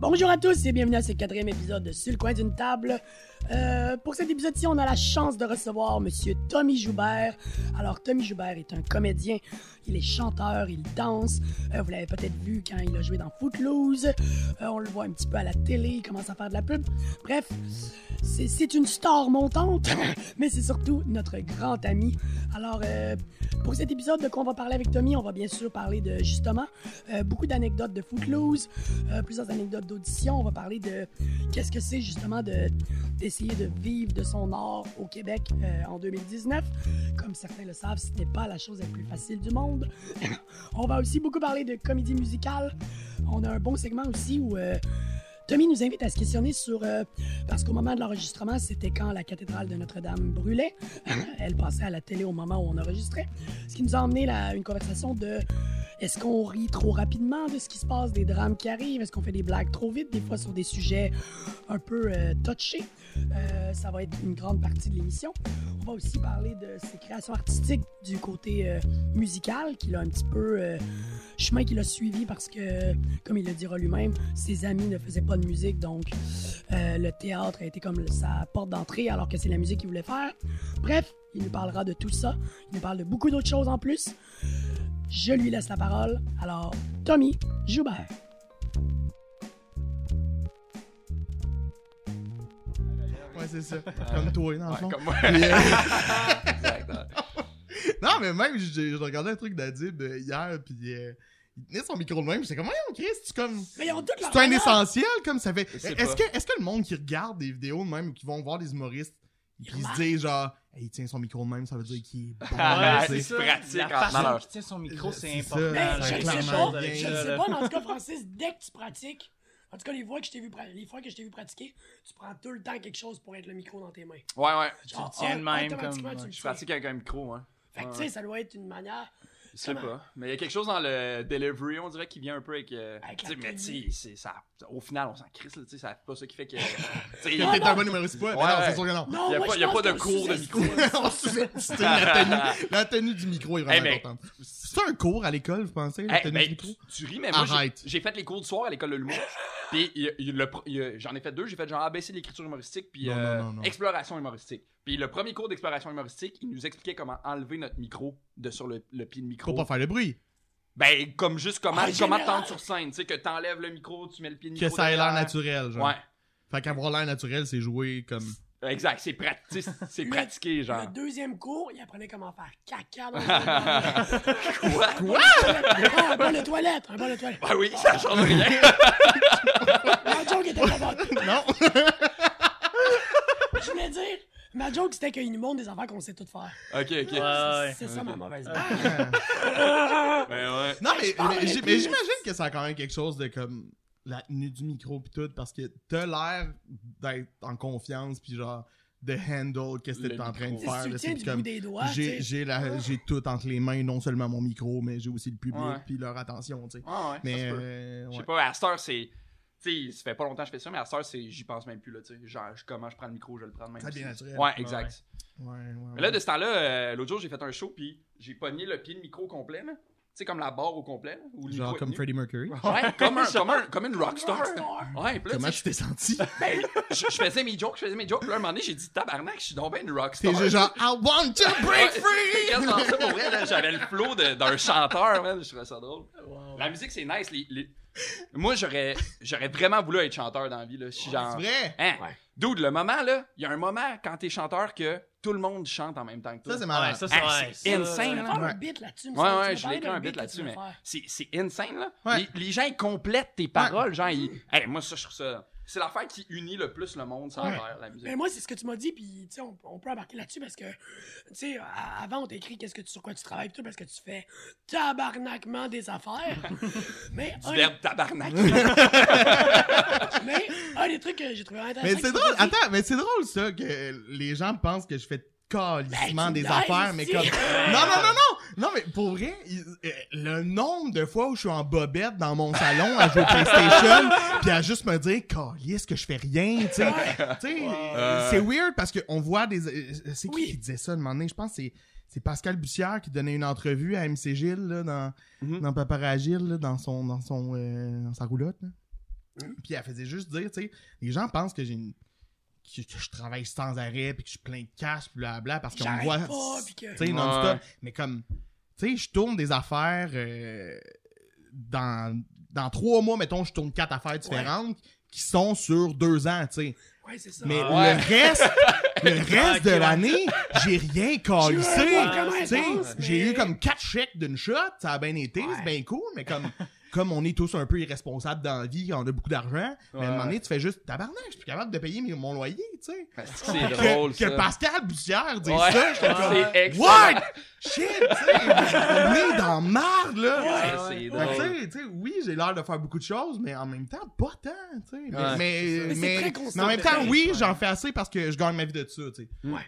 Bonjour à tous et bienvenue à ce quatrième épisode de Sur le coin d'une table. Euh, pour cet épisode-ci, on a la chance de recevoir Monsieur Tommy Joubert. Alors, Tommy Joubert est un comédien. Il est chanteur, il danse. Euh, vous l'avez peut-être vu quand il a joué dans Footloose. Euh, on le voit un petit peu à la télé, il commence à faire de la pub. Bref, c'est- c'est une star montante, mais c'est surtout notre grand ami. Alors, euh, pour cet épisode de quoi on va parler avec Tommy, on va bien sûr parler de justement euh, beaucoup d'anecdotes de Footloose, euh, plusieurs anecdotes d'audition. On va parler de qu'est-ce que c'est justement de d'essayer de vivre de son art au Québec euh, en 2019. Comme certains le savent, ce n'est pas la chose la plus facile du monde. on va aussi beaucoup parler de comédie musicale. On a un bon segment aussi où euh, Tommy nous invite à se questionner sur... euh, parce qu'au moment de l'enregistrement, c'était quand la cathédrale de Notre-Dame brûlait. Elle passait à la télé au moment où on enregistrait. Ce qui nous a emmené à une conversation de... Est-ce qu'on rit trop rapidement de ce qui se passe, des drames qui arrivent? Est-ce qu'on fait des blagues trop vite, des fois sur des sujets un peu euh, touchés? Euh, ça va être une grande partie de l'émission. On va aussi parler de ses créations artistiques du côté euh, musical, qu'il a un petit peu euh, chemin qu'il a suivi parce que, comme il le dira lui-même, ses amis ne faisaient pas de musique, donc euh, le théâtre a été comme le- sa porte d'entrée alors que c'est la musique qu'il voulait faire. Bref, il nous parlera de tout ça. Il nous parle de beaucoup d'autres choses en plus. Je lui laisse la parole. Alors, Tommy Joubert. Ouais, c'est ça. Comme toi, dans le Euh, Ouais, fond. comme moi. Puis, euh, Exact, ouais. non, mais même, j'ai- je regardais un truc d'Adib euh, hier, puis euh, il tenait son micro de même. J'étais comme, voyons, Chris, tu comme. Mais ils ont toutes C'est un essentiel, comme ça fait. Je sais Est-ce pas. que, est que le monde qui regarde des vidéos de même ou qui vont voir des humoristes, Ils qui se remarquent. disent genre, hey, il tient son micro de même, ça veut dire qu'il est bon. Ah, tu sais. c'est ça. pratique La en façon malheur. qu'il tient son micro, c'est C'est ça. important. Ben, J'ai je ne sais clairement pas. pas. bien, Je ne sais pas. Mais en tout cas, Francis, dès que tu pratiques, en tout cas, les fois que je t'ai vu, pra- les fois que je t'ai vu pratiquer, tu prends tout le temps quelque chose pour être le micro dans tes mains. Ouais, ouais. Tu Genre, le tiens de même automatiquement, comme- tu le Je tiens. pratique avec un micro, hein. Fait que tu sais, ça doit être une manière. Je sais pas. Mais il y a quelque chose dans le delivery, on dirait, qui vient un peu avec. euh, Avec tu sais, la mais tenue. tu sais, c'est ça. Au final, on s'en crisse, là, tu sais, c'est pas ça qui fait que. tu sais, Il il y y a peut-être a- un bon humoriste pas. mais Ouais, non, c'est ouais. sûr que non. Non, Il y a moi, pas- je il y a pense pas de qu'on cours de sous-estime micro. On sous-estime la tenue. La tenue du micro est Hey, vraiment mais- importante. C'est un cours à l'école, vous pensez, la Hey, tenue ben, du micro? tu, tu ris, mais moi, j'ai- Arrête. j'ai fait les cours du soir à l'école de l'humour. puis il y a- il y a le pr- il y a- j'en ai fait deux. J'ai fait genre ABC l'écriture humoristique, puis Non, non, euh, non, non. exploration humoristique. Puis le premier cours d'exploration humoristique, il nous expliquait comment enlever notre micro de sur le, le pied de micro. Pour pas faire le bruit. Ben, comme juste comment, En comment général. tendre sur scène. Tu sais, que t'enlèves le micro, tu mets le pied de Que micro. ça ait l'air derrière. naturel, genre. Ouais, Fait qu'avoir l'air naturel, c'est jouer comme. exact. C'est pratiqué, c'est Le- pratiqué, genre. Le deuxième cours, il apprenait comment faire caca dans le Quoi? Ah, un bol de toilette, un bol de toilette. Ben oui, ça change rien. Ma joke était pas bonne. Non! Je voulais dire, ma joke c'était qu'il nous montre des affaires qu'on sait tout faire. ok, ok. Ouais, ouais. C'est ça ma mauvaise blague. Ben ouais. non, mais, parle mais j'ai- plus. mais j'imagine que ça a quand même quelque chose de comme la tenue du micro pis tout, parce que t'as l'air d'être en confiance pis genre de handle qu'est-ce que Le t'es en train de Si micro. faire. tu là, le c'est tiens pis du comme, bout des doigts, j'ai tu sais, Ah. j'ai la- j'ai tout entre les mains, non seulement mon micro, mais j'ai aussi le Ouais. public puis leur attention, tu sais. Ah, Ouais, ouais. ça Mais se peut. euh, Je sais ouais. pas, à cette heure, c'est. Tu sais, ça fait pas longtemps que je fais ça, mais à cette heure, c'est... j'y pense même plus, là, tu sais. Genre, je- comment je prends le micro, je le prends de même. Ça devient aussi. naturel. Ouais, exact. Ouais, ouais, Mais là, ouais. de ce temps-là, euh, l'autre jour, j'ai fait un show, puis j'ai pogné le pied de micro au complet, là. Tu sais, comme la barre au complet, là, où le Genre micro est comme tenu. Freddie Mercury. Ouais, comme, un, comme, un, comme une rockstar. Rockstar. Ouais, puis là, Comment tu tu sais, t'es senti? ben, je, je faisais mes jokes, je faisais mes jokes, puis là, un moment donné, j'ai dit, tabarnak, je suis donc ben une rockstar. T'es juste genre, I want to break C'est quasiment free! ça, pour vrai, là, j'avais le flow de- d'un chanteur, man, je trouvais ça drôle. La musique, c'est nice. les- les- Moi, j'aurais, j'aurais vraiment voulu être chanteur dans la vie. Là. Si C'est genre... vrai! Hein? Ouais. Dude, le moment, là, il y a un moment quand t'es chanteur que tout le monde chante en même temps que toi. Ça, c'est Ouais, malade. ça, c'est Ah, ouais, c'est ça, insane, ouais. là. Faire un Ouais. beat là-dessus. me Ouais, semble. Tu ouais, m'as je parlé l'ai écrit d'un un bit que tu là-dessus, voulais mais faire. c'est, c'est insane, là. Ouais. Les, les gens, ils complètent tes paroles, genre, ils... Hey, moi, ça, je trouve ça... C'est l'affaire qui unit le plus le monde, ça, Ouais. affaire, la musique. Mais moi, c'est ce que tu m'as dit, puis tu sais, on, on peut embarquer là-dessus parce que, tu sais, à- avant, on t'écrit qu'est-ce que tu, sur quoi tu travailles, tout parce que tu fais tabarnakement des affaires. mais, Du un, verbe tabarnak. mais un des trucs que j'ai trouvé intéressant. Mais que c'est tu drôle, m'as dit- attends, mais c'est drôle ça que les gens pensent que je fais calissement Ben, tu des me affaires, mais niaises, si. comme. Non, non, non, non! Non, mais pour vrai, il- euh, le nombre de fois où je suis en bobette dans mon salon à jouer au PlayStation, puis à juste me dire, calisse que je fais rien, tu sais. Tu sais, euh, c'est weird parce qu'on voit des. euh, C'est qui Oui. qui disait ça le moment donné? Je pense que c'est. C'est Pascal Bussière qui donnait une entrevue à MC Gilles là, dans, Mhm. Mm-hmm. dans Paparagile, là, dans son dans son euh, dans sa roulotte. là. Puis elle faisait juste dire, tu sais, les gens pensent que j'ai une- que- que je travaille sans arrêt, puis que je suis plein de cash, puis blabla, parce qu'on me voit. J'arrête pas, puis que- Tu sais, non-stop. Mais comme, tu sais, je tourne des affaires euh, dans, dans trois mois, mettons, je tourne quatre affaires différentes qui sont sur deux ans, tu sais. Ouais, c'est ça. Mais Ah, Ouais. le reste, le reste de ouais. l'année, j'ai rien Je veux pas calissé. comment Tu sais, elle pense, mais- J'ai eu comme quatre chèques d'une shot, ça a bien été, Ouais. c'est bien cool, mais comme, comme on est tous un peu irresponsables dans la vie, on a beaucoup d'argent, mais à un moment donné, tu fais juste tabarnak, je suis plus capable de payer mes- mon loyer, tu sais. Parce que C'est Que, drôle, que ça. Pascal Bussière dise Ouais. ça, j'étais comme, C'est excellent. What? Shit, tu sais, on est dans le marde, là. Ouais, c'est Ah Fait que, drôle. tu sais, tu sais, oui, j'ai l'air de faire beaucoup de choses, mais en même temps, pas tant, tu sais. Mais- Mais, Ouais. Mais c'est mais- très constant mais en même de temps, faire, oui, ouais. j'en fais assez parce que je gagne ma vie de ça, tu sais. Ouais.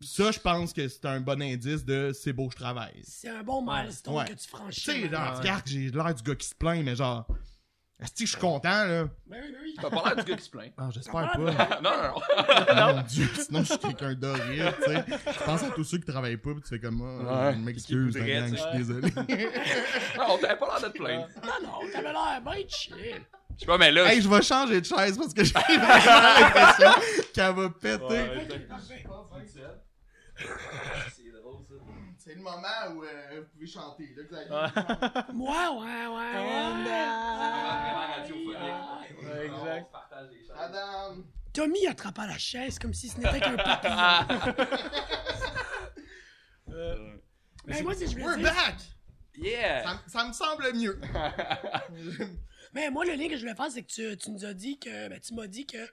Puis Ça, je pense que c'est un bon indice de c'est beau, je travaille. C'est un bon milestone Ouais. que tu Tu franchis. sais, là. genre, regarde, j'ai l'air du gars qui se plaint, mais genre, est-ce que je suis content, là? Ben oui, ben oui. T'as pas l'air du gars qui se plaint. Ah, j'espère pas. Non, non, non. Mon Dieu, sinon je suis quelqu'un d'horrible, tu sais. Je pense à tous ceux qui travaillent pas, puis tu fais comme moi, Ouais. m'excuse, Qui voudrait, la gang, tu je suis désolé. Non, on t'avait pas l'air de te plaindre. Non, non, t'avais l'air bien chill. Je sais pas, mais là, Hey, je vais changer de chaise parce que j'ai vraiment l'impression qu'elle va péter. c'est drôle, ça. C'est le moment où euh, vous pouvez chanter, là, Xavier. Moi, ouais, Ah, ouais, ouais. Ouais, exact. Madame. Tommy attrapa la chaise comme si ce n'était qu'un papillon. Euh, Mais moi, si je voulais We're dire- back! Ça, Yeah! me- ça me semble mieux. Mais moi, le lien que je voulais faire, c'est que tu, tu nous as dit que. Ben, tu m'as dit que. Tu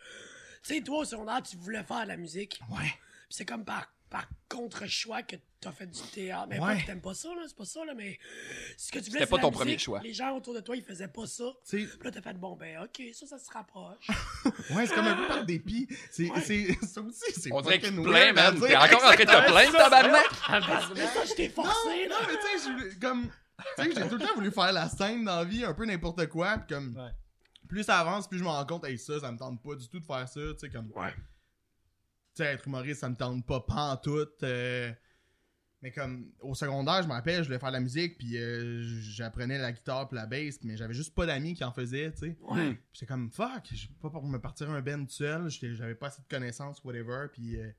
sais, toi, au secondaire, tu voulais faire de la musique. Ouais. Puis c'est comme par, par contre-choix que t'as fait du théâtre. Mais Ouais. pas que t'aimes pas ça, là. C'est pas ça, là. Mais ce que tu voulais C'était c'est pas la ton musique. premier choix. Les gens autour de toi, ils faisaient pas ça. Tu sais, Puis là, t'as fait bon, ben, OK, ça, ça se rapproche. ouais, c'est comme un peu par dépit. C'est, c'est, ça aussi, c'est On dirait que tu fucking te weird plains, à man. dire. T'es encore en train de te plaindre, tabarnak? mais ça, je t'ai forcé, là. Non, mais tu sais, je voulais- comme. Tu sais, j'ai tout le temps voulu faire la scène dans la vie, un peu n'importe quoi, pis comme. Ouais. Plus ça avance, plus je me rends compte, hey, ça, ça me tente pas du tout de faire ça, tu sais, comme. Ouais. Tu sais, être humoriste, ça me tente pas pantoute. euh, Mais comme, au secondaire, je me rappelle, je voulais faire de la musique, puis euh, j'apprenais la guitare pis la bass, mais j'avais juste pas d'amis qui en faisaient, tu sais. Ouais. Pis J'étais comme, fuck, j'ai pas pour me partir un band tout seul, j'étais- j'avais pas assez de connaissances, whatever, puis euh,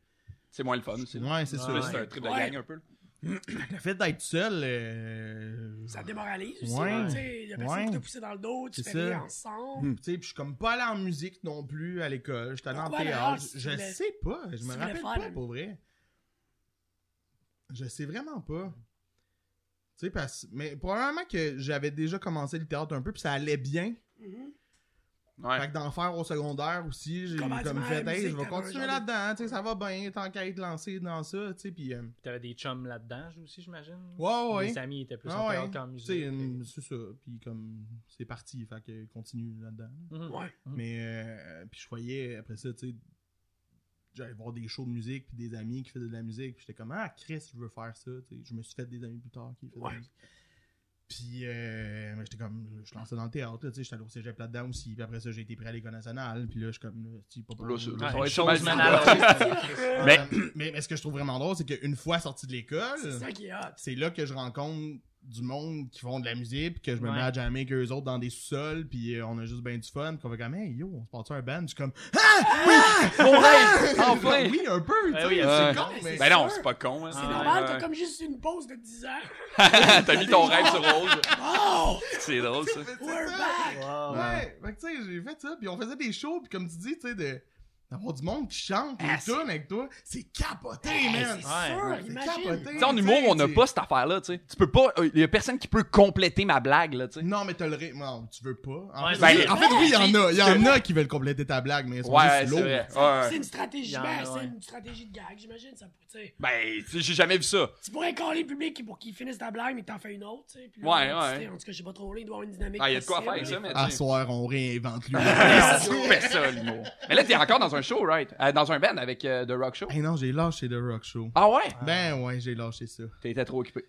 C'est moins le fun, c'est Ouais, c'est Plus, ça. c'est un trip de Ouais. gang un peu. Le fait d'être seul, euh, Ça te démoralise aussi. Ouais. là, Tu sais, il y a personne Ouais. qui t'a poussé dans le dos, tu C'est fais ça. rire ensemble. Tu sais, puis je suis comme pas allé en musique non plus à l'école. J'étais allé en Pourquoi théâtre. alors, si tu Je voulais- sais pas. Je tu me voulais rappelle faire pas la- pour vrai. Je sais vraiment pas. Tu sais, parce. Mais probablement que j'avais déjà commencé le théâtre un peu, puis ça allait bien. Mhm. Ouais. Fait que d'en faire au secondaire aussi, j'ai Comment tu comme vas fait, à la hey, je musique, vais t'avais un continuer genre là-dedans. Tu sais, ça va bien, tant qu'à être lancé dans ça. Tu sais, puis. euh, T'avais des chums là-dedans aussi, j'imagine. Ouais, ouais. Mes amis étaient plus Ah en ouais. théâtre qu'en tu sais, musique. euh, c'est ça. Puis comme. C'est parti. Fait que continue là-dedans. Mhm. Ouais. Mais euh, puis je voyais après ça, tu sais, j'allais voir des shows de musique puis des amis qui faisaient de la musique, puis j'étais comme ah Chris, je veux faire ça, tu sais, je me suis fait des amis plus tard qui faisaient de Ouais. la musique. Puis euh, mais j'étais comme je lançais dans le théâtre, là, tu sais, j'étais allé au cégep là-dedans aussi, puis après ça, j'ai été pris à l'école nationale, puis là je suis comme là, tu sais, pas pour Là, c'est- Ouais. Ouais, Ça va une être mal chose dit. mène à l'autre. Euh, Mais- mais... mais ce que je trouve vraiment drôle, c'est qu'une fois sorti de C'est l'école, ça qui est hot. c'est là que je rencontre du monde qui font de la musique, puis que je me Ouais. mets à jammer avec eux autres dans des sous-sols, puis euh, on a juste ben du fun, puis qu'on fait comme, hey yo, on se porte un band, je suis comme, Mon rêve! Ben Ah, Enfin! oui, un peu, tu Ben sais, oui, c'est euh, con, mais... Ben non, c'est pas con, hein. C'est Ah, normal, ouais. t'as comme juste une pause de 10 ans. T'as mis ton rêve sur rose. Oh! C'est drôle, ça. Mais c'est We're ça. back! Wow. Ouais, fait que tu sais, j'ai fait ça, puis on faisait des shows, puis comme tu dis, tu sais, de... d'avoir du monde qui chante, Ah, qui c'est- Ah, tourne avec toi, c'est capoté, man! C'est Ouais. sûr, C'est imagine! capoté, Tu sais, en humour, tu sais, on n'a c'est- pas cette affaire-là, tu sais. Tu peux pas. Il y a personne qui peut compléter ma blague, là, tu sais. Non, mais t'as le ré... Non, tu veux pas. En, Ouais, fait, ben, oui, en fait, oui, il y en a. Il y en c'est- a qui veulent compléter ta blague, mais ils sont Ouais, juste c'est lourds. vrai. Ouais. C'est une stratégie, Il y en a, ben, c'est ouais. une stratégie de gag, j'imagine. Ça, pour- tu sais. Ben, tu sais, j'ai jamais vu ça. tu pourrais caler le public qui- pour qu'il finisse ta blague, mais que t'en fais une autre. tu sais, puis là, Ouais, tu ouais. sais, En tout cas, je sais pas trop, là, il doit y avoir une dynamique. Ah, il y a de quoi possible, faire, ça, là. mais. À tu sais. soir, on réinvente lui. Fais ça, l'humour. Mais là, t'es encore dans un show, right? Euh, dans un band avec euh, The Rock Show. hey, non, j'ai lâché The Rock Show. Ah ouais? Ben ouais, j'ai lâché ça. T'étais trop occupé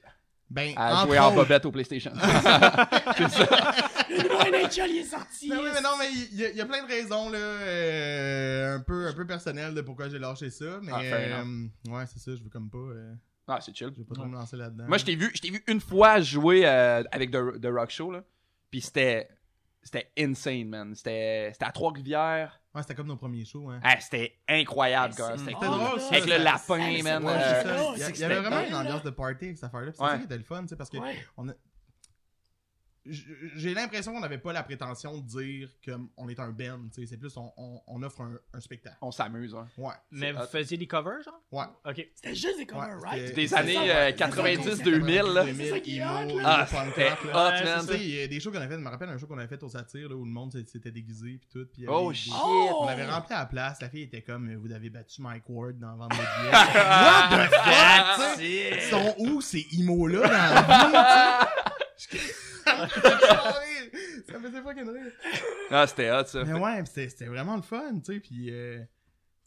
Ben, à entre jouer en autres- bobette au PlayStation. Le nouveau NHL, il est sorti. Ben oui, mais non, mais il y, a- il y a plein de raisons, là, euh, un peu, un peu personnelles de pourquoi j'ai lâché ça, mais Ah, fair euh, ouais, c'est ça, je veux comme pas, euh, ah, c'est chill. je veux pas trop me lancer là-dedans. Moi, je t'ai vu, je t'ai vu une fois jouer euh, avec The, The Rock Show, là. Puis c'était C'était insane, man. C'était c'était à Trois-Rivières. Ouais, c'était comme nos premiers shows, hein. Ah, c'était incroyable, Mais gars. c'est- C'était C'était cool. drôle, ça. Avec le ça. lapin, c'est- man. Ouais, euh, c'est ouais, ça. Il y a- c'est Il y avait c'était vraiment bien, une là. ambiance de party avec cette affaire-là. puis C'est Ouais. ça qui était le fun, tu sais, parce que Ouais. on a- J- J'ai l'impression qu'on n'avait pas la prétention de dire comme on est un band, tu sais. C'est plus on, on- on offre un, un spectacle. On s'amuse, hein. Ouais. Mais hot. vous faisiez des covers, genre? Ouais. Ok. C'était juste des covers, Ouais, right? c'était- Des C'est années ça, ouais. euh, C'est ça, 90-2000, là. C'est ça qui est hot, emo, là. Ah, emo, punk c'était rock, hot, là. Ouais, man. Tu sais, il y a des shows qu'on a fait, je me rappelle un show qu'on avait fait au Satire, là, où le monde s'est- s'était déguisé, puis tout. puis il y avait Oh, des- shit. Oh! On avait rempli la place, la fille était comme, vous avez battu Mike Ward dans Vendredi. What the fuck, tu sais? Ils sont où ces imos-là dans la vie, tu sais? Je- Ça me faisait fucking rire. Ah, c'était hot, ça. Mais ouais, pis c'était c'était vraiment le fun, tu sais, puis euh,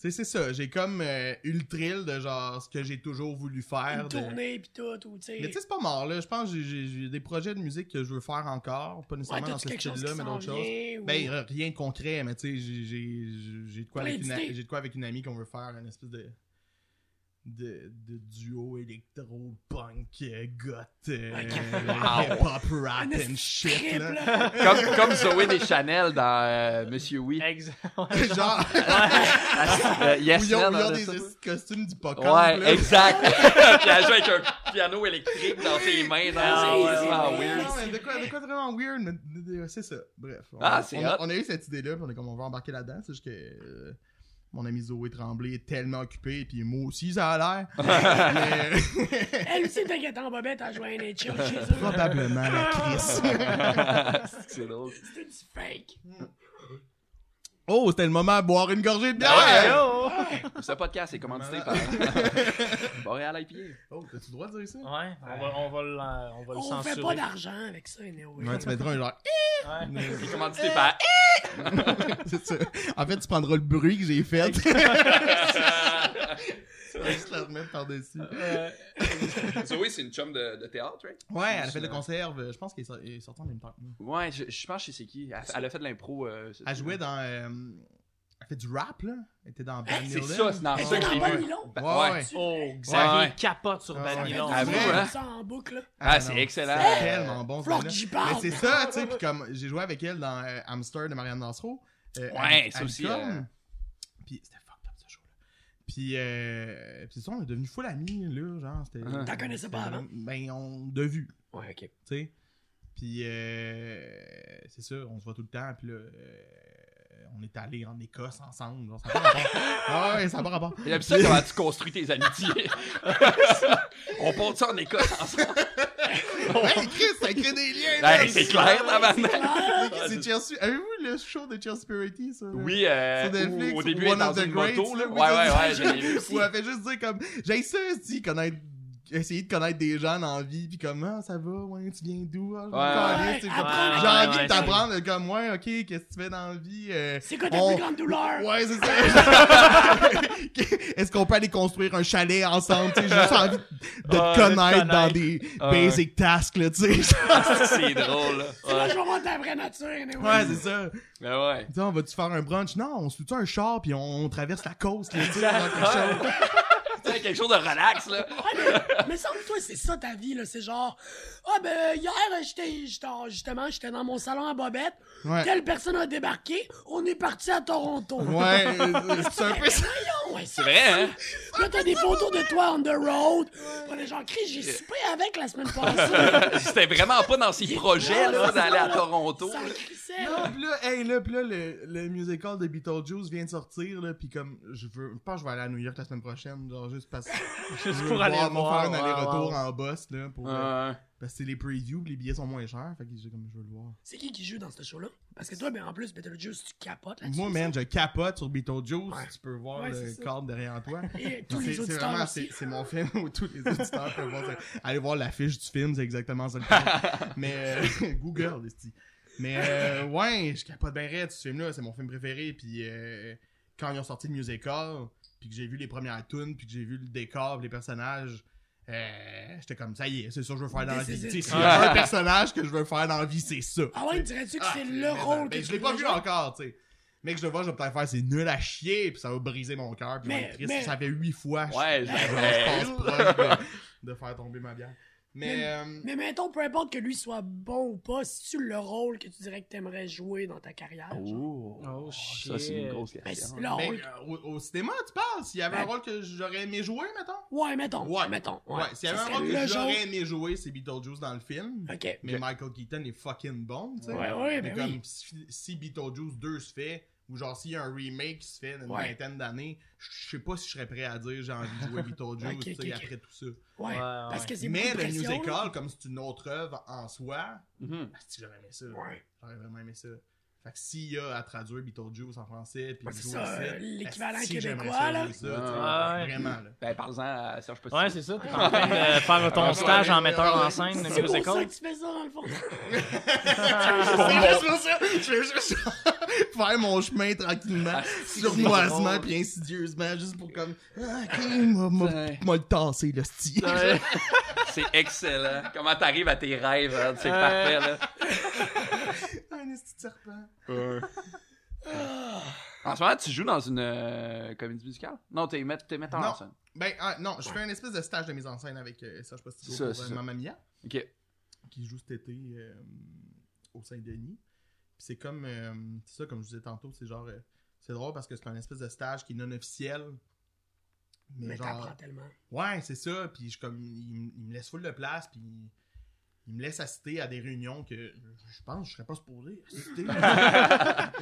tu sais, c'est ça, j'ai comme euh, eu le thrill de genre ce que j'ai toujours voulu faire. Une de- tournée pis tout, ou tu sais. Mais tu sais, c'est pas mort, là, je pense que j'ai- j'ai j'ai des projets de musique que je veux faire encore, pas Ouais, nécessairement dans t'as-tu ce quelque chose style-là, qui mais s'en d'autres choses. vient? ou- Ben, r- rien de concret, mais tu sais, j'ai- j'ai- j'ai de, quoi Plein avec une a- d'idées. j'ai de quoi avec une amie qu'on veut faire une espèce de, de, de duo électro-punk, euh, goth, euh, hip-hop, rap Un and shit, Crêpe, là. là. Comme, comme Zoé Deschanel dans euh, Monsieur Oui. Exact. Ouais, genre- Genre, Euh, yes, où ils ont, Man, où ils ont on a des ça. petits costumes d'hippocampe, Ouais, là. exact. Puis elle joue avec un piano électrique dans ses mains. Dans Ah, ses- ouais, c'est vraiment ouais. weird. Non, mais de quoi, de quoi de vraiment weird, mais de- de- de- c'est ça. Bref. On, Ah, c'est on a, hot. on a eu cette idée-là, puis on est comme, on va embarquer là-dedans. C'est juste que euh, mon ami Zoé Tremblay est tellement occupé, puis moi aussi, ça a l'air. Mais- Elle aussi, t'inquiète, en bobette, à jouer un nature chez eux. Probablement la crise. C'est que ah c'est drôle. C'était du fake. oh, c'était le moment à boire une gorgée de bière! Ce podcast est commandité par Boréal IPA. Oh, t'as-tu le droit de dire ça? Ouais, on va, on va, le, on va le On censurer. fait pas d'argent avec ça, anyway. Ouais, tu mettras un genre. Ouais. Il est commandité par. C'est ça. En fait, tu prendras le bruit que j'ai fait. Tu vas juste le remettre par-dessus. Euh, Zoé, c'est une chum de, de théâtre, right? Ouais, elle a fait de conserve. Je pense qu'elle est sor- elle est sortie en même temps que nous. Ouais, je, je pense que c'est qui. Elle, elle a fait de l'impro. euh, c'est- Elle jouait dans. euh, elle fait du rap, là. Elle était dans Van Hey, Hein? C'est Halen. ça, c'est dans Elle ça fait que j'ai dans Van vu. Nylon. Ben, Ouais, Ah, ouais. oh, Xavier Ouais. capote sur Ouais. Vanillon. Ah, Elle vrai, fait hein? ça en boucle, là. Ah, non, c'est excellent. c'est tellement bon. Faut ce que j'y gars-là. parle. Mais c'est ça, tu sais. Puis comme j'ai joué avec elle dans euh, Hamster de Marianne Dansereau. euh, Ouais, à- ça à aussi, Licorne. euh, Puis c'était fucked up ce show-là. Puis, euh, puis ça, on est devenu full amis, là. Genre, c'était. Hein. T'en connaissais pas c'était avant? vraiment- Ben, on. de vue. Ouais, ok. tu sais. Puis euh, c'est ça, on se voit tout le temps. Puis là, euh, on est allé en Écosse ensemble. genre, ça n'a pas rapport. Ah ouais, ça n'a pas rapport. J'aime ça comment tu construis tes amitiés. On porte ça en Écosse ensemble. Hey, Chris, ça crée des liens. là. Hey, Ben, c'est clair, tabarnak. C'est Chelsea. Avez-vous vu le show de Chelsea Purity, ça? là? Oui, euh, Sur Netflix, au, au One début, elle est dans of the une Greats, moto. Là. là, oui, ouais, ouais, ouais, c'est je ça, l'ai j'ai vu. vu. Où elle fait juste dire comme. J'ai ça, dit, connaître. Essayer de connaître des gens dans la vie, puis comme, ah, ça va, ouais, tu viens d'où? Ah, je me Ouais. calisse, tu sais, Ah, Ouais, comme, apprends- J'ai ouais, envie ouais, de t'apprendre, comme, ouais, ok, qu'est-ce que tu fais dans la vie? euh, C'est quoi ta on- plus grande douleur? Ouais, c'est ça. Est-ce qu'on peut aller construire un chalet ensemble? Tu sais, j'ai juste envie de te Ah, de te connaître dans connaître. des Ah, ouais. basic tasks, là, tu sais. C'est drôle. là. C'est là que Ouais. je vais voir ta vraie nature, anyway. ouais, c'est ça. Tu Mais ouais. sais, on va-tu faire un brunch? Non, on se fout un char puis on, on traverse la côte, là, tu sais, dans quelque chose. T'as quelque chose de relax, là. Ouais, mais, mais semble toi, c'est ça ta vie, là. C'est genre, ah ben, hier, euh, j'étais, j'étais en- justement, j'étais dans mon salon à Bobette. Ouais. Telle personne a débarqué. On est parti à Toronto. Eh, ben, Ouais, euh, c'est un peu ça. Voyons, ouais, C'est vrai, hein? Là, t'as des photos de toi on the road. Pis les gens crient, j'ai soupé avec la semaine passée. C'était vraiment pas dans ses projets, là, d'aller à Toronto. Ça là. crissait, là. Non, pis là, hey, là, pis là, le, le musical de Beetlejuice vient de sortir, là, pis comme, je veux, je pense que je vais aller à New York la semaine prochaine, genre, juste parce que je Juste veux pour aller voir, le mon voir, faire un ouais, aller-retour ouais. en boss, là, pour, euh, Ouais. Parce que c'est les previews, pis les billets sont moins chers, fait que j'ai comme je veux le voir. C'est qui qui joue dans ce show-là? Parce que toi, ben, en plus, Beetlejuice, Ben, tu capotes là-dessus. Moi, man, je capote sur Beetlejuice, Ouais. tu peux voir Ouais, le c'est ça. cadre derrière toi. Et tous C'est les c'est auditeurs vraiment, aussi. c'est c'est mon film où tous les auditeurs peuvent voir. ça. Allez voir l'affiche du film, c'est exactement ça le film. Mais euh, Google, esti. Mais euh, ouais, je capote bien raide ce film-là, c'est mon film préféré. Puis euh, quand ils ont sorti le musical, puis que j'ai vu les premières tunes, puis que j'ai vu le décor, les personnages, euh, j'étais comme ça y est, c'est sûr que je veux faire dans la This vie. is it. Tu sais, S'il y a un personnage que je veux faire dans la vie, c'est ça. Ah ouais, dirais-tu que Ah, c'est c'est- le mais- rôle mais que je tu l'ai pas voulais vu jouer? encore, tu sais. Mais que je le vois, je vais peut-être faire c'est nul à chier, puis ça va briser mon cœur, puis Mais- je vais être triste. mais- Ça fait huit fois. je- Ouais, je, je passe je proche de, de faire tomber ma bière. Mais, euh, Mais mettons, peu importe que lui soit bon ou pas, si tu le rôle que tu dirais que t'aimerais jouer dans ta carrière. genre? Oh, Ah, Oh, shit. ça, c'est une grosse Ben, c'est question. le mais, rôle- euh, au, au cinéma, tu parles. S'il y avait un Ben- rôle que j'aurais aimé jouer, mettons. Ouais, mettons. Ouais. mettons. Ouais. S'il y avait Ça un serait rôle le que genre- j'aurais aimé jouer, c'est Beetlejuice dans le film. Ok. Mais Michael Keaton est fucking bon, tu sais. Ben- Ouais, ouais, Mais ben comme oui. si, si Beetlejuice 2 se fait, ou genre s'il y a un remake qui se fait d'une Ouais. vingtaine d'années, je sais pas si je serais prêt à dire j'ai envie de jouer Beetlejuice, Ok, tu sais, ok, ok. après tout ça. Ouais. Ouais, Parce ouais. que c'est Mais beaucoup de le pression, musical, là. comme c'est une autre œuvre en soi, Mhm. ah, si j'aurais aimé ça. Ouais. J'aurais vraiment aimé ça. Fait que s'il y a à traduire Beetlejuice en français, puis Ouais, le c'est jouer ça, ici, euh, l'équivalent asti, j'aimerais québécois, ça là. jouer ça, tu sais, Ouais. Vraiment, là. Ben, parle-en à Serge Petit. Ouais, c'est ça. T'es Ah, en train de faire ton stage en metteur en scène de C'est pour ça musical. que tu fais ça, dans le fond. Ah, C'est juste pour ça. Je vais juste faire mon chemin Ah, tranquillement, sournoisement puis insidieusement, juste pour comme ah, ok, m'a- m'a Ouais. m'a le tasser le style. C'est excellent. Comment t'arrives à tes rêves, hein? c'est Ouais. parfait, là. Un esti de serpent. En ce moment, tu joues dans une euh, comédie musicale? Non, t'es met- t'es metteur Non. en scène. Ben ah, non, je fais un espèce de stage de mise en scène avec euh, Serge Postigo Ça, pour ça. euh, Mamma Mia OK. qui joue cet été euh, au Saint-Denis. Puis c'est comme euh, c'est ça comme je disais tantôt, c'est genre euh, c'est drôle parce que c'est un espèce de stage qui est non officiel. Mais, Mais genre t'apprends tellement. Ouais, c'est ça. Puis je, comme, il, me- il me laisse full de place, puis il me laisse assister à des réunions que je pense que je serais pas supposé assister.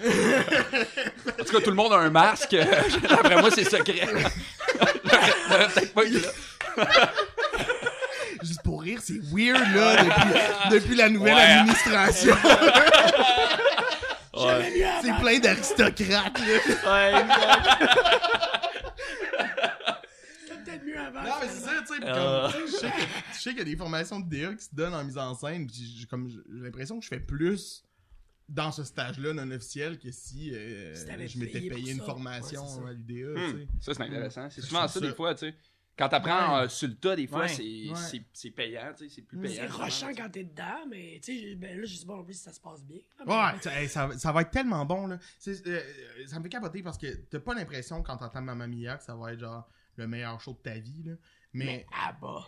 En tout cas, tout le monde a un masque. D'après moi, c'est secret. J'aurais peut-être pas été là. Juste pour rire, c'est weird, là, depuis, depuis la nouvelle Ouais. administration. J'avais mieux c'est avant. plein d'aristocrates, là. Ouais, C'était peut-être mieux avant. Non, mais c'est ça, tu sais. puis Euh. comme, tu sais, Je sais que- je sais qu'il y a des formations de DA qui se donnent en mise en scène, puis j'ai- j'ai comme- j'ai l'impression que je fais plus dans ce stage-là non officiel que si euh, Si t'avais je m'étais payé pour payé une ça. formation euh, Ouais, c'est ça. à l'UDA, tu sais. Hmm. Ça, c'est intéressant. C'est souvent trouve ça, ça- des fois, tu sais. Quand t'apprends Ouais. euh, sur le tas, des fois, Ouais. c'est Ouais. c'est- c'est payant, tu sais. C'est plus Mm. payant. C'est souvent, rochant tu sais. quand t'es dedans, mais tu sais, ben là, je sais pas en plus si ça se passe bien. Ouais, ça, hey, ça, ça va être tellement bon, là. C'est- euh, ça me fait capoter parce que t'as pas l'impression quand t'entends Mamma Mia que ça va être genre le meilleur show de ta vie, là. Mais. Ah bah.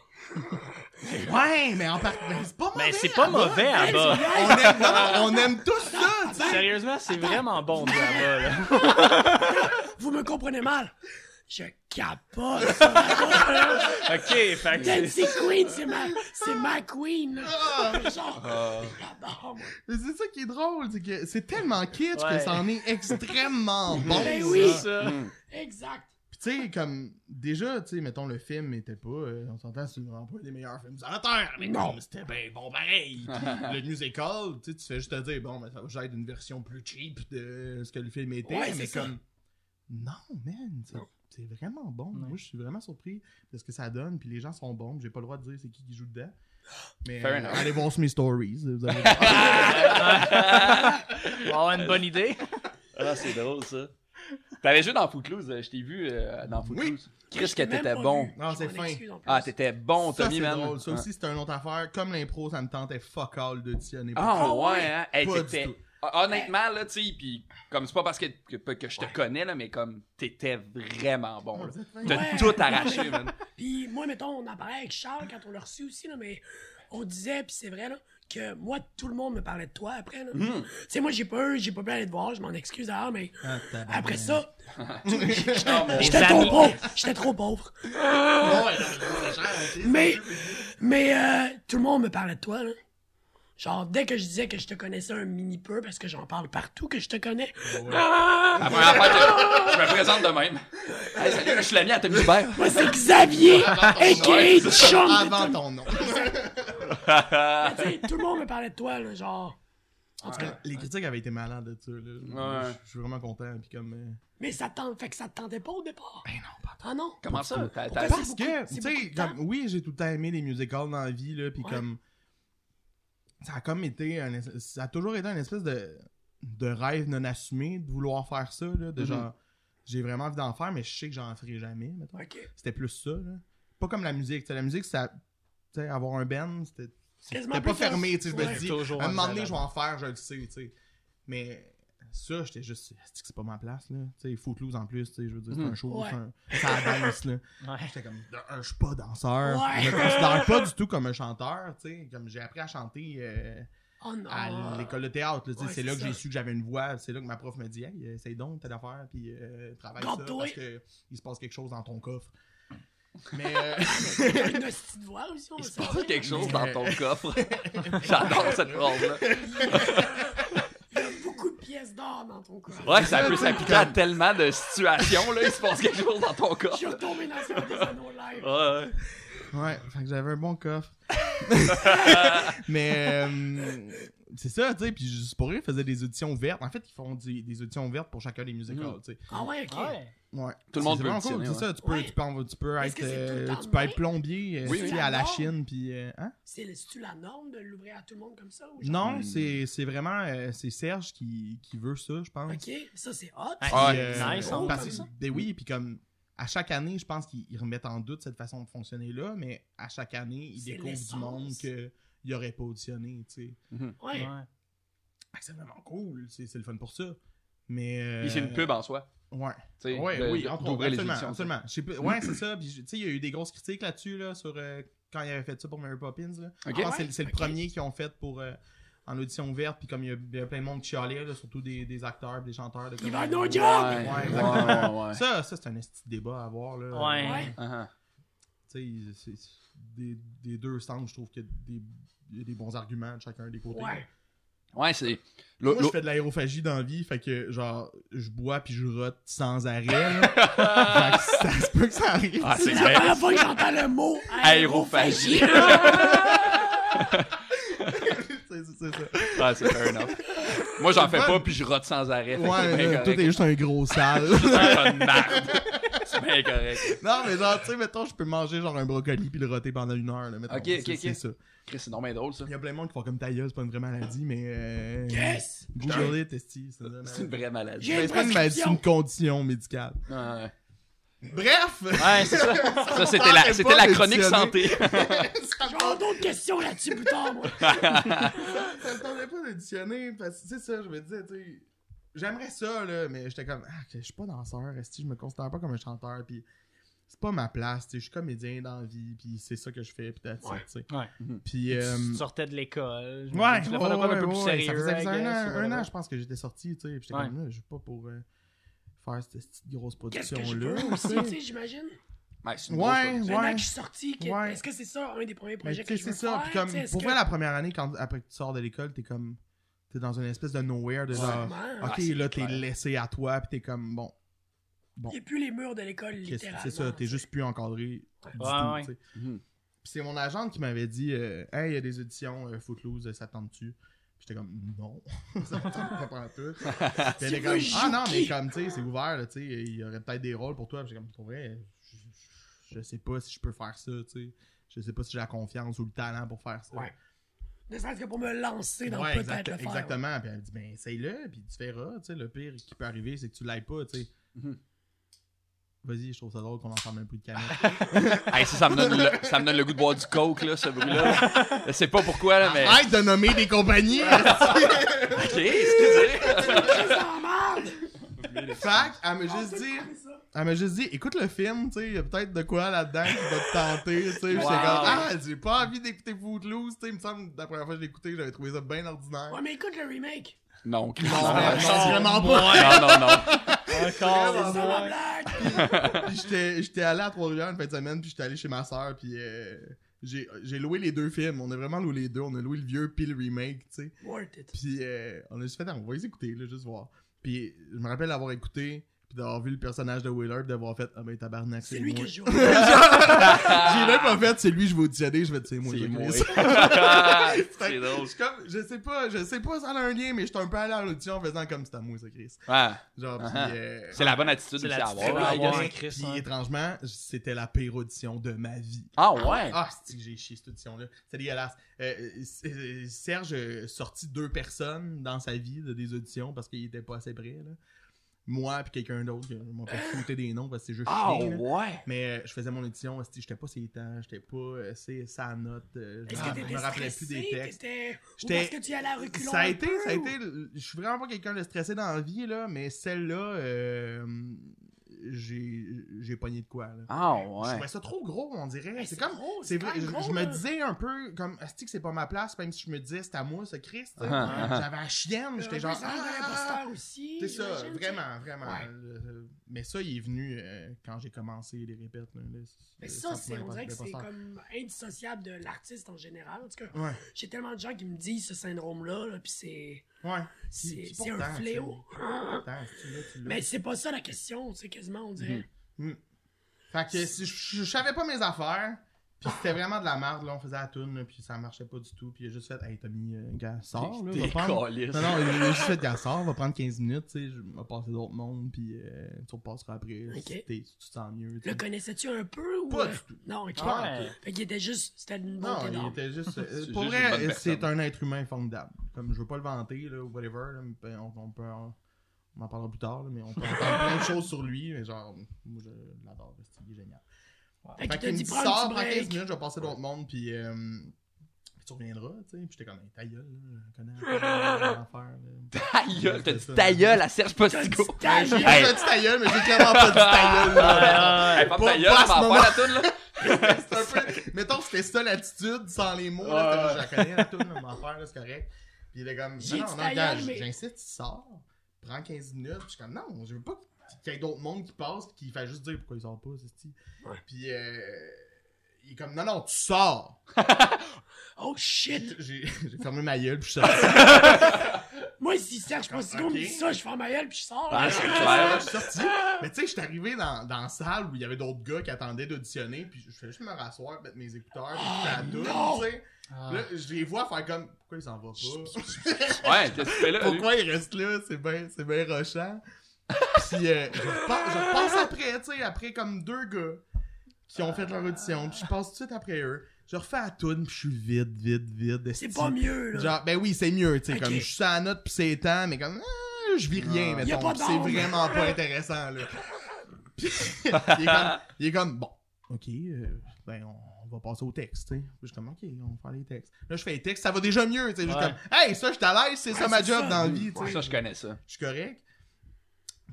Ouais, mais en part. mais c'est pas mauvais. Mais c'est pas mauvais à bas. On aime, non, non, on aime tous ça, tu sais. Sérieusement, c'est vraiment bon du à bas, là. Vous me comprenez mal. Je capote. sur ABBA. Ok, fait que c'est- Dancing Queen, c'est ma, c'est ma queen. Ah. Genre, j'adore, moi. Mais c'est ça qui est drôle, c'est que c'est tellement kitsch Ouais. que ça en est extrêmement bon. Ben ça. oui. c'est ça. Exact. Puis tu sais, comme. Déjà, tu sais, mettons, le film était pas. euh, on s'entend, c'est vraiment pas un des meilleurs films sur la Terre. Mais Non. comme c'était bien bon pareil. le musical, tu sais, tu fais juste te dire, bon, mais ça va être une version plus cheap de ce que le film était. Ouais, mais c'est ça. comme. Non, man. c'est- C'est vraiment bon. Moi, je suis vraiment surpris de ce que ça donne. Puis les gens sont bons. puis J'ai pas le droit de dire c'est qui qui joue dedans. Mais Fair euh, enough. Ah allez voir sur mes stories. Vous allez On va avoir une bonne idée. Ah, c'est drôle, ça. T'avais joué dans Footloose. euh, Je t'ai vu euh, dans Footloose. Chris, que J'ai même t'étais pas bon. vu. Non, Je c'est m'en fin. excuse en plus. Ah, t'étais bon, ça, Tommy, c'est man. drôle. Ça Ah. aussi, c'est une autre affaire. Comme l'impro, ça me tentait fuck all de Tion Ah Ah ouais. ouais, hein? Hey, Pas du t'étais- tout. Hon- Honnêtement, là, tu sais, pis comme c'est pas parce que, que, que je te connais, là, mais comme t'étais vraiment bon. là. T'as Ouais. tout arraché, man. Puis moi, mettons, on en parlait avec Charles quand on l'a reçu aussi, là, mais on disait, puis c'est vrai, là, que moi, tout le monde me parlait de toi après. là. Hmm. Tu sais, moi, j'ai pas eu, j'ai pas pu aller te voir, je m'en excuse d'ailleurs, mais Ah, après ça, j'étais trop amis. pauvre. J'étais trop pauvre. Ah hein, Mais, mais euh, tout le monde me parlait de toi, là. Genre, dès que je disais que je te connaissais un mini peu, parce que j'en parle partout que je te connais, Ah, La première fois que je me présente de même. Hey, salut, je suis l'ami à Tommy Hubert. moi, c'est Xavier, a.k.a. Chum de Avant Tom- ton nom. Ah, tu sais, tout le monde me parlait de toi, là, genre. En tout cas, Les critiques avaient été malades de ça. là. Ouais. Je- Je suis vraiment content. Puis comme. euh, mais ça te tente, fait que ça te tentait pas au départ. Ben non, pas Ah non? Comment ça? T'as- t'as- Pourquoi Parce beaucoup- que, c'est tu beaucoup sais, de comme, temps. oui, j'ai tout le temps aimé les musicals dans la vie, là, puis Ouais. comme, ça a comme été, un es- ça a toujours été un espèce de, de rêve non assumé de vouloir faire ça, là, de Mhm. genre, j'ai vraiment envie d'en faire, mais je sais que j'en ferai jamais, mettons. Ok. C'était plus ça, là. Pas comme la musique, tu sais, la musique, ça, tu sais, avoir un band, c'était Quasiment c'était plus pas un- fermé, tu sais, je Ouais. me dis, Toujours à un un moment donné, talent. je vais en faire, je le sais, tu sais. Mais ça, j'étais juste, Asti que c'est pas ma place, là. Tu sais, Footloose en plus, tu sais, je veux dire, c'est Mhm. un show, Ouais. c'est un- c'est la danse, là. Ouais. J'étais comme, de un, je suis pas danseur. Ouais. Je me considère pas du tout comme un chanteur, tu sais. Comme j'ai appris à chanter euh, Oh non. à l'école de théâtre, là, tu sais. Ouais, c'est là c'est que ça. j'ai su que j'avais une voix. C'est là que ma prof me dit, hey, euh, essaye donc telle affaire, puis euh, travaille ça. Garde-toi. Parce que il se passe quelque chose dans ton coffre. Mais. euh, T'as une hostie de voix aussi, on Il va se se le passe dire. quelque chose dans ton coffre. J'adore cette phrase-là. Beaucoup de pièces d'or dans ton corps. Ouais, ça peut s'appliquer à tellement de situations, là. Il se passe quelque chose dans ton Je coffre. suis retombé dans ce des anneaux live. Ouais, ouais. Ouais, Ah. fait que j'avais un bon coffre. Mais euh, c'est ça, tu sais, puis juste pour rire, ils faisaient des auditions ouvertes. En fait, ils font des, des auditions ouvertes pour chacun des musicals, tu sais. Ah ouais, ok. Ouais. Ouais. Mm. Tout le monde C'est peut vraiment auditionner, cool, C'est ouais. ça, tu peux, Ouais. tu peux, en- tu peux Est-ce être, que c'est tout le euh, temps tu de peux même? être plombier, euh, Oui, si oui. tu es à la J'adore. Chine, puis euh, hein? C'est c'est-tu la norme de l'ouvrir à tout le monde comme ça? Ou genre- Non, Hmm. c'est c'est vraiment euh, c'est Serge qui, qui veut ça, je pense. Ok, ça c'est hot. Ouais. Puis, Ouais, nice, on parce va que- dire ça. ben oui, puis comme à chaque année, je pense qu'ils ils remettent en doute cette façon de fonctionner là, mais à chaque année, ils C'est découvrent du monde l'essence. que il aurait pas auditionné, tu sais. Ouais. Ouais. Fait que c'est vraiment cool, c'est c'est le fun pour ça. Mais euh, Puis C'est une pub en soi. Ouais. tu sais, Ouais, de- oui, de- entre autres, d'ouvrir les absolument, auditions. absolument. Je sais pas- ouais, c'est ça, puis je- tu sais il y a eu des grosses critiques là-dessus là sur euh, quand il avait fait ça pour Mary Poppins là. Ok. Je pense que c'est- c'est le Ok. premier qu'ils ont fait pour euh, en audition ouverte, puis comme il y a- il y, a plein de monde qui chialait, là, surtout des, des acteurs, des chanteurs. De Il va comédie. no Ouais, job! Ouais, ouais, ouais. Ça, ça c'est un esti de débat à avoir. Là. Ouais. Ouais. Uh-huh. Tu sais, c'est- c'est- des, des deux sens, je trouve qu'il y, a des- il y a des bons arguments de chacun des côtés. Ouais. Ouais, c'est. Moi, l'o- je l'o- fais de l'aérophagie dans la vie, fait que genre, je bois puis je rote sans arrêt. là. fait que ça se peut que ça arrive. Ah, C'est c'est la vrai. première fois que j'entends le mot Aérophagie. aérophagie. c'est c'est ça. Ah, c'est fair enough. Moi, j'en fais Ouais. pas, puis je rote sans arrêt. Ouais, là, tout toi, t'es juste un gros sale. Ah, C'est bien correct. non, mais genre, tu sais, mettons, je peux manger genre un brocoli puis le roter pendant une heure. Là, mettons. Ok, C'est- ok, c'est ok. ça. Chris, c'est normal drôle, ça. Il y a plein de monde qui font comme ta gueule, c'est pas une vraie maladie, mais. Euh... Yes! Google it, esti, c'est une vraie C'est une maladie. vraie maladie. J'ai Mais une c'est pas une maladie, c'est prescription. une condition médicale. Ouais. Bref! Ouais, c'est ça. Ça, c'était la, Arrête c'était pas la de chronique mentionner. santé. Je vais avoir d'autres questions là-dessus plus tard, moi. ça me tentait pas d'auditionner parce que c'est ça, je me disais, tu sais, j'aimerais ça, là, mais j'étais comme, ah, je suis pas danseur, esti, je me considère pas comme un chanteur, puis c'est pas ma place, tu sais, je suis comédien dans la vie, puis c'est ça que je fais, puis that's it, Ouais. tu sais. Ouais. Puis, euh, Tu sortais de l'école. ouais, ouais, Tu l'as fait de quoi un peu ouais, plus ouais, sérieux. ça faisait I ça un, an, un guess, ou an, whatever. je pense que j'étais sorti, tu sais, puis j'étais Ouais. comme, là, je suis pas pour euh, faire cette petite grosse Qu'est-ce que je production-là. veux tu aussi, sais. tu sais, j'imagine? Ouais, c'est une grosse Ouais, chose. J'ai un an ouais. que je suis sorti. qui- Ouais. Est-ce que c'est ça un des premiers Mais projets que tu sais, je veux c'est ça. faire? Puis comme, tu sais, est-ce pour que- vrai, la première année, quand, après que tu sors de l'école, t'es comme. T'es dans une espèce de nowhere de genre. Vraiment. Ok, Ah, c'est là, t'es clair. laissé à toi, pis t'es comme, bon, Il n'y a plus les murs de l'école, qu'est-ce que littéralement. c'est ça, t'es juste plus encadré. Du Ouais, tout, ouais. tu sais. Mhm. Puis c'est mon agente qui m'avait dit, euh, hey, il y a des auditions, euh, Footloose, euh, ça te tente-tu? Puis J'étais comme, non, ça me tente pas pantoute. Puis elle était Tu comme, veux ah non, mais jouer? comme, tu sais, c'est ouvert, là, tu sais, il y aurait peut-être des rôles pour toi. Puis J'étais comme, pour vrai, je- je- je sais pas si je peux faire ça, tu sais. Je sais pas si j'ai la confiance ou le talent pour faire ça. Ouais. Ne serait-ce que pour me lancer dans Ouais, peut-être exact- le faire. Exactement. Puis elle me dit, ben, essaye-le, puis tu verras. Tu sais, le pire qui peut arriver, c'est que tu l'ailles pas, tu sais. Mhm. Vas-y, je trouve ça drôle qu'on entend même plus de canette. Hey, ça, ça me donne le, ça me donne le goût de boire du coke, là, ce bruit-là. Je sais pas pourquoi, là, mais. Arrête de nommer des compagnies! Ok, excusez. Crise en merde! Fac, elle m'a juste dit, elle m'a juste dit, écoute le film, tu sais, il y a peut-être de quoi là-dedans qui va te tenter, tu sais. J'étais Wow. comme, ah, j'ai pas envie d'écouter Footloose, tu sais. Il me semble, que la première fois que je l'ai écouté, j'avais trouvé ça bien ordinaire. Ouais, mais écoute le remake. Non, Chris, Non, non, mais non, non, vraiment pas. non, non, non. Encore C'est ça ma moins. blague! Puis j'étais j'étais allé à Trois-Rivières une fin de semaine, puis j'étais allé chez ma soeur, puis euh, j'ai j'ai loué les deux films. On a vraiment loué les deux. On a loué le vieux, puis le remake, tu sais. Worth it. Puis euh, on a juste fait, Ah, on va les écouter, là, juste voir. Puis je me rappelle l'avoir écouté, puis d'avoir vu le personnage de Wheeler, puis d'avoir fait, ah ben tabarnak, C'est lui moi. que je joue. J'ai même pas fait, c'est lui, je vais auditionner, je vais te dire, moi, je C'est vais moi. créer ça. C'est drôle. Je suis comme, je sais pas, je sais pas, ça a un lien, mais j'étais un peu allé à l'audition en faisant comme c'était à moi, ça, Chris. Ouais, Genre, puis, Ah ah. euh, c'est la bonne attitude C'est de l'attitude savoir. à là, I avoir. guess. ouais, Puis Chris, ouais. étrangement, c'était la pire audition de ma vie. Ah ouais. Ah, c'est que j'ai chié cette audition-là. C'est dégueulasse. Euh, euh, c- euh, Serge a sorti deux personnes dans sa vie de des auditions parce qu'il était pas assez près. Là. moi puis quelqu'un d'autre, euh, je m'en fais shooter des noms parce que c'est juste Ah chien, là. ouais! Mais euh, je faisais mon édition, esti, j'étais pas ses temps, j'étais pas euh, c'est sa note, euh, je Est-ce me- que je t'étais me rappelais plus stressé? des textes. T'étais- Ou J'étais- parce que tu allais à reculons Ça a un été, peu, ça a ou- été, je suis vraiment pas quelqu'un de stressé dans la vie là, mais celle-là euh, j'ai j'ai pogné de quoi là. Ah Je ouais! trouvais ça trop gros, on dirait. Ben, C'est c'est comme. gros, c'est c'est vrai, quand je, même je gros, me là. disais un peu comme. Asti que c'est pas ma place, même si je me disais c'est à moi ce Christ. tu sais. Ah, ah, ah. J'avais la chienne, Un peu j'étais genre. syndrome ah, d'imposteur aussi. C'est ça, j'imagine, vraiment, vraiment. Ouais. Le- mais ça, il est venu euh, quand j'ai commencé les répètes. là, le- Mais le ça, sentiment c'est, on dirait que c'est d'imposteur. comme indissociable de l'artiste en général. En tout cas, Ouais, j'ai tellement de gens qui me disent ce syndrome-là, là, puis c'est, ouais. c'est, Puis c'est pourtant, un tu sais, fléau. pourtant, tu l'as, tu l'as. Mais c'est pas ça la question, c'est quasiment, on dirait. Mm-hmm. Fait que si je, je- je savais pas mes affaires. Puis c'était vraiment de la merde, là, on faisait la toune, là, puis ça marchait pas du tout. Puis il a juste fait, hey, t'as mis euh, gars, sors, là, va T'es prendre- caliste. Non, non, il a juste fait qu'elle sort, va prendre 15 minutes, tu sais, je vais passer d'autres mondes, puis euh, tu repasseras après, Ok. si, t'es- si tu te sens mieux. tu Le sais. connaissais-tu un peu ou. Pas euh, du tout. Non, ok. Ah, ouais. Fait qu'il était juste. C'était une Non, bonté il d'âme. était juste... euh, C'est pour juste une vrai, bonne c'est personne. un être humain formidable. Comme, je veux pas le vanter, là, ou whatever, là, mais ben, on, on peut... en- On en parlera plus tard, là, mais on peut entendre plein de choses sur lui, mais genre, moi, je l'adore, c'est- il est génial. Fait qu'il qu'il t'a me dit dit, prends sors, un petit prends 15 break. minutes, je vais passer d'autres mondes, puis... euh, puis tu reviendras, tu sais. Puis j'étais comme, Hey, ta gueule, là, je connais rien à faire, là. Ta gueule! T'as dit ta gueule à Serge Postigo! Ta J'ai gueule. Hey. pas dit ta gueule, mais j'ai clairement pas dit ta gueule. là. Ah, Hey, ferme Pas- ta gueule, pas à on va ce en moment. faire la toune, là! C'est un peu- Mettons, c'était ça l'attitude, sans les mots. là, Ouais. c'était- je la connais, la toune, là, m'en faire, là, c'est correct. Puis il est comme, J'ai non, dit non, ta non, gars, gueule, mais- j'insiste, tu sors, prends 15 minutes. Puis je suis comme, non, je veux pas qu'il y ait d'autres mondes qui passent, puis qu'il fasse juste dire pourquoi ils sortent pas, c'est Puis euh, il est comme, non, non, tu sors. Oh shit. J'ai j'ai fermé ma gueule, puis je suis sorti. Moi, si Serge Postigo Ok. me dit ça, je ferme ma gueule puis je sors. Ah, là. c'est Je clair! suis sorti. Mais tu sais, je suis arrivé dans, dans la salle où il y avait d'autres gars qui attendaient d'auditionner, puis je fais juste me rasseoir, mettre mes écouteurs, puis j'étais à non! deux, tu sais. Là, je les vois faire comme pourquoi il s'en va pas Ouais, qu'est-ce que tu fais là? lui? Pourquoi il reste là C'est bien c'est bien rochant. Puis euh, je, repasse, je repasse après, tu sais, après comme deux gars qui ont fait leur audition, puis je passe tout de suite après eux. Je refais la toune, puis je suis vide, vide, vide. C'est esti. pas mieux, là. Genre, ben oui, c'est mieux, tu sais, Ok. comme je suis à la note pis c'est temps, mais comme, ah, je vis rien, Y Ah. a mettons, pas pis c'est d'ordre. vraiment pas intéressant, là. Pis, il, est comme, il est comme, bon, ok, euh, ben on, on va passer au texte, tu sais. Puis Je suis comme, ok, on va faire les textes. Là, je fais les textes, ça va déjà mieux, tu sais, juste Ouais. comme, hey, ça, je suis à l'aise, c'est ça Ouais, ma c'est job ça. dans la vie, tu sais. Ça, je connais ça. Je suis correct.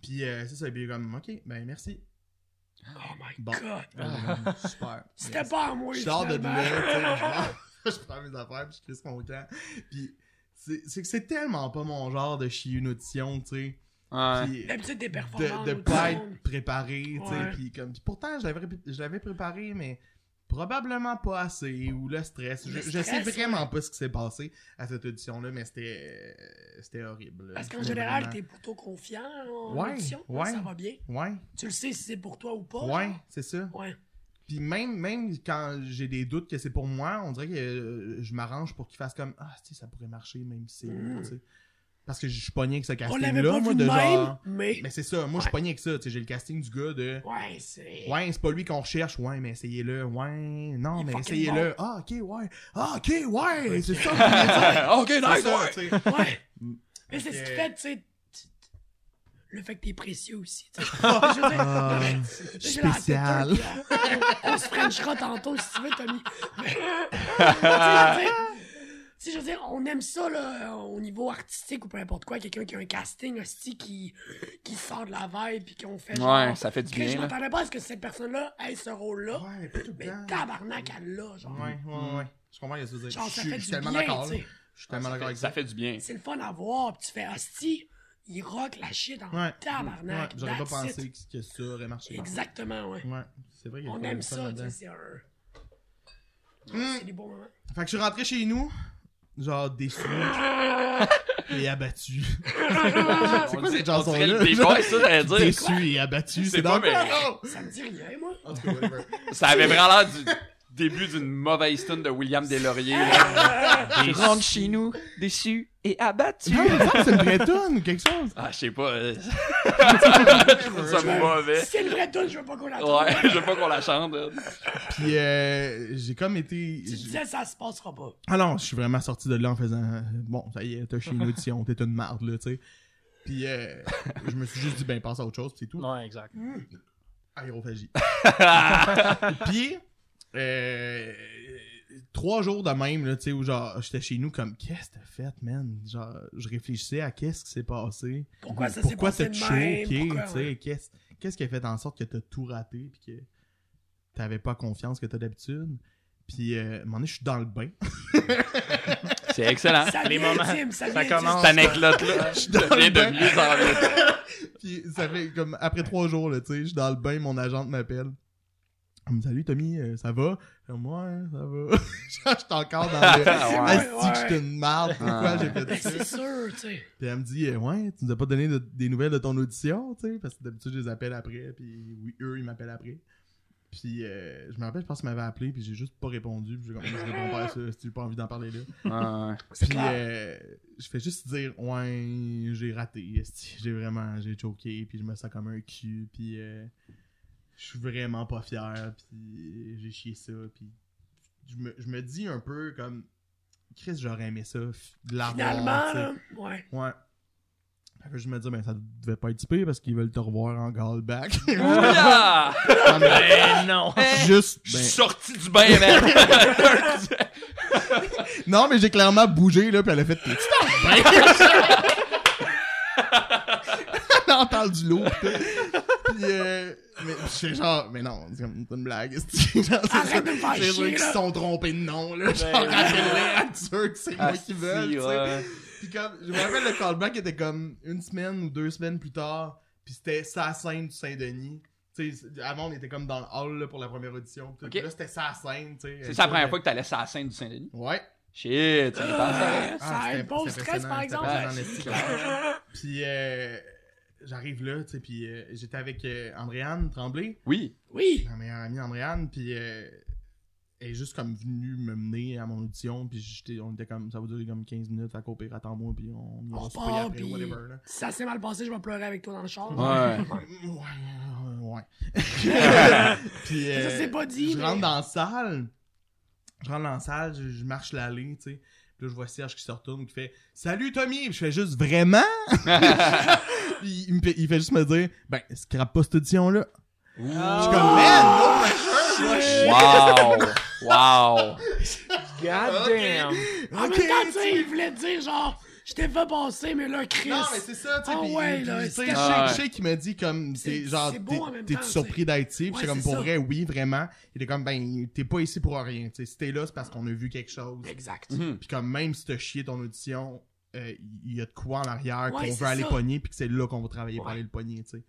Pis euh, c'est ça, il est comme, ok, ben merci. Oh my Bon. god. Super. C'était pas à moi. Je sors de finalement. là, tu sais, je prends- je prends mes affaires, puis je crisse mon camp. Puis c'est c'est que c'est tellement pas mon genre de chier une audition, tu sais. Ouais. Puis D'habitude, t'es performant. de, de au pas tout le monde. être préparé, tu sais. Ouais. Puis comme, puis pourtant, je l'avais- je l'avais préparé, mais probablement pas assez, ou le stress. Je, Le je sais stress, ouais. vraiment pas ce qui s'est passé à cette audition-là, mais c'était euh, c'était horrible. là. Parce qu'en C'était général, vraiment- t'es plutôt confiant en Ouais, audition. ouais. Ça va bien. Ouais, Tu le sais si c'est pour toi ou pas. ouais, genre. c'est ça. Ouais. Puis même, même quand j'ai des doutes que c'est pour moi, on dirait que euh, je m'arrange pour qu'il fasse comme Ah, tu sais, ça pourrait marcher, même si c'est lourd, tu sais. Parce que je suis pogné avec ce Hmm. On l'avait casting-là, pas moi, vu de de même, genre. mais. Mais c'est ça, moi, je suis Ouais. pogné avec ça, tu sais. J'ai le casting du gars de Ouais, c'est. Ouais, c'est pas lui qu'on recherche, ouais, mais essayez-le, ouais, non, Il est mais fucking essayez-le. bon. Ah, ok, ouais, ah, ok, ouais, c'est ça, que je voulais dire. ok, C'est nice! ça, ouais. tu sais. Ouais. Mm. Mais c'est ce qui euh, fait, tu sais. t- t- Le fait que t'es précieux aussi. tu sais. Je veux dire, Ah, j'ai la tête spécial. un peu, On se frenchera tantôt si tu veux, Tommy. Mais, tu sais, je veux dire, tu sais, je veux dire, on aime ça là, euh, au niveau artistique ou peu importe quoi. Quelqu'un qui a un casting hostie qui, qui sort de la vibe puis qu'on fait. genre, Ouais, ça fait du Chris, Je bien, là. m'attendais pas à ce que cette personne-là ait ce rôle-là. Ouais, pas tout le Mais temps. tabarnak, elle l'a, genre. Ouais, ouais, ouais. Je comprends ce que tu veux dire. Genre, Je ça suis- fait je du suis tellement bien, d'accord, tu là. sais. Je suis tellement Ça d'accord fait- avec Ça fait du bien. C'est le fun à voir, puis tu fais hostie, il rock la shit en Ouais. Ouais, tabarnak. j'aurais pas that's pensé it. que, que ça aurait marché. Exactement, ouais. Ouais, c'est vrai qu'il y a On pas aime de ça, fun tu sais, là-dedans. c'est un. Hmm. C'est des bons moments. Fait que je suis rentré chez nous, genre déçu et abattu. c'est quoi cette On dirait le chanson-là? débat, ça, j'allais dire. Déçu et abattu, C'est c'est pas dans quoi? mais- Non! Ça me dit rien, moi. En tout cas, whatever. Ça avait vraiment l'air du début d'une mauvaise tune de William Deslauriers. Des- chez nous, déçu et abattu. Non, il me semble que c'est une vraie tonne ou quelque chose. Ah, je sais pas. euh, je trouve ça mauvais. Si c'est une vraie tune, je veux pas qu'on la trouve. Ouais, je veux pas qu'on la chante. hein. là. Puis euh, j'ai comme été... Tu j'ai- disais, ça se passera pas. Ah non, je suis vraiment sorti de là en faisant euh, bon, ça y est, t'as chez une audition, t'es une marde là, tu sais. Puis euh, je me suis juste dit, ben, passe à autre chose, puis c'est tout. Ouais, exact. Hmm. Aérophagie. Puis, euh, trois jours de même, là, tu sais, où genre, j'étais chez nous comme, qu'est-ce que t'as fait, man? Genre, je réfléchissais à qu'est-ce qui s'est passé. Pourquoi ça s'est Pourquoi passé t'as de choqué, même? tu Pourquoi, sais? Qu'est-ce qu'est-ce qui a fait en sorte que t'as tout raté, puis que t'avais pas confiance que t'as d'habitude? Puis, euh, à un moment donné, je suis dans le bain. C'est excellent. Ça Les vient, moments, Tim, ça, ça vient, Tim. commence. Cette anecdote-là, je deviens de mieux en mieux. Puis ça fait comme après trois jours, là, tu sais, je suis dans le bain, mon agente m'appelle. Elle me dit Salut Tommy, euh, ça va? Je dis, Ouais, ça va. Genre, je suis encore dans le. Ah ouais. Asti que je suis une marde, pourquoi Ah. j'ai Ben, fait ça? c'est sûr, tu sais. Puis elle me dit euh, Ouais, tu nous as pas donné de- des nouvelles de ton audition, tu sais, parce que d'habitude je les appelle après, puis oui, eux ils m'appellent après. Puis euh, je me rappelle, je pense qu'ils m'avaient appelé, puis j'ai juste pas répondu, puis j'ai comme Oh, je réponds pas à ça, si tu pas envie d'en parler là. Ah, Puis euh, je fais juste dire ouais, j'ai raté, esti, j'ai vraiment j'ai choqué, puis je me sens comme un cul, puis euh, je suis vraiment pas fier, puis j'ai chié ça, puis je me, je me dis un peu comme Chris, j'aurais aimé ça f- de l'avoir, Finalement, tu sais. là, ouais. Ouais. Fait que je me dis ben ça devait pas être typé parce qu'ils veulent te revoir en callback. Non, Ah! mais Ben non! juste Je suis ben, sorti du bain, man! Non, mais j'ai clairement bougé, là, puis elle a fait T'es-tu dans le bain? Elle a entendu l'eau, putain. Puis, euh, mais j'étais genre, mais non, c'est comme c'est une blague. C'est genre, c'est Arrête de me faire c'est chier, eux qui là. se sont trompés de nom, Ben, là. Genre, ouais. rappelle-les à Dieu que c'est moi qui veux, tu sais. Ah, ouais. Puis comme, je me rappelle, le callback était comme une semaine ou deux semaines plus tard, puis c'était sa scène du Saint-Denis. Tu sais, avant, on était comme dans le hall, là, pour la première audition. Puis Ok. là, c'était sa scène, tu sais. C'est ça la première fois que t'allais sur la scène du Saint-Denis? Ouais. Shit, tu me penses Euh, Ah, Ça c'était- aide pas au c'était stress, par impressionnant, exemple. c'était impressionnant, Ouais. esti, quand hein. même. Puis euh, j'arrive là, tu sais, puis euh, j'étais avec euh, Andréane Tremblay, Oui. Oui. ma meilleure amie Andréane, puis euh, elle est juste comme venue me mener à mon audition, puis j'étais- on était comme, ça va durer comme 15 minutes, à coopérer, attends-moi, puis on On ira souper repart, après, puis- whatever, là. Ça s'est mal passé, je vais pleurer avec toi dans le char. Ouais. Ouais, euh, ouais. puis, Ça, euh, c'est pas dit, Je mais- rentre dans la salle. Je rentre dans la salle, je, je marche l'allée, tu sais. Puis là, je vois Serge qui se retourne, qui fait Salut Tommy! Puis je fais juste vraiment? Puis il, me fait, il fait juste me dire Ben, scrape pas cette audition-là. Je suis comme Man! oh Ah! my God, je vois Wow! Wow! God damn! En Ok, même temps, Ah, tu sais, tu- il voulait te dire genre, je t'ai fait passer, mais là, Chris. Non, mais c'est ça, tu sais. Ah puis- ouais, puis, là, tu sais, c'était- Ah Shake- Shake, il m'a dit comme, c'est C'est- genre, c'est beau en t'es- même t'es-tu temps, surpris d'être ici? Puis Ouais, j'étais comme, c'est pour ça. vrai, oui, vraiment. Il est comme, ben, t'es pas ici pour rien, tu sais. Si t'es là, c'est parce qu'on a vu quelque chose. Exact. Mhm. Puis comme, même si t'as chié ton audition, euh, il y a de quoi en Ouais, arrière qu'on c'est veut aller ça. pogner, puis que c'est là qu'on va travailler pour Ouais. aller le pogner, tu sais.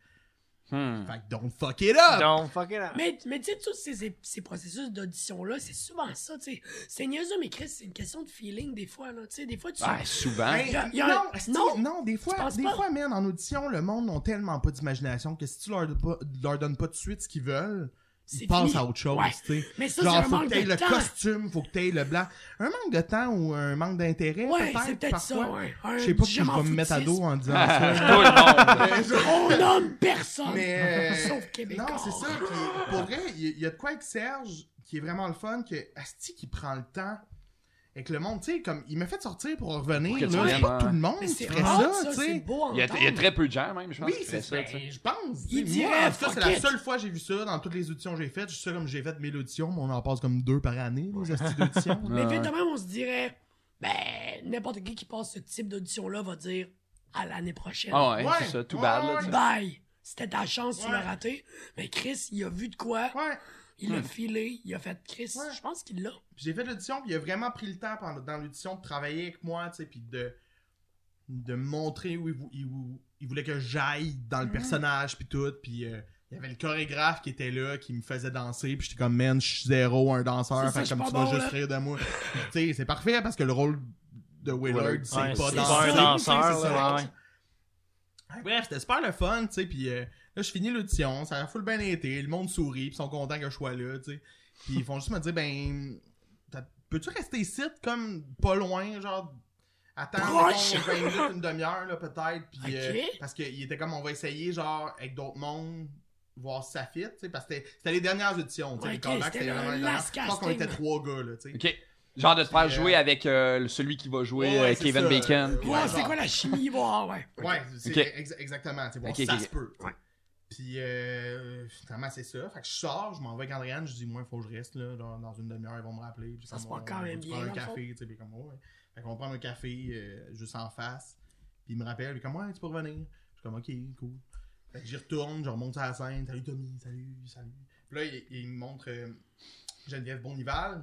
Hmm. Fait que don't fuck it up! Don't fuck it up! Mais, mais tu sais, tous ces, ces- ces processus d'audition-là, c'est souvent ça, tu sais. C'est niaiseux, mais Chris, c'est une question de feeling des fois, là. Tu sais, des fois, tu. Ben, souvent. Hey, Y a- y a- non, esti, non, non, des fois, penses des pas? fois, man, en audition, le monde n'a tellement pas d'imagination que si tu leur, pas- leur donnes pas tout de suite ce qu'ils veulent, C'est ils passent fini. à autre chose, Ouais. tu sais. Mais ça, c'est Genre, un faut manque que t'aies de le temps. costume, faut que t'aies le blanc. Un manque de temps ou un manque d'intérêt, Ouais, c'est peut-être, peut-être ça, parfois. ouais. Un Je sais pas petit si je vais m'en me mettre à dos foutisme. en disant Tout ça. le monde. On nomme personne. Mais... euh, Sauf Québécois. Non, c'est ça. puis pour vrai, il y a- il y, a de quoi avec Serge qui est vraiment le fun, que Asti qui prend le temps avec le monde, tu sais, comme, il m'a fait sortir pour revenir, Pour que tu là, c'est viennes, pas hein. tout le monde Mais qui c'est ferait rare, ça, ça, tu c'est sais. beau à Il y, a, il y a entendre. très peu de gens, même, je pense, Oui, qui c'est fait ça. ça. tu sais. Je pense. Il tu sais, moi, dirait, en tout cas, c'est fuck la it. seule fois que j'ai vu ça dans toutes les auditions que j'ai faites. Je suis sûr, comme j'ai fait 1000 auditions, mais on en passe comme deux par année, les hosties d'auditions. Mais vite de même, on se dirait, ben, n'importe qui qui passe ce type d'audition-là va dire à l'année prochaine. Ah ouais, Ouais, c'est ça, tout ouais, bad. Là, ouais. tu sais. Bye! C'était ta chance, tu Ouais. l'as raté. Mais Chris, il a vu de quoi, Ouais. il Hmm. a filé, il a fait Chris. Ouais. Je pense qu'il l'a. Puis j'ai fait l'audition, puis il a vraiment pris le temps pendant- dans l'audition de travailler avec moi, tu sais, puis de de montrer où il, vou- il vou- il voulait que j'aille dans le personnage puis tout, puis euh, il y avait le chorégraphe qui était là qui me faisait danser, puis j'étais comme man, je suis zéro un danseur, C'est fait ça, comme je tu suis vas pas bon, juste là. rire de moi. tu sais, c'est parfait parce que le rôle de Willard, c'est Ouais, pas danser. c'est pas un danseur, c'est ça. là, ouais. Ouais, Bref, c'était super le fun, tu sais, puis euh, là, je finis l'audition, ça a full bien été, le monde sourit, puis ils sont contents que je sois là, tu sais. Puis ils font juste me dire, ben, t'as- peux-tu rester ici, comme, pas loin, genre, attends, Proche. mettons, 20 minutes, une demi-heure, là, peut-être, puis... Ok. euh, parce qu'il était comme, on va essayer, genre, avec d'autres mondes, voir si ça fit, tu sais, parce que c'était c'était les dernières auditions, tu sais, Ouais, les ok, callbacks, c'était c'était le vraiment les last dernières. Je pense qu'on casting. était trois gars, là, tu sais. Ok. Genre de te faire jouer avec euh, celui qui va jouer Ouais, euh, c'est Kevin ça. Bacon. Ouais, Ouais, genre. c'est quoi la chimie? voir, ouais. Ouais, c'est Ok. ex- exactement. tu sais, Bon, Ok, ça ok, se ok. peut. Puis euh, finalement, c'est ça. Fait que je sors, je m'en vais avec Andréane, je dis, moi, il faut que je reste là. Dans, dans une demi-heure, ils vont me rappeler. Puis Ça se on- voit quand on même va se bien, prendre dans le un café, tu sais, puis comme, ouais. Fait qu'on prend un café euh, juste en face. Puis il me rappelle, puis comme, ouais, tu peux revenir. Je suis comme, ok, cool. Fait que j'y retourne, je remonte à la scène. Salut Tommy, salut, salut. Puis là, il, il me montre euh, Geneviève Bonnival,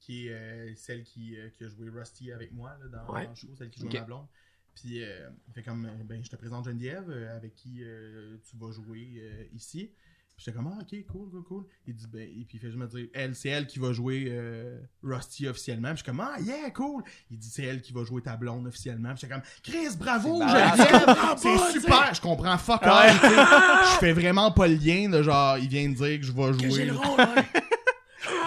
qui est euh, celle qui, euh, qui a joué Rusty avec moi là, dans, Ouais. dans le show, celle qui joue Ok. ma blonde. Puis, euh, il fait comme, euh, ben, je te présente Geneviève, euh, avec qui euh, tu vas jouer euh, ici. Puis j'étais comme, ah, ok, cool, cool, cool. Il dit, ben, et puis il fait juste me dire, elle, c'est elle qui va jouer euh, Rusty officiellement. Puis je suis comme, ah, yeah, cool. Il dit, c'est elle qui va jouer ta blonde officiellement. Puis j'étais comme, Chris, bravo, C'est Geneviève, Ah, c'est bah, super. Je comprends fuck all, tu sais. Je fais vraiment pas le lien de genre, il vient de dire que je vais Que j'ai jouer. le rôle, ouais.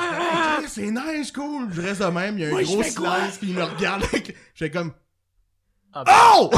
Ah, Chris, c'est nice, cool. Je reste de même, il y a un Moi, je gros fais quoi? silence, puis il me regarde. Je fais comme, Ah ben, oh!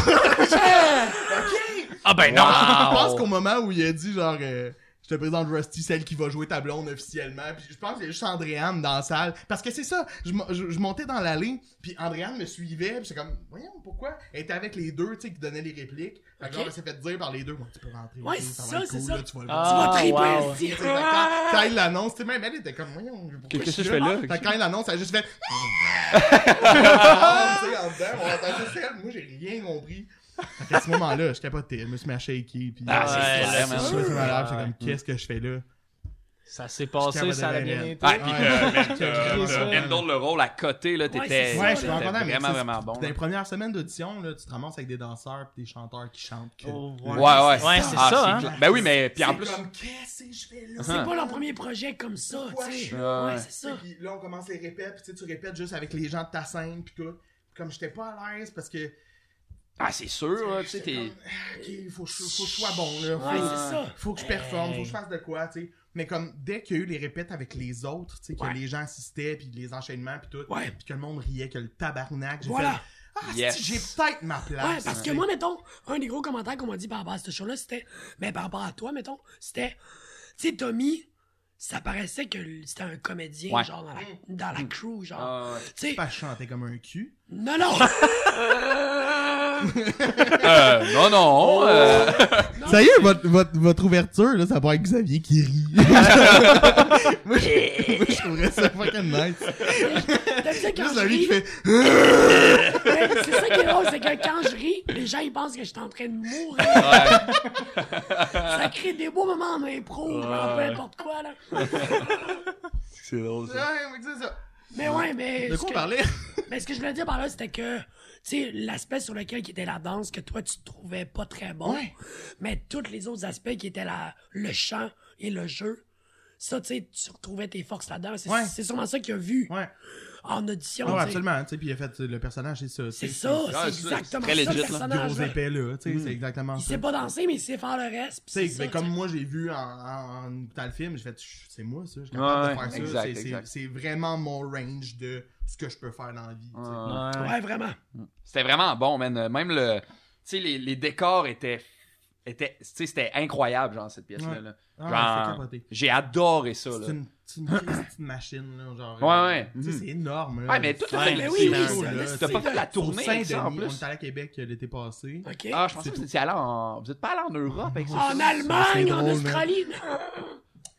ah ben non! Je pense qu'au moment où il a dit genre euh, je te présente Rusty, celle qui va jouer ta blonde officiellement. Puis je pense qu'il y a juste Andréane dans la salle. Parce que c'est ça, je, mo- je- je montais dans l'allée, puis Andréane me suivait, puis j'étais comme, voyons, pourquoi? Elle était avec les deux, tu sais, qui donnaient les répliques. Fait que Ok. genre, elle s'est fait dire par les deux, Ouais, tu peux rentrer. Ouais, ok, c'est va ça, être c'est cool, ça. là, tu vas le Ah, Tu vas triper, wow. ici. Fait que Quand, Ah! quand il l'annonce, tu sais, même elle était comme, voyons, pourquoi Qu'est-ce que suis je fais là? Fait que quand il l'annonce, elle a juste fait. Ah, tu sais, en dedans, on entend juste elle. Moi, j'ai rien compris. Fait qu'à ce moment-là, je capotais. Je me suis mis à shaker. Puis, euh, Ah, c'est Ouais, clair, c'est man. Je sûr. trouvais ça malade, j'étais comme, Ouais. qu'est-ce que je fais là? Ça s'est passé, Je ça a capotais, bien man. été. Ah, puis euh, man, Ouais, euh, c'est ça. le handle le rôle à côté, là, c'est t'étais ça, Ouais, je suis t'étais vraiment content, mais vraiment, tu sais, vraiment bon. Dans les premières semaines d'audition, là, tu te ramasses avec des danseurs et des chanteurs qui chantent. que- Oh, là. Ouais, ouais. Ouais, c'est Ah, ça, hein. clair. Ben oui, mais puis en C'est plus. Uh-huh. comme, qu'est-ce que je fais là? C'est pas leur premier projet comme ça, Pourquoi tu je sais. fais Ouais, Ouais, ouais. c'est ça. Puis là, on commence les répètes, puis tu sais, tu répètes juste avec les gens de ta scène, puis tout. Comme j'étais pas à l'aise parce que. Ah, Ah, c'est sûr, là, tu sais, t'es. Ok, faut, que je- faut que je sois bon, là. Ouais, Faut- c'est ça. faut que je performe, faut que je fasse de quoi, tu sais. Mais comme dès qu'il y a eu les répètes avec les autres, tu sais, que Ouais. les gens assistaient, puis les enchaînements, puis tout, Ouais. puis que le monde riait, que le tabarnak, j'ai Voilà. fait Ah, Yes. si, j'ai peut-être ma Ouais, place. parce que moi, mettons, un des gros commentaires qu'on m'a dit par rapport à ce show-là, c'était, mais par rapport à toi, mettons, c'était, tu sais, Tommy, ça paraissait que l- c'était un comédien, Ouais. genre, dans la, dans la crew, genre. Ah, ouais. Tu sais, pas chanter comme un cul. non, non! Euh, non, non. euh, Ça y est, votre, votre, votre ouverture, là, ça va être Xavier qui rit. moi, je, moi, je trouverais ça fucking nice. T'as vu quand Juste je Xavier ris? qui fait Ben, C'est ça qui est drôle, c'est que quand je ris, les gens, ils pensent que je suis en train de Oh! mourir. ouais. Ça crée des beaux moments en impro, genre, peu importe quoi, là. C'est drôle, ça. Ouais, mais c'est ça. Mais ouais, mais. De ce quoi on que- parlait Mais ce que je voulais dire par là, c'était que, tu sais, l'aspect sur lequel qui était la danse, que toi, tu trouvais pas très bon, Ouais. mais tous les autres aspects qui étaient la, le chant et le jeu, ça, tu sais, tu retrouvais tes forces là-dedans. C'est Ouais. c'est sûrement ça qu'il a vu Ouais. en audition. Non, tu sais. absolument, tu sais, puis il a fait le personnage, c'est ça. tu C'est sais, ça, c'est c'est exactement très ça, legit, le là. personnage. Gros ouais. Mm. épais, là, tu sais, c'est exactement Il ça. sait pas danser, mais il sait faire le reste. pis Tu sais, c'est ça, ben, comme tu sais. moi j'ai vu en, en, en écoutant le film, j'ai fait Chut, c'est moi ça, je suis Ouais, capable de faire exact, ça, C'est- c'est exact. c'est vraiment mon range de ce que je peux faire dans la vie. tu sais. Ouais. Ouais. Ouais, vraiment. C'était vraiment bon, man. Même le. Tu sais, les, les décors étaient. étaient tu sais, c'était incroyable, genre, cette pièce-là. Ouais. là. Ah, c'est Genre, capoté. j'ai adoré ça, là. C'est une, c'est une petite machine là, genre. Ouais, euh, ouais. Tu sais, Mhm. c'est énorme. Là, Ouais, mais toute la Ouais, fin mais du oui, film, oui, cool, c'est- là. c'est- T'as pas fait la Pour tournée avec ça, en Saint-Denis, on plus. est allé à Québec euh, l'été passé. OK. Ah, je pensais C'est que tout. vous étiez allé en. Vous êtes pas allé en Europe avec ça? en c'est Allemagne, en drôle, man. Australie.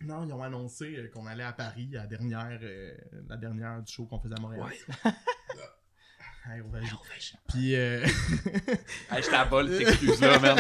Non, ils ont annoncé euh, qu'on allait à Paris à la dernière, euh, la dernière du show qu'on faisait à Montréal. Ouais. Hey, on va- Puis euh, Hey, J'étais à bol, cette excuse-là, man.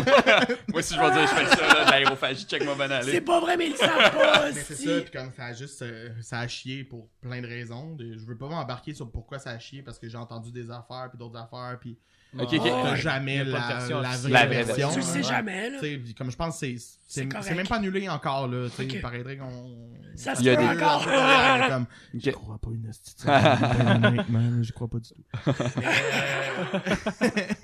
Moi, si je vais dire, je fais ça, là, de l'aérophagie, check moi ben C'est aller. pas vrai, mais il savent pas. Mais c'est si. ça, puis comme ça a juste euh, ça a chié pour plein de raisons. de- je veux pas m'embarquer sur pourquoi ça a chié parce que j'ai entendu des affaires puis d'autres affaires puis Ok, ok. t'as Ouais. jamais Il y a pas la, de version la officielle. vraie La vraie version. Tu le sais Ouais. jamais, là. Tu sais, puis comme je pense c'est c'est correct. c'est même pas annulé encore là, tu sais, Ok. il paraîtrait qu'on Ça se Il y a peut des- encore. Ouais, comme je Ok. crois pas une hostie de ça. honnêtement, je crois pas du tout.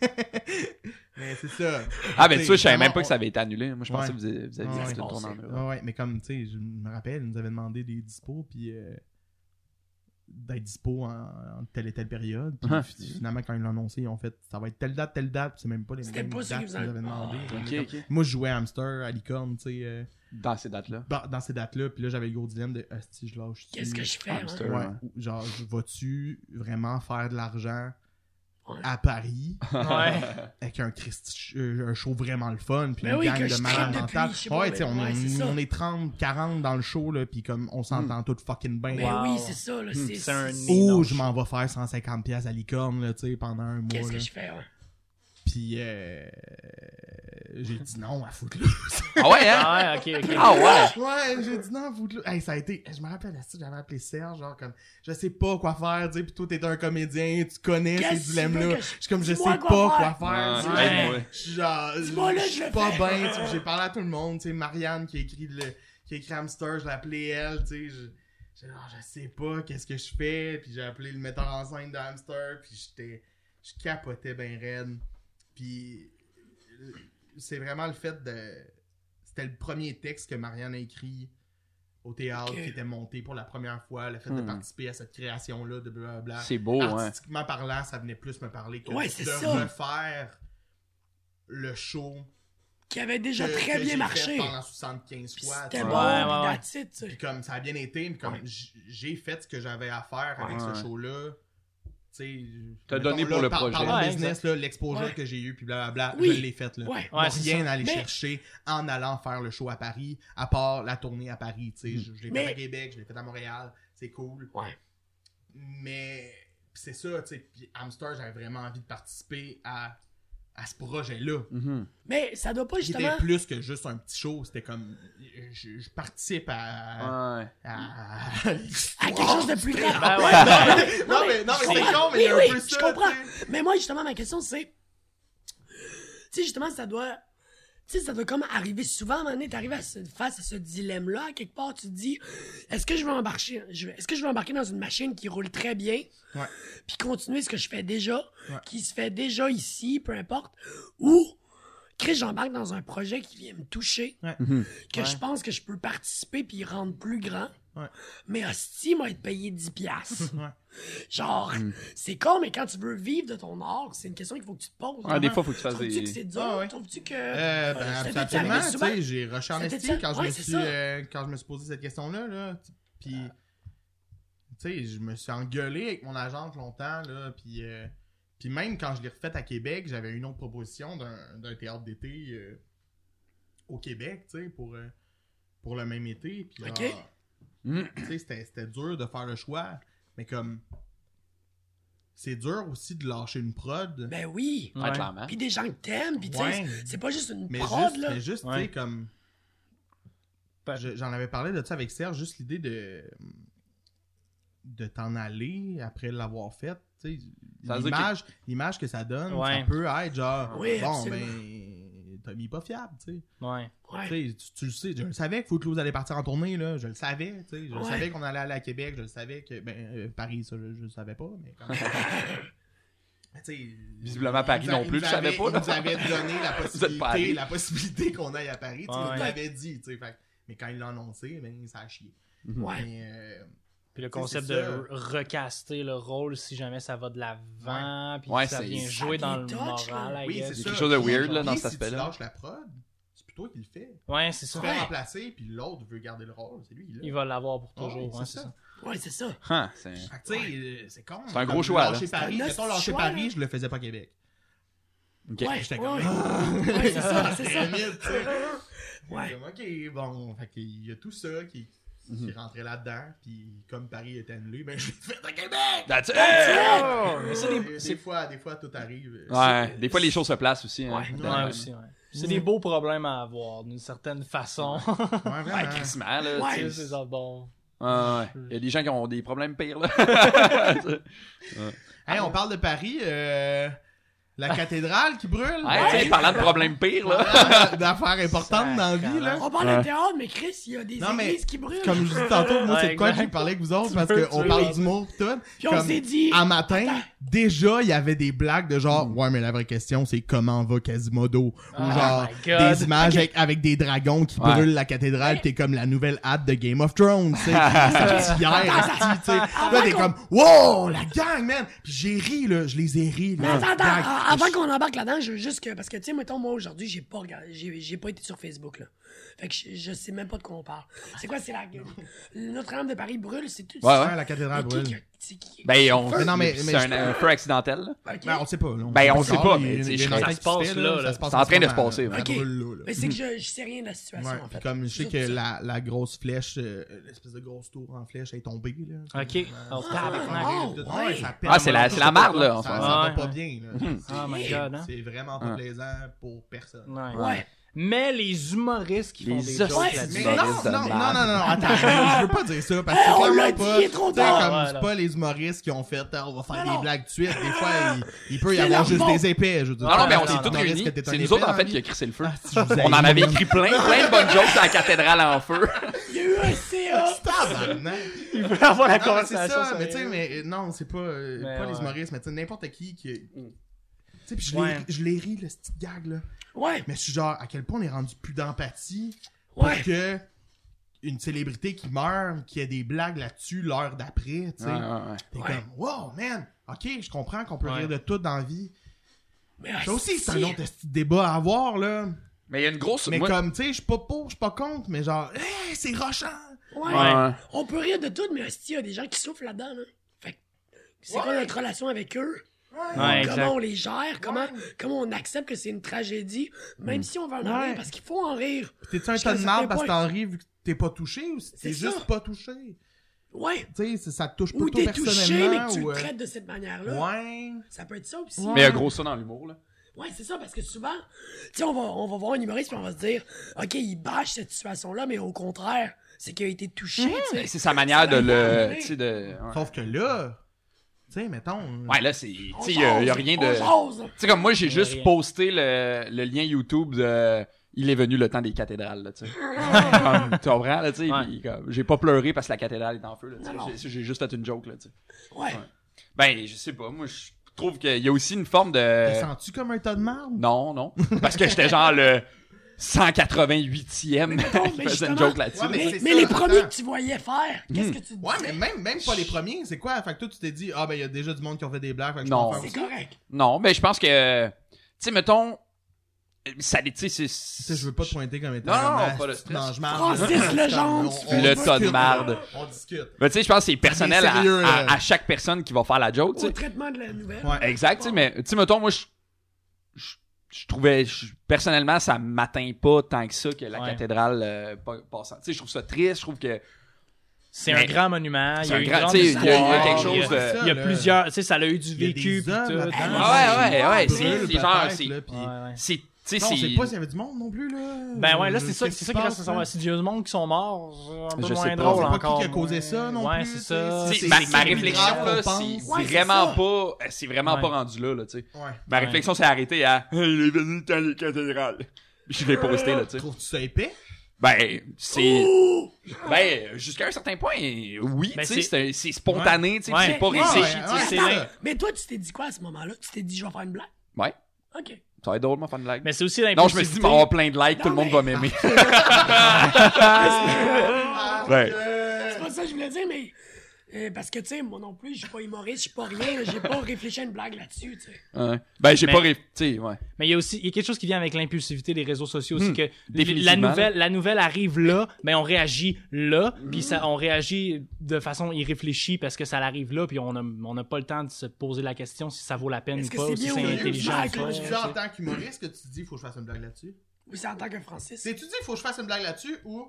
Mais c'est ça. Ah, ben tu vois, je savais Vraiment, même pas que on- ça avait été annulé. hein. Moi, je pensais Ouais. que vous aviez vous Ouais, aviez fait je une tournée en pensais. Europe. Ouais, ouais, mais comme, tu sais, je me rappelle, ils nous avaient demandé des dispos, puis euh, d'être dispo en, en telle et telle période. Puis Ah. finalement, quand ils l'ont annoncé, ils ont fait ça va être telle date, telle date. Puis C'est même pas les C'était mêmes pas ce dates qu'ils qu'ils avaient demandé. Ah, Ok, ok. Moi, je jouais à Hamster, à Licorne, tu sais, euh, Dans ces dates-là. dans dans ces dates-là. Puis là, j'avais le gros dilemme de Ah, si je lâche. Qu'est-ce Mm. que je fais? hein? Hamster. Ouais. Ouais. Ou Genre, je- vas-tu vraiment faire de l'argent Ouais. à Paris Ouais. avec un, Christi- euh, un show vraiment le fun, puis Ben une oui, gang que de je malades tripe mentales? depuis, je sais pas, Ouais, tu sais, mais on, ouais, c'est est- ça. on est 30, 40 dans le show, là, puis comme on s'entend toutes fucking bien. Ben Wow. Hmm, oui, c'est ça. là, C'est C'est un c'est- nid. Oh, non, je je- m'en vais faire 150 pièces à licorne là, tu sais, pendant un mois. Qu'est-ce là. que je fais? hein? Puis euh, j'ai dit non à Footloose. Ah ouais, hein? Ah ouais, ok, ok. Ah ouais! Ouais, j'ai dit non, vous. Hey, ça a été. Je me rappelle, asti, j'avais appelé Serge, genre, comme, je sais pas quoi faire, tu sais, pis toi, t'es un comédien, tu connais ces Qu'est-ce que tu veux dilemmes-là. que je- Je suis comme, je sais Dis-moi pas quoi quoi faire. faire, tu Ouais, sais. aide-moi. Je suis genre, Dis-moi, là, je je suis le pas fais. bien, tu sais, pis j'ai parlé à tout le monde, tu sais, Marianne qui a écrit le. qui a écrit Hamster, je l'ai appelé elle, tu sais, je. J'ai genre, je sais pas, qu'est-ce que je fais, puis j'ai appelé le metteur en scène de Hamster, puis j'étais. je capotais ben raide. Puis euh, c'est vraiment le fait de. C'était le premier texte que Marianne a écrit au théâtre Ok. qui était monté pour la première fois, le fait de Hmm. participer à cette création-là de blablabla. C'est beau, hein? Artistiquement parlant, ça venait plus me parler que Ouais, de c'est ça. refaire le show Qui avait déjà que- très Euh, que j'ai bien fait marché. pendant 75 Puis fois. tu C'était sais. bon, Ouais, ouais, ouais. la titre, tu Puis sais. comme ça a bien été, puis comme j- j'ai fait ce que j'avais à faire avec Ouais. ce show-là. tu sais, T'as mettons, donné là, pour le par- projet. parlant de Ouais, business, là, l'exposure Ouais. que j'ai eu, puis blablabla, Oui. je l'ai faite. là. Ouais. Moi, Ouais, c'est rien ça. à aller Mais- chercher en allant faire le show à Paris, à part la tournée à Paris. tu Mm. sais. Je, je l'ai Mais- fait à Québec, je l'ai fait à Montréal, c'est cool. Ouais. Mais pis c'est ça, tu sais. Puis Hamster, j'avais vraiment envie de participer à, à ce projet-là. Mhm. Mais ça doit pas Qui justement. était plus que juste un petit show, c'était comme. Je, je participe à. Ouais. à... À quelque chose de plus grand. Ben ouais. non, mais, non, mais Je c'est comprends. con, mais il y a Oui, un peu oui, ça. Je comprends. tu sais. Mais moi, justement, ma question, c'est. Tu sais, justement, ça doit. Tu sais, ça doit comme arriver souvent, à un moment donné, t'arrives à ce- face à ce dilemme-là, à quelque part, tu te dis, est-ce que je vais embarquer, je vais- est-ce que je vais embarquer dans une machine qui roule très bien, Ouais. puis continuer ce que je fais déjà, Ouais. qui se fait déjà ici, peu importe, ou, Chris, j'embarque dans un projet qui vient me toucher, Ouais. Mhm. que je Ouais. pense que je peux participer puis rendre plus grand, Ouais. mais hostie, moi, être payé 10 piastres. Ouais. Genre, Mhm. c'est con, mais quand tu veux vivre de ton art, c'est une question qu'il faut que tu te poses. Ah, des fois, faut que tu fasses Trouves-tu que des. c'est dur? Ah ouais. Trouves-tu que... Euh, ben, Ça t'est absolument, arrivé tu souvent? sais, j'ai rushé en Ça t'est esti déjà- quand, je ouais, me c'est suis, ça. Ah. euh, quand je me suis posé cette question-là, là, tu- puis, tu sais, je me suis engueulé avec mon agente longtemps, là, puis, euh, puis même quand je l'ai refaite à Québec, j'avais une autre proposition d'un d'un théâtre d'été euh, au Québec, tu sais, pour, euh, pour le même été, puis Ok. genre, Mhm. tu sais, c'était c'était dur de faire le choix, mais comme, c'est dur aussi de lâcher une prod, Ben oui! Ouais, clairement. Puis des gens que t'aimes, puis tu sais, Ouais. c'est pas juste une mais prod, juste, là. mais juste, tu sais, Ouais. comme... Ben, Je- J'en avais parlé de ça avec Serge, juste l'idée de de t'en aller après l'avoir fait. tu sais, Ça veut dire L'image l'image que ça donne, Ouais. ça peut être genre, Oui, bon, absolument. ben, t'as mis pas fiable, tu sais. Ouais. Ouais. Tu sais, tu- tu le sais, je le savais que Footloose allait partir en tournée, là, je le savais, tu sais, je le Ouais. savais qu'on allait aller à Québec, je le savais que, ben, euh, Paris, ça, je, je le savais pas, mais quand Mais tu sais, Visiblement, Paris il nous a- non il plus, nous je savais avait- pas, Il là. nous avait donné la Paris. possibilité, la possibilité qu'on aille à Paris, tu sais, Ouais. il nous l'avait dit, tu sais, fait que- mais quand il l'a annoncé, ben, ça a chié. Ouais. Mais, euh, Puis le Tu sais, concept c'est de ça. re- recaster le rôle si jamais ça va de l'avant, puis Ouais, que ça c'est- vient Ça jouer vient dans le touch, là. moral, I oui, c'est euh, guess. y a ça. quelque chose de Puis, weird, là, dans puis cet aspect-là. Si tu lâches la prod, c'est plutôt qu'il le fait. Ouais, c'est Tu ça. le fais Ouais. remplacer, puis l'autre veut garder le rôle, c'est lui, il Il l'a. va l'avoir pour Ah oui, toujours, c'est hein, c'est ça. ça. Ouais, c'est ça. Hein, c'est- Fait que, tu sais, euh, c'est con. C'est un Comme gros choix, là. Lâcher Paris, C'est un mettons, hostie lâcher choix, Paris, là. je le faisais pas à Québec. Ok. Ouais, J'étais ouais, comme, ah! ouais. Ouais, c'est ça, c'est ça. Limite, tu sais. Ouais. Comme, ok, bon, fait qu'il y a tout ça qui, qui Mhm. rentrait là-dedans, puis comme Paris était annulé, ben je l'ai fait à Québec! That's it! Mais ça, des, des- des fois, des fois, tout arrive. Oh! Ouais, des fois les choses se placent aussi. hein. Ouais. Ouais, aussi, ouais. C'est des beaux problèmes à avoir, d'une certaine façon. C'est- ouais, vraiment. Mm. hein. Ouais, crissement, là. Ouais. tu Tu sais, sais. c'est ça, bon. Ouais, ouais. Il y a des gens qui ont des problèmes pires, là. Hey, on parle de Paris. euh, La cathédrale qui brûle. Hey, tu sais, parlant de problèmes pires, là. Parlant D'affaires importantes dans la vie, là. On parle de théâtre, mais Chris, il y a des Non, mais- églises qui brûlent. Comme je vous dis tantôt, moi, Ouais, c'est de quoi que exact. j'ai parlé avec vous autres, parce veux, tu qu'on veux. parle d'humour pis tout. Puis on Comme, s'est dit- À matin, déjà, il y avait des blagues de genre, ouais, mais la vraie question, c'est comment va Quasimodo? Oh Ou genre, my God. des images avec, avec des dragons qui Ouais. brûlent la cathédrale, pis t'es comme la nouvelle hâte de Game of Thrones, tu sais. qui est sortie hier, esti, tu sais. Là, t'es qu'on- comme, wow, la gang, man! Pis j'ai ri, là, je les ai ri, Mais là. attends, attends, Gang. a- avant qu'on embarque là-dedans, je veux juste que. Parce que, tu sais, mettons, moi, aujourd'hui, j'ai pas regardé. J'ai j'ai pas été sur Facebook, là. Fait que je, je sais même pas de quoi on parle. C'est quoi, c'est la. Notre-Dame de Paris brûle, c'est tout. Ouais, c'est- ouais. Ouais, la cathédrale c'est qui brûle. qui- c'est qui- Ben, on. Mais non, mais- mais c'est je un, un feu accidentel, là. Ah Ok. Ben, on sait pas, là. Ben, on sait encore, pas, il mais y a- tu sais, il y a je une serais- enquête ça se qui passe, fait, là, ça là. se passe C'est en train de ce se moment, passer, Ok. là. Ça brûle, là, là. Mais c'est que je, je sais rien de la situation, Ouais, en puis fait. comme je sais C'est que ça. la, la grosse flèche, euh, l'espèce de grosse tour en flèche est tombée. Là. Ok. Oh, tabarnak. Ah, Ouais, ouais. ça pète. Ah, c'est la- c'est la marde, là, Ça, en fait. ça va Ouais. pas bien. Là. Oh my god, hein. C'est vraiment pas Ah. plaisant pour personne. Ouais. Ouais. Mais les humoristes qui font Les des jokes hosties de là-dessus. Mais Tu vas non, non, rester non, non, de non, marde. non, attends, je veux pas dire ça parce que Hey, c'est on clairement l'a dit, pas. il est trop tu sais, tard. comme Ouais, c'est là. pas les humoristes qui ont fait, Ah, on va faire Mais non. des blagues tout de suite. Des fois, il, il peut y C'est avoir leur juste faute. des épais. Je veux dire, Non, non, mais Pas on un s'est tous humoriste réunis. que t'es un C'est nous épais hein, Ah. autres, en dans fait, la qui vie. a crissé le feu. si, je vous On en aime. avait écrit plein, plein de bonnes jokes à la cathédrale en feu. Il y a eu un CA. Tabarnak. Il veut Non, avoir la mais c'est conversation. ça, mais tu sais, sérieuse. mais euh, non, c'est pas, euh, Mais pas ouais. les humoristes, mais tu sais, n'importe qui qui. Tu sais, puis je Ouais. l'ai- je l'ai ri, le petit gag, là. Ouais. Mais je suis genre, à quel point on est rendu plus d'empathie Ouais. pour que une célébrité qui meurt, qui a des blagues là-dessus l'heure d'après, tu sais. Ouais, ouais, ouais. T'es Ouais. comme, wow, man, ok, je comprends qu'on peut Ouais. rire de tout dans la vie. Mais Ça aussi, c'est Ah, si. un autre esti de débat à avoir, là. Mais il y a une grosse. Mais moi- comme, tu sais, je suis pas pour, je suis pas contre, mais genre, hey, c'est rochant! Ouais. Ouais. On peut rire de tout, mais hostie, il y a des gens qui souffrent là-dedans. Là. Fait que c'est quoi notre relation avec eux? Ouais, comment exact. on les gère? Comment, comment on accepte que c'est une tragédie, Hmm. même si on va en rire? Ouais. Parce qu'il faut en rire. T'es-tu un Jusqu'à tas un de certain marde parce que point. t'en ris vu que t'es pas touché ou C'est t'es juste ça. pas touché? Ouais. tu sais, ça- ça te touche pas Ou toi t'es touché, mais personnellement. que tu ou, le euh, traites de cette manière-là. Ouais. Ça peut être ça aussi. Mais il y a gros ça dans l'humour, là. Ouais, c'est ça, parce que souvent, tu sais, on va, on va voir un humoriste puis on va se dire, OK, il bâche cette situation-là, mais au contraire, c'est qu'il a été touché, tu Ben, sais. C'est sa manière de Ça va le. arriver. Tu sais, de. ouais. Sauf que là, tu sais, mettons. euh, Ouais, là, c'est. Tu On sais, il y a, il y a jase, rien on de. jase. Tu sais, comme moi, j'ai Il y a juste rien. posté le, le lien YouTube de Il est venu le temps des cathédrales, là, tu sais. Comme, tu comprends, là, tu sais. Ouais. puis comme, J'ai pas pleuré parce que la cathédrale est en feu, là, tu sais. Non, non. J'ai- J'ai juste fait une joke, là, tu sais. Ouais. Ben, je sais pas. Moi, je trouve qu'il y a aussi une forme de. Te sens-tu comme un tas de marde? Non, non. Parce que j'étais genre le 188e mettons, qui mais faisait une justement- joke là-dessus. Ouais, Mais, mais c'est mais ça, les attends. premiers que tu voyais faire, Hmm. qu'est-ce que tu te dis? Ouais, mais même, même pas les premiers, c'est quoi? Fait que toi, tu t'es dit, ah ben, il y a déjà du monde qui ont fait des blagues. Fait que je Non. peux en C'est faire correct. Non, mais je pense que. Tu sais, mettons. Ça, tu sais, c'est. Tu sais, je veux pas te pointer comme étant Non, non, un pas le asti de stress. mange-marde. Francis Legendre, tu Comme, on- fais on Le discute, tas de là. marde. On discute. Mais tu sais, je pense que c'est personnel à, sérieux, à- là. à chaque personne qui va faire la joke, tu Au sais. traitement de la nouvelle. Ouais. Exact, tu sais, mais tu sais, mettons, moi, je. je- Je trouvais, je- personnellement, ça m'atteint pas tant que ça que la Ouais. cathédrale euh, pa- passe. en- Tu sais, je trouve ça triste, je trouve que. C'est Mais- un grand monument. Ah, Il y C'est un a eu une grand- grande tu sais, il y a- il y a histoire, quelque chose il y a- de- C'est ça, Il y a là. plusieurs. Tu sais, ça a eu du Il y a des vécu. puis hommes tout. là-dedans. Ah ouais, ouais, Des ouais, brûles, c'est- c'est peut-être, genre, c'est- là, puis- Ouais, ouais. C'est. Tu sais, Non, on c'est. sait pas s'il y avait du monde non plus, là. Ben ouais, là, c'est Je- ça, qu'est-ce c'est ça qui qui se reste à passe, hein. savoir. là? Si Dieu du monde qui sont morts, c'est un peu Je sais pas. moins drôle On sait pas encore. qui a causé ça non plus, ouais, Ah, c'est tu sais. ça. Tu C'est- sais, ma, c'est ma criminel, réflexion, on là, pense. c'est c'est Ouais, c'est vraiment ça. pas, euh, c'est vraiment Ouais. pas rendu là, là, tu sais. Ouais. Ma Ouais. réflexion s'est arrêtée à, Hey, il est venu le temps des cathédrales. Je l'ai posté, là, tu sais. Trouves-tu ça épais? Ben, c'est, ben, jusqu'à un certain point, oui, Ben, tu sais, c'est- c'est c'est spontané, tu sais, Ouais. c'est pas Ouais, réfléchi, Ah, ouais, tu sais, c'est- Attends, c'est vrai. Ah, Mais toi, tu t'es dit quoi à ce moment-là? Tu t'es dit, je vais faire une blague? Ouais. OK. Ça va être drôle, ma fan de like. Mais c'est aussi Non, je me suis dit, il va y avoir plein de likes, Non, tout le monde mais- va m'aimer. Ouais. Euh, C'est pas ça que je voulais dire, mais. euh, parce que, tu sais, moi non plus, je suis pas humoriste, je suis pas rien, j'ai pas réfléchi à une blague là-dessus, tu sais. Ouais. Ben, j'ai Mais- pas réfléchi, tu sais, ouais. Mais il y a aussi il y a quelque chose qui vient avec l'impulsivité des réseaux sociaux aussi Hmm, que définitivement, la nouvelle la nouvelle arrive là, mais on réagit là, Mm-hmm. puis ça on réagit de façon irréfléchie parce que ça arrive là puis on a on n'a pas le temps de se poser la question si ça vaut la peine Est-ce ou que pas, c'est ou si bien c'est ou non? intelligent Exact, ou pas. là, Tu en tant qu'humoriste que tu te dis, faut que je fasse une blague là-dessus? Oui, c'est en tant que Francis. C'est tu dis faut que je fasse une blague là-dessus ou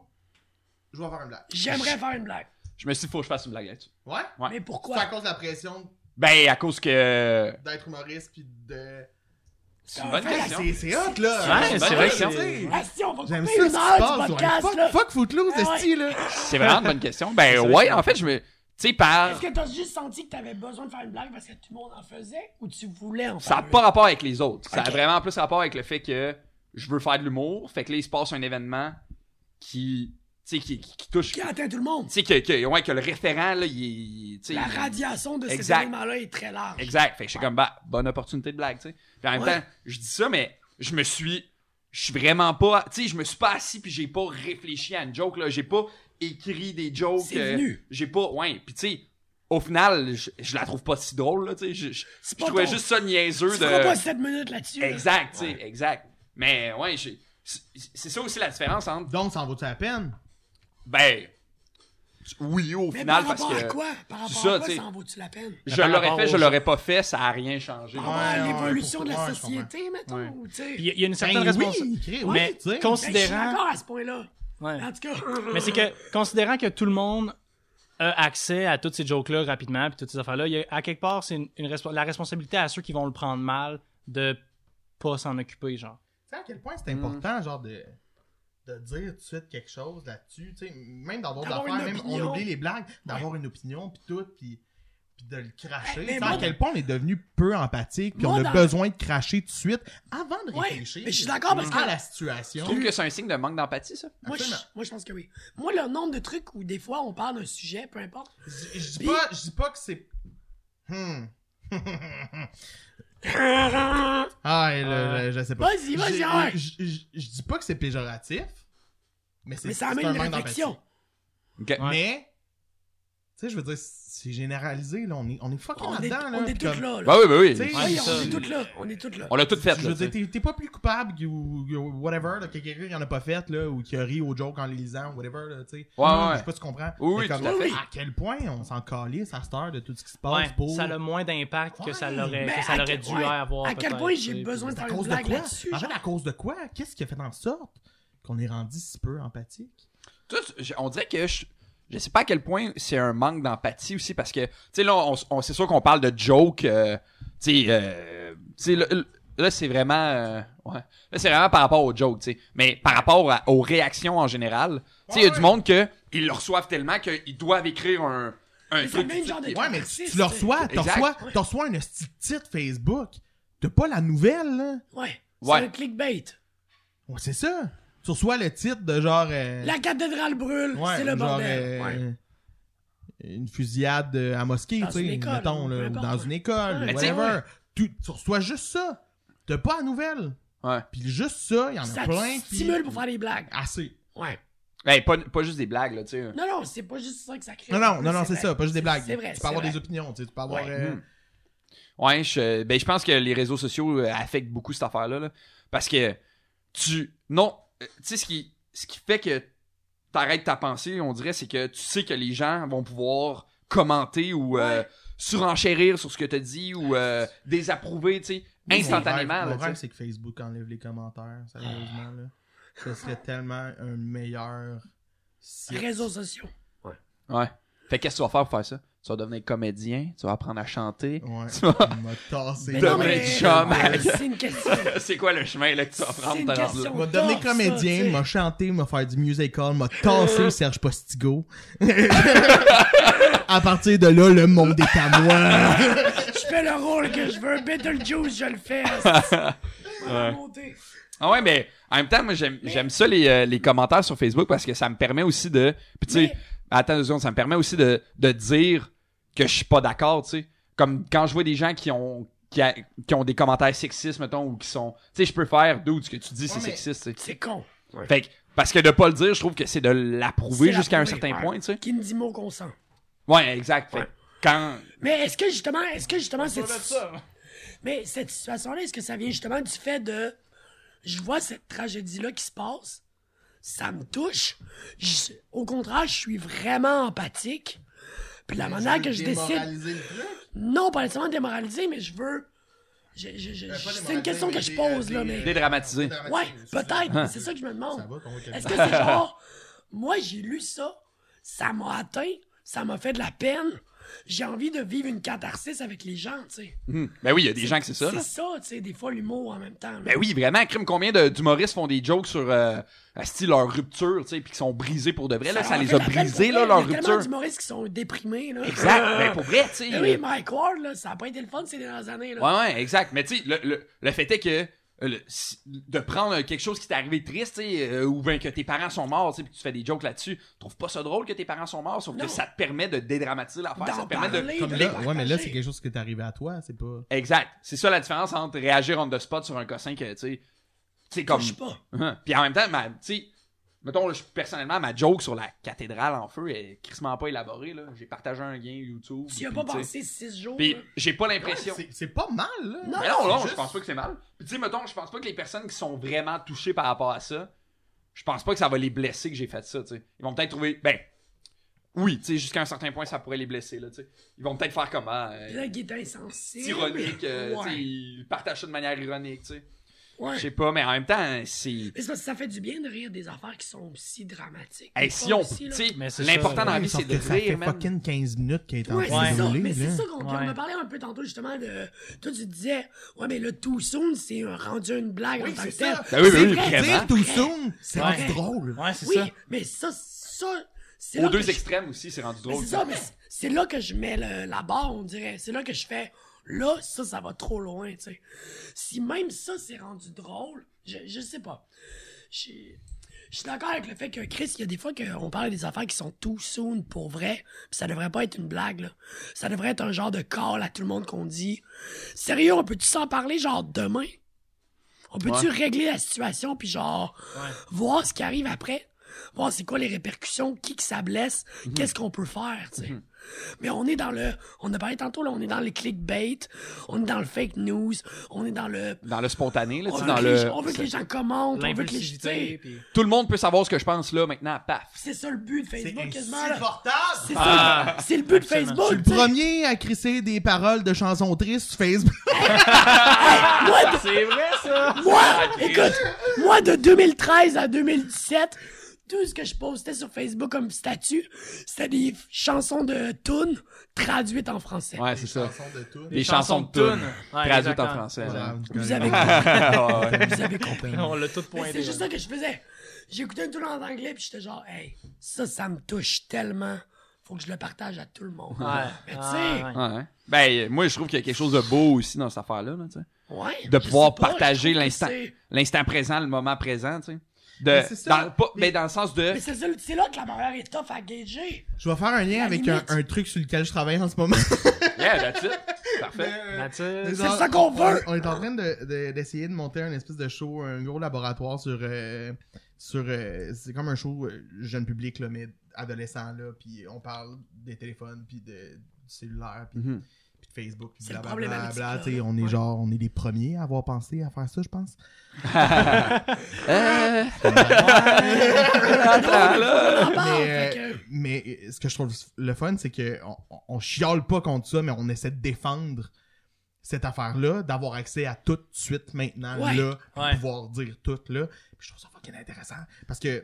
je vais faire une blague. J'aimerais faire une blague. Je me suis dit, faut que je fasse une blague là-dessus. Ouais. Ouais. Mais C'est à pourquoi? cause de la pression Ben, à cause que, d'être humoriste puis de. C'est une bonne fait, question. C'est c'est hot là. Ouais, Ben c'est ouais, vrai que tu c'est- sais. Ah, si, on va couper J'aime ça une ce qui se heure passe. du ouais. podcast, Fuck, là. fuck Footloose, Ah ouais. esti, là. C'est vraiment une bonne question. Ben C'est vrai ouais, que- en fait, je me. Tu sais, par. Est-ce que t'as juste senti que t'avais besoin de faire une blague parce que tout le monde en faisait ou tu voulais en faire Ça n'a une? pas rapport avec les autres. Ça a Ok. vraiment plus rapport avec le fait que je veux faire de l'humour. Fait que là, il se passe un événement qui. Tu sais, qui, qui- qui touche. Qui Tu a atteint tout le monde. sais, que, que- ouais, que le référent, là, il. est- tu sais, La il- radiation de cet Exact. élément-là est très large. Exact. Fait que je suis comme, bah, bonne opportunité de blague, tu sais. Puis en même Ouais. temps, je dis ça, mais je me suis. Je suis vraiment pas. Tu sais, je me suis pas assis puis j'ai pas réfléchi à une joke, là. J'ai pas écrit des jokes. C'est euh, venu. J'ai pas. Ouais. Puis tu sais, au final, je, je la trouve pas si drôle, là, tu sais. Je, je- C'est je pas trouvais ton- juste ça Tu niaiseux de. feras pas 7 minutes là-dessus. là. Exact, tu sais, exact. Mais ouais, j'ai- c'est c'est ça aussi la différence entre. Donc, ça en vaut-tu la peine? Ben. Oui, au Mais final, par parce rapport que. à quoi? Par rapport c'est à ça, quoi tu sais. ça en vaut-tu la peine? Je Par l'aurais rapport fait, je aux- l'aurais pas fait, ça a rien changé. Par rapport à ouais, l'évolution de la ouais, je société, mettons? ou, tu sais? Puis Il y a- il y a une certaine Ben responsabilité. oui, crée, oui, Mais tu Ben, sais. je suis considérant. d'accord à ce point-là. Ouais. En tout cas. Mais c'est que, considérant que tout le monde a accès à toutes ces jokes-là rapidement, puis toutes ces affaires-là, il y a- à quelque part, c'est une, une respo- la responsabilité à ceux qui vont le prendre mal de pas s'en occuper, genre. Tu sais à quel point c'est important, genre, de, de dire tout de suite quelque chose là-dessus, tu sais, même dans d'autres D'avoir affaires, une même on opinion. oublie les blagues, d'avoir une opinion, puis tout, puis puis de le cracher. Mais Tu sais, moi, à quel point on est devenu peu empathique, puis on Moi, a dans- besoin de cracher tout de suite avant de Ouais, réfléchir mais je suis d'accord parce que- à la Je situation. trouve que c'est un signe de manque d'empathie, ça. Moi je, Absolument. moi, je pense que oui. Moi, le nombre de trucs où des fois on parle d'un sujet, peu importe. Je je dis pas, je dis pas que c'est... Hmm. Ah, et le- le- je sais pas. Euh, Vas-y, vas-y, J'ai- ouais. Je je- je dis pas que c'est péjoratif, mais c'est Mais ça c'est un amène une manque d'empathie. réflexion. Ok. Ouais. Mais, tu sais, je veux dire, c'est généralisé, là. On est, on est fucking On est, là-dedans, là. on est puis toutes comme- là. là. Ben oui, ben oui. Tu sais, Oui, Ouais, on ça. est toutes là. On est toutes là. On l'a tout fait, Je là. veux dire, tu sais. t'es- t'es pas plus coupable que- ou, ou whatever, là, que quelqu'un qui en a pas fait, là, ou qui a ri au joke en les lisant, whatever, là, tu sais. Ouais, ouais. Je sais pas si tu comprends. Oui, Mais oui, comme, tout à fait. À quel point on s'en calisse à cette heure de tout ce qui Ah, se passe Ouais, pour. ça a le moins d'impact que ça Ouais, l'aurait Mais que ça à l'aurait quel- dû ouais, avoir. À quel peut-être, point tu j'ai sais, besoin de à faire une cause de blague quoi? là-dessus. En genre. fait, à cause de quoi? Qu'est-ce qui a fait en sorte qu'on est rendu si peu empathique? Toi, tu- je- on dirait que je, je sais pas à quel point c'est un manque d'empathie aussi parce que tu sais là on, on- c'est sûr qu'on parle de joke euh, tu sais euh, tu sais, là, là, c'est vraiment euh, ouais. là c'est vraiment par rapport aux jokes tu sais mais par rapport à- aux réactions en général tu sais il y a Ouais, du monde que ils le reçoivent tellement qu'ils doivent écrire un un Mais c'est truc le même genre de- Ouais, mais tu, Artiste, tu le reçois, t'sais. t'en Exact. reçois, t'en reçois un esti de titre Facebook. T'as pas la nouvelle, là. Ouais. C'est Ouais. un clickbait. Ouais, c'est ça. Tu reçois le titre de genre. euh, La cathédrale brûle. ouais, c'est le genre, bordel. euh, Ouais. Une fusillade euh, à mosquée, Dans tu sais, une école, mettons, ou peu là, ou importe, dans ouais. une école, Ouais, ou tu sais, whatever. Tu, tu reçois juste ça. T'as pas la nouvelle. ouais. Puis juste ça, il y en Ça a plein. te qui stimule pour faire des blagues. Assez. Ouais. Ben, pas pas juste des blagues là tu sais Non, non, c'est pas juste ça que ça crée. Non, non, non, non, c'est vrai. ça, pas juste des blagues. C'est vrai. Tu c'est peux avoir vrai. des opinions, tu sais, tu peux avoir. Ouais. euh, Hmm. Ouais, je, ben, je pense que les réseaux sociaux euh, affectent beaucoup cette affaire-là. là. parce que tu. Non, euh, tu sais, ce qui, ce qui fait que t'arrêtes ta pensée, on dirait, c'est que tu sais que les gens vont pouvoir commenter ou euh, surenchérir sur ce que t'as dit ou euh, désapprouver, tu sais, Mon instantanément. rêve- là, Mon tu sais. rêve, c'est que Facebook enlève les commentaires, Ah. sérieusement. Là. Ce serait tellement un meilleur site. Réseaux sociaux. Ouais. Fait qu'est-ce que tu vas faire pour faire ça? Tu vas devenir comédien, tu vas apprendre à chanter. Ouais. Tu vas- Il m'a tassé. Mais Ben Demain, non, mais- du chum. C'est une question. c'est quoi le chemin là, que tu vas prendre C'est une pour te rendre question. là? Il m'a devenir Dors, ça, comédien, tu sais. il m'a chanté, il m'a fait du musical, il m'a tassé Serge Postigo. à partir de là, le monde est à moi. Je fais le rôle que je veux. Beetlejuice, je le fais. Voilà, montez. Ah ouais, mais en même temps, moi, j'aime j'aime ça les, euh, les commentaires sur Facebook parce que ça me permet aussi de. Puis tu sais, Mais- attends deux secondes, ça me permet aussi de, de dire que je suis pas d'accord, tu sais. Comme quand je vois des gens qui ont. Qui, a- qui ont des commentaires sexistes, mettons, ou qui sont. Tu sais, je peux faire, dude, ce que tu dis, c'est Ouais, mais- sexiste, tu sais. C'est con. Fait que, parce que de pas le dire, je trouve que c'est de l'approuver C'est jusqu'à un l'approuver, certain ouais. point, tu sais. Qui ne dit mot qu'on sent. Ouais, exact. Fait que quand. Mais est-ce que justement, est-ce que justement cette... Mais cette situation-là, est-ce que ça vient justement du fait de je vois cette tragédie-là qui se passe, ça me touche. Je- Au contraire, je suis vraiment empathique. Puis la manière que je décide, non pas nécessairement démoraliser, mais je veux. je- je- je- Euh, pas c'est une démoraliser, question que mais je des- euh, pose des- là, mais. Dédramatiser. Ouais, peut-être, mais c'est ça que je me demande. Ça va, ton vocabulaire. Est-ce que c'est genre, moi j'ai lu ça, ça m'a atteint, ça m'a fait de la peine, j'ai envie de vivre une catharsis avec les gens, tu sais. Mhm. Ben oui, il y a des gens que c'est ça. là. C'est ça, tu sais, des fois l'humour en même temps. là. Ben oui, vraiment, crime, combien de- d'humoristes font des jokes sur euh, asti, leur rupture, tu sais, puis qui sont brisés pour de vrai, là, ça, leur les fait a la peine pour brisés, elle. là, leur Il y a tellement rupture. d'humoristes qui sont déprimés, là. Exact, ben pour vrai, tu sais. Ben euh, oui, Mike Ward, là, ça a pas été le fun ces dernières années, là. Ouais, ouais, exact. Mais tu sais, le, le, le fait est que euh, le- si- de prendre euh, quelque chose qui t'est arrivé de triste, tu sais, euh, ou bien que tes parents sont morts, tu sais, puis tu fais des jokes là-dessus, tu trouves pas ça drôle que tes parents sont morts, sauf Non. que ça te permet de dédramatiser l'affaire, ça D'en te permet de... parler, Comme de là, le ouais, mais là, c'est partager. quelque chose qui est arrivé à toi, c'est pas. Exact. C'est ça la différence entre réagir on the spot sur un cossin que, tu sais, tu sais, comme... Touche pas. Hein. Puis en même temps, ma- tu sais, mettons, là, je- personnellement, ma joke sur la cathédrale en feu est crissement pas élaborée, là. J'ai partagé un lien YouTube. Tu y as puis, pas tu sais, passé six jours. Puis là. j'ai pas l'impression... C'est- C'est pas mal, là. Mais non, C'est non, juste- je pense pas que c'est mal. Puis tu sais, mettons, je pense pas que les personnes qui sont vraiment touchées par rapport à ça, je pense pas que ça va les blesser que j'ai fait ça, tu sais. Ils vont peut-être trouver, ben, oui, tu sais, jusqu'à un certain point, ça pourrait les blesser, là, tu sais. Ils vont peut-être faire comment, euh, Puis là, il est insensible. ironique, euh, tu sais, ouais. ils partagent ça de manière ironique, tu sais. ouais. Je sais pas, mais en même temps, c'est... Mais c'est parce que ça fait du bien de rire des affaires qui sont aussi dramatiques. Hey, Des si fois on, aussi, tu là. sais, Mais c'est l'important ça, dans la Ouais, vie, sauf c'est de que ça fait rire, man. fucking 15 minutes qu'elle est en Ouais, Ouais. train c'est de ça. rouler, Mais c'est là. ça qu'on qu'on Ouais. en parlait un peu tantôt, justement. De... Toi, tu disais, ouais, mais le too soon, c'est un- rendu une blague en tant que tel. Ben oui, ben C'est oui, vrai, vraiment. dire tout soon, c'est Ouais. rendu drôle. Ouais, c'est Oui, ça. mais ça, ça, c'est Aux là que deux je- extrêmes aussi, c'est rendu Mais drôle. c'est ça, mais c'est- c'est là que je mets le- la barre, on dirait. C'est là que je fais, là, ça, ça va trop loin, tu sais. Si même ça, c'est rendu drôle, je, je sais pas. Je je suis d'accord avec le fait que, Chris, il y a des fois qu'on parle des affaires qui sont too soon pour vrai, puis ça devrait pas être une blague, là. Ça devrait être un genre de call à tout le monde qu'on dit. Sérieux, on peut-tu s'en parler, genre, demain? On peut-tu régler la situation, puis genre, voir ce qui arrive après? Voir c'est quoi les répercussions, qui que ça blesse, qu'est-ce qu'on peut faire, tu sais. Mais on est dans le... On a parlé tantôt, là, on est dans les clickbait, on est dans le fake news, on est dans le... Dans le spontané, là, tu On sais, veut, dans que les, le... on veut que les gens commentent, on veut que les... tu L'impulsivité, sais, puis... Tout le monde peut savoir ce que je pense, là, maintenant, paf. C'est ça le but de Facebook, quasiment. là. C'est ça, Ah. c'est le but de Absolument. Facebook. Le tu sais. premier à crisser des paroles de chansons tristes sur Facebook. Moi, de- C'est vrai, ça! Ah, Moi, écoute, moi de 2013 à 2017, tout ce que je postais sur Facebook comme statut, c'était des f- chansons de tunes traduites en français. Ouais, c'est ça. de tout. Des chansons de tunes Ouais, traduites en exactement. français. là. Vous avez Ah, ouais. Vous avez compris. On l'a tout Mais pointé. C'est juste ça que je faisais. J'écoutais une tune en anglais puis j'étais genre, hey, ça, ça me touche tellement. Faut que je le partage à tout le monde. Ouais. Mais tu sais, Ah, ouais. Ouais, ouais. Ben, euh, moi, je trouve qu'il y a quelque chose de beau aussi dans cette affaire-là. là, tu sais. ouais, de je pouvoir sais pas, je partager trouve que l'instant, c'est- l'instant présent, le moment présent. tu sais. Mais De, c'est ça. dans, pas- ben, dans le sens de. Mais c'est ça- c'est là que la barrière est tough à gager. Je vais faire un lien avec un, limite. un truc sur lequel je travaille en ce moment. Yeah, that's it. Parfait. euh, euh, Mathilde. C'est ça qu'on veut. On, on est en train de- de- d'essayer de, monter un espèce de show, un gros laboratoire sur. euh, sur euh, c'est comme un show euh, jeune public, là, mais adolescent, là. Puis on parle des téléphones, puis de, du cellulaire, puis, Mhm. puis de Facebook, puis C'est le blablabla, problématique, blabla, là. tu sais, On est genre, on est les premiers à avoir pensé à faire ça, je pense. Euh, On Ah, en parle, mais, fait que- mais, euh, ce que je trouve le fun, c'est que on, on- on chiale pas contre ça, mais on essaie de défendre cette affaire-là, d'avoir accès à tout de suite maintenant, Ouais. là, pour Ouais. pouvoir dire tout, là. Puis je trouve ça fucking intéressant, parce que euh,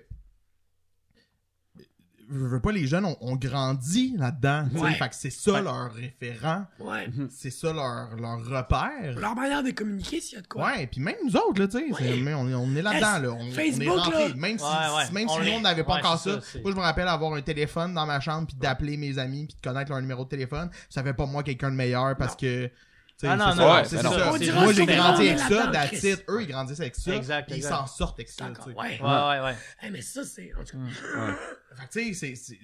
je veux pas, les jeunes, on, on grandit là-dedans, tu sais. Ouais. Mm. fait que c'est ça Ouais. leur référent, Ouais. c'est ça leur, leur repère. Leur manière de communiquer, s'il y a de quoi. Ouais, puis même nous autres, là, tu sais, c'est- mais on, est- on est là-dedans, Est-ce- là. On, on Facebook, est rentrés. là? Même si, Ouais, ouais. Même si On nous, est- on n'avait pas ouais, encore c'est ça. ça, c'est- Moi, je me rappelle avoir un téléphone dans ma chambre, puis d'appeler mes amis, puis de connaître leur numéro de téléphone. Ça fait pas moi quelqu'un de meilleur parce que. tu sais, Ah non, c'est non, ça, ouais, c'est ben ça. non. On dira Moi, j'ai souvent, on grandi est avec ça, là-dedans, that's it. Chris. Eux, ils grandissent avec ça. Exact, puis ils exact. s'en sortent avec ça. D'accord, tu sais. ouais. Ouais, ouais, ouais. Eh, mais ça, c'est. En tout cas, Fait que, tu sais, c'est- c'est-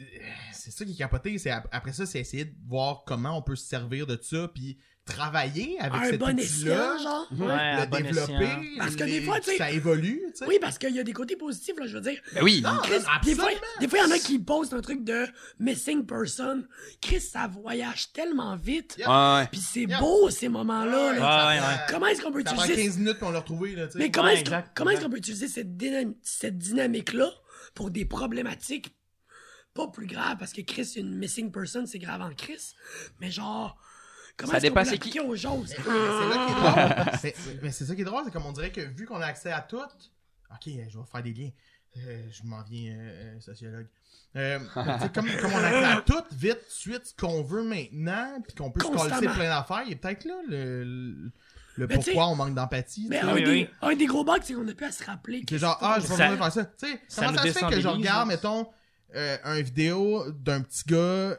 c'est ça qui est capoté. c'est ap- Après ça, c'est essayer de voir comment on peut se servir de ça, puis travailler avec un cet bon outil-là. escient, genre. Ouais, à le bon escient. développer, Parce que des les- fois, tu sais- ça évolue, tu sais. Oui, parce qu'il y a des côtés positifs, là, je veux dire. ben oui. Non, Chris, des absolument. fois, des fois, il y en a qui postent un truc de missing person. Chris, ça voyage tellement vite. Yeah. Ouais. Puis c'est Yeah. beau, ces moments-là. là. Ouais, ouais, ça- ouais. Comment est-ce qu'on peut Ça prend utiliser 15 minutes pour on l'a retrouvé, là, tu sais. Mais comment Ouais, est-ce qu'on exact, comment est-ce exact. qu'on peut utiliser cette, dynam- cette dynamique-là pour des problématiques pas plus graves? Parce que Chris, une missing person, c'est grave en Chris. Mais genre, comment Ça est-ce qu'on peut dépend c'est qui. l'appliquer aux choses? Mais c'est là qui est drôle. C'est- Mais c'est ça qui est drôle, c'est comme on dirait que vu qu'on a accès à tout, ok, euh, je vais faire des liens. euh, je m'en viens euh, euh, sociologue. Euh, tu sais, comme, comme on accède à tout, vite, suite, ce qu'on veut maintenant, puis qu'on peut se coller Constamment. plein d'affaires, il y a peut-être là le, le- le Mais tu sais- pourquoi on manque d'empathie. tu Mais sais. Ben, un, Ah Oui, des, oui. un des gros bugs, c'est qu'on a pu à se rappeler. Qui que est genre, ah, je vais Ça- pas faire ça. Tu sais, ça comment nous ça se fait que je déstabilise, regarde, là. mettons, euh, un vidéo d'un petit gars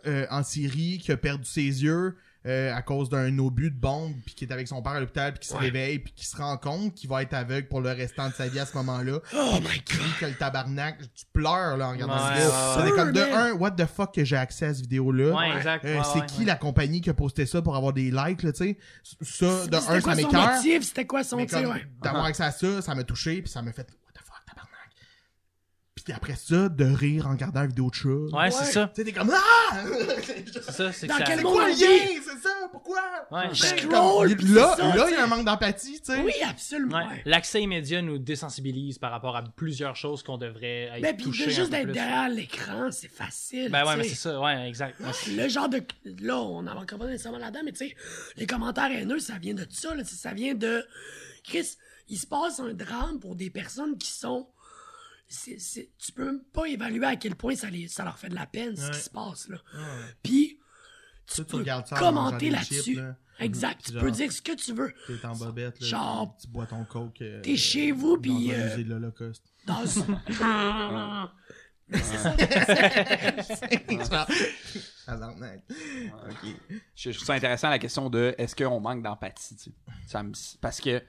euh, en Syrie qui a perdu ses yeux euh, à cause d'un obus de bombe, puis qui est avec son père à l'hôpital, puis qui se réveille, puis qui se rend compte qu'il va être aveugle pour le restant de sa vie à ce moment-là. Oh my Tu god! dis que le tabarnak, tu pleures là, en regardant Ouais, cette vidéo. ouais, C'est ouais. comme de Sûr, man. un, what the fuck que j'ai accès à cette vidéo-là. Ouais, exact. Euh, Ouais, c'est ouais, qui ouais. la compagnie qui a posté ça pour avoir des likes, là, tu sais? Ça, de C'était un, quoi ça son m'écœure. motif? C'était quoi son Mais tir? comme Ouais. d'avoir accès à ça, ça m'a touché, puis ça m'a fait What the fuck, tabarnak. Puis après ça, de rire en regardant la vidéo de chat. Ouais, c'est ça. Tu sais, t'es comme Ah C'est C'est ça, c'est que Dans ça- quel quoi monde le on lien C'est ça Pourquoi Ouais, Tu sais, je comme, scroll, il- puis Là, c'est ça, là, tu il y a sais. un manque d'empathie, tu sais. Oui, absolument. Ouais. L'accès immédiat nous désensibilise par rapport à plusieurs choses qu'on devrait être Mais Ben, puis touché de un juste peu d'être plus. derrière l'écran, c'est facile. Ben ouais, tu mais sais. c'est ça, ouais, exact. Ouais, c'est- Le genre de. Là, on n'en encore pas nécessairement là-dedans, mais tu sais, les commentaires haineux, ça vient de ça, là, tu sais, ça vient de. Chris, il se passe un drame pour des personnes qui sont. c'est- c'est- tu peux même pas évaluer à quel point ça, les, ça leur fait de la peine, ce Ouais. qui se passe, là. Ouais. Puis, tu Ça, tu peux regardes ça en commenter mangeant des là-dessus. chips, là. Exact, tu Genre- peux dire ce que tu veux. T'es en bobette, là. Genre- Tu bois ton coke. euh, T'es chez vous, dans puis, un euh, musée de l'Holocauste. Dans ce- Genre, tabarnak. Ok. Je, je trouve ça intéressant la question de est-ce qu'on manque d'empathie, tu sais. Ça me- Parce que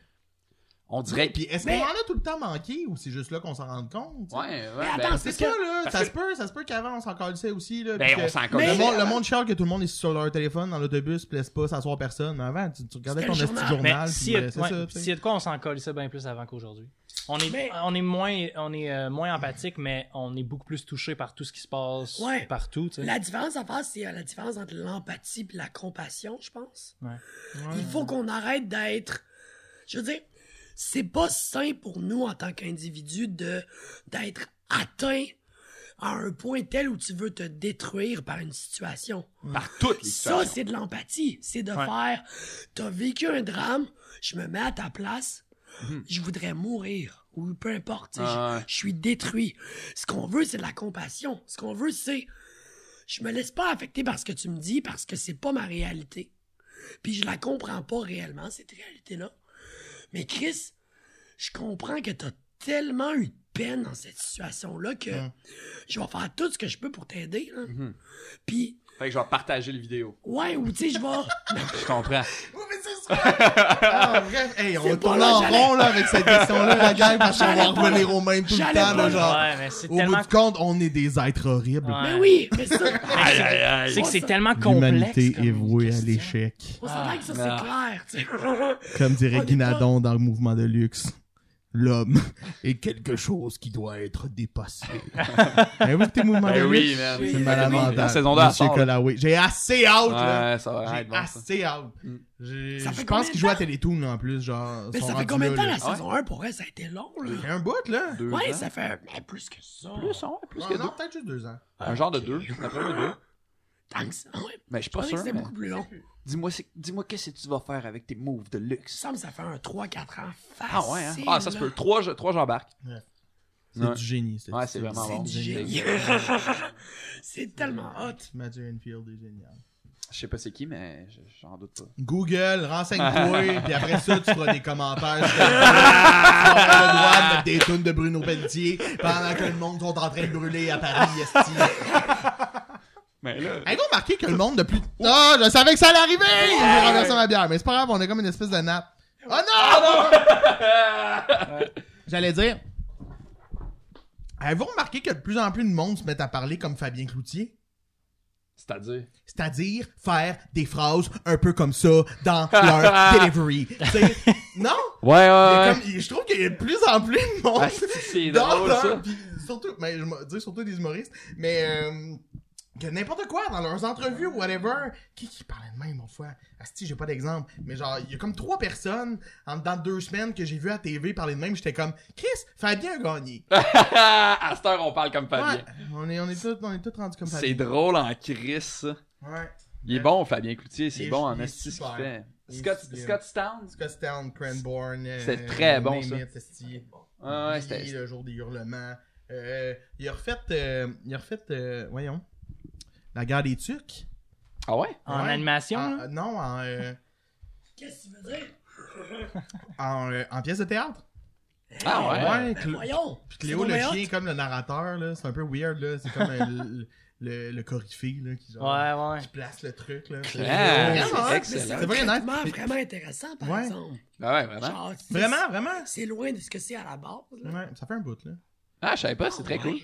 on dirait que. Puis est-ce Mais- qu'on en a tout le temps manqué ou c'est juste là qu'on s'en rend compte tu sais? Ouais, ouais. Mais ben, attends, c'est C'est ça, ça, là. parce Ça que- se peut, ça se peut qu'avant, on s'en calissait aussi, là. Ben, puis que- on s'en Mais- Le, calisse. monde, le monde chiale que tout le monde est sur leur téléphone dans l'autobus, puis laisse pas s'asseoir personne. Mais Avant, tu, tu regardais C'était le ton petit journal. journal, Ben, Mais puis s'il y, a- euh, c'est ouais, ça, tu sais. s'il y a de quoi, on s'en colle ça bien plus avant qu'aujourd'hui. On est, Mais- on est moins, on est euh, moins empathique, mais on est beaucoup plus touché par tout ce qui se passe Ouais. partout. tu sais. La différence à faire, c'est euh, la différence entre l'empathie et la compassion, je pense. Ouais. Il faut qu'on arrête d'être. Je veux dire, c'est pas sain pour nous en tant qu'individus de d'être atteint à un point tel où tu veux te détruire par une situation. par toutes les Ça, situations. c'est de l'empathie. C'est de Ouais. faire. T'as vécu un drame, je me mets à ta place, je voudrais mourir. Ou peu importe. tu sais, Ah je- ouais. Je suis détruit. Ce qu'on veut, c'est de la compassion. Ce qu'on veut, c'est. Je me laisse pas affecter par ce que tu me dis parce que c'est pas ma réalité. Puis je la comprends pas réellement, cette réalité-là. Mais Chris, je comprends que t'as tellement eu de peine dans cette situation-là que Mm. je vais faire tout ce que je peux pour t'aider. là. Puis, Fait que je vais partager le vidéo. ouais, ou tu sais, je vais. Je comprends. Ouais, mais c'est ça! Ah, bref, hey, on C'est va pas tourner là, en j'allais- rond là, avec cette question-là, la gang, parce qu'on va J'allais pas revenir là. au même tout le J'allais temps. pas Là, là. genre, Ouais, mais c'est au tellement- bout du compte, on est des êtres horribles. Ouais. Mais Ben oui, mais ça. Aïe, aïe, aïe. C'est que c'est tellement complexe. L'humanité comme est vouée à question. l'échec, On s'entend que ça, c'est clair, tu sais. comme On dirait est Guinadon dans le mouvement de luxe. L'homme est quelque chose qui doit être dépassé. Eh oui, tes mouvements de Ben oui, luxe. man. C'est Oui, malade oui. mental. La saison deux, elle Monsieur sort, là. Collaway. J'ai assez hâte, là. Ouais, ça va J'ai être bon. ça. assez hâte. Mm. J'ai- Ça fait combien Je pense de qu'il joue à temps? Télétoon là, en plus, genre. Mais sont ça fait rendus combien de là, temps la là. saison 1 pour elle, ça a été long, là? Fait un bout là. Ah, Deux Ouais, ans. ça fait ben, plus hein, que ça. Plus, hein? ouais, plus que non, deux. peut-être juste deux ans. Un genre de deux. Après le deux. Tant que ça, ouais. Mais je suis Je pas pensais que sûr. c'était mais- beaucoup plus long. Dis-moi c'est- dis-moi qu'est-ce que tu vas faire avec tes moves de Il me luxe. semble que ça fait un 3-4 ans facile. Ah ouais, hein? Ah, ça se peut. Trois, je- trois, j'embarque. C'est Ouais. du génie. cette Ouais, c'est série. vraiment C'est bon. du génie. c'est tellement hot. Matthew Enfield est génial. Je sais pas c'est qui, mais je- j'en doute pas. Google, renseigne-toi, puis après ça, tu feras des commentaires. sur- Tu auras le droit de mettre des tunes de Bruno Pelletier pendant que le monde sont en train de brûler à Paris, esti. Mais là. Avez-vous remarqué que le monde de plus... Ah, je savais que ça allait arriver! J'ai renversé ma bière, mais c'est pas grave, on a comme une espèce de nappe. Oh non! J'allais dire... Avez-vous remarqué que de plus en plus de monde se met à parler comme Fabien Cloutier? C'est-à-dire. C'est-à-dire faire des phrases un peu comme ça dans leur delivery. Tu sais, non? Ouais, ouais, Il y a ouais. comme- il- je trouve qu'il y a de plus en plus de monde. Ah, c'est- c'est dans drôle, leur- ça. puis surtout, mais je vais dire surtout des humoristes, mais euh, que n'importe quoi dans leurs entrevues ou whatever. Qui, qui parlait de même, mon fois? Asti, j'ai pas d'exemple, mais genre, il y a comme trois personnes en dedans de deux semaines que j'ai vu à TV parler de même. J'étais comme, Chris, Fabien a gagné. Ah, à cette heure, on parle comme Fabien. Ouais, on, est, on, est tous, on est tous rendus comme c'est Fabien. drôle en Chris, ça. Ouais. Il est bon, Fabien Cloutier. C'est Euh, Il est- bon en il est esti ce qu'il super. fait. Il est Scott, super. Scott Stowns. Scotstown, Cranbourne. euh, C'est très bon, ça. Name it, esti. Ah ouais, Billy, c'était- le jour des hurlements. Euh, il a refait, euh, il a refait euh, voyons, La guerre des Turcs. Ah ouais? En Ouais. animation, En- là. euh, non, en, euh, Qu'est-ce que tu veux dire? en, euh, en pièce de théâtre. euh, Ah ouais? Cl- Voyons! Puis C'est Cléo donc le bien hot. chien est comme le narrateur, là. C'est un peu weird, là. C'est comme euh, le, le, le coryphée, là, qui, genre, Ouais, ouais. qui place le truc, là. Ah, Claire. Vraiment, hein? Excellent. C'est vraiment nice. Vraiment, vraiment intéressant, par Ouais. exemple. Ah ouais, vraiment? Genre, c'est- Vraiment, vraiment. C'est loin de ce que c'est à la base. là. Ouais, ça fait un bout, là. Ah, je savais pas, c'est très cool.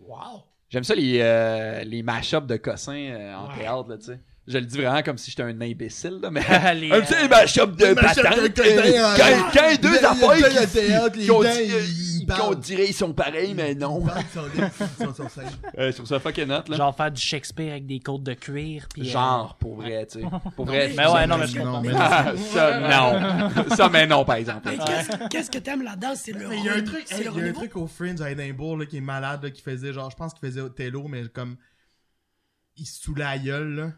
Wow! J'aime ça les, euh, les mash-ups de cossins euh, en Ouais. théâtre, là, tu sais. Je le dis vraiment comme si j'étais un imbécile, là, mais... Les, un petit euh, mash-up de Ah, Les mash-ups patentes, de euh, cossins, quand- euh, quand les deux le- le deuil affaires de théâtre, les qui- qu'on dents, dit- ils- ils qu'on parlent. dirait ils sont pareils, mais Ben non. Ils sont- ils sont sur scène. Euh, je trouve ça fucking hot, là. Genre faire du Shakespeare avec des côtes de cuir. Puis, euh, Genre, pour vrai, tu sais. Pour vrai, mais ça- ouais, non, mais je comprends. Non, mais Ah, ça, non. ça, mais non, par exemple. Mais qu'est-ce- qu'est-ce que t'aimes là-dedans? C'est Oh, le Mais il y a un run- truc, c'est le hey, il y a un renouveau. truc au Fringe à Edinburgh là, qui est malade, là, qui faisait genre, je pense qu'il faisait Othello, mais comme. Il se saoulait la gueule, là,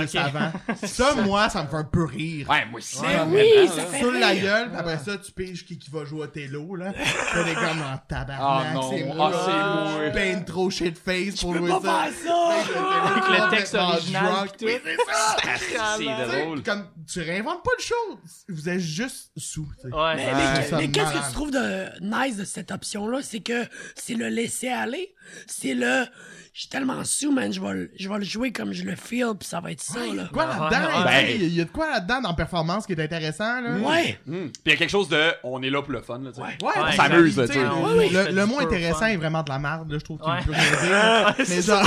juste Ok. avant. Ça, moi, ça me fait un peu rire. Ouais, moi aussi. Ben vraiment, oui, là. ça fait Sur la rire. gueule, puis après ça, tu piges qui, qui va jouer Othello, là. T'as des gars en Ah tabarnak, non, c'est ah, moi. c'est Je moi. peine trop shit face pour jouer Pas ça. faire ça! Avec le texte original, pis tout. C'est drôle. Comme, tu réinventes pas de choses. Vous êtes juste sous, tu sais. Ouais. Eh, Mais, Ouais, mais- ça mais me qu'est-ce que marre. tu trouves de nice de cette option-là? C'est que c'est le laisser aller. C'est le. Je suis tellement sous, man. Je vais, le- je vais le jouer comme je le feel, puis ça va être ça, là. Quoi là-dedans? ouais. hein, tu sais, Il y a de quoi là-dedans dans performance qui est intéressant, là? Ouais! Hmm. Puis il y a quelque chose de on est là pour le fun, là, tu sais. Ouais. Ouais, Ouais, on s'amuse, s'amuse, tu sais. tu sais. Le, Ouais, le- ouais. le mot C'est intéressant fun. est vraiment de la marde, là, je trouve qu'il Ouais. peut rien dire. Mais genre,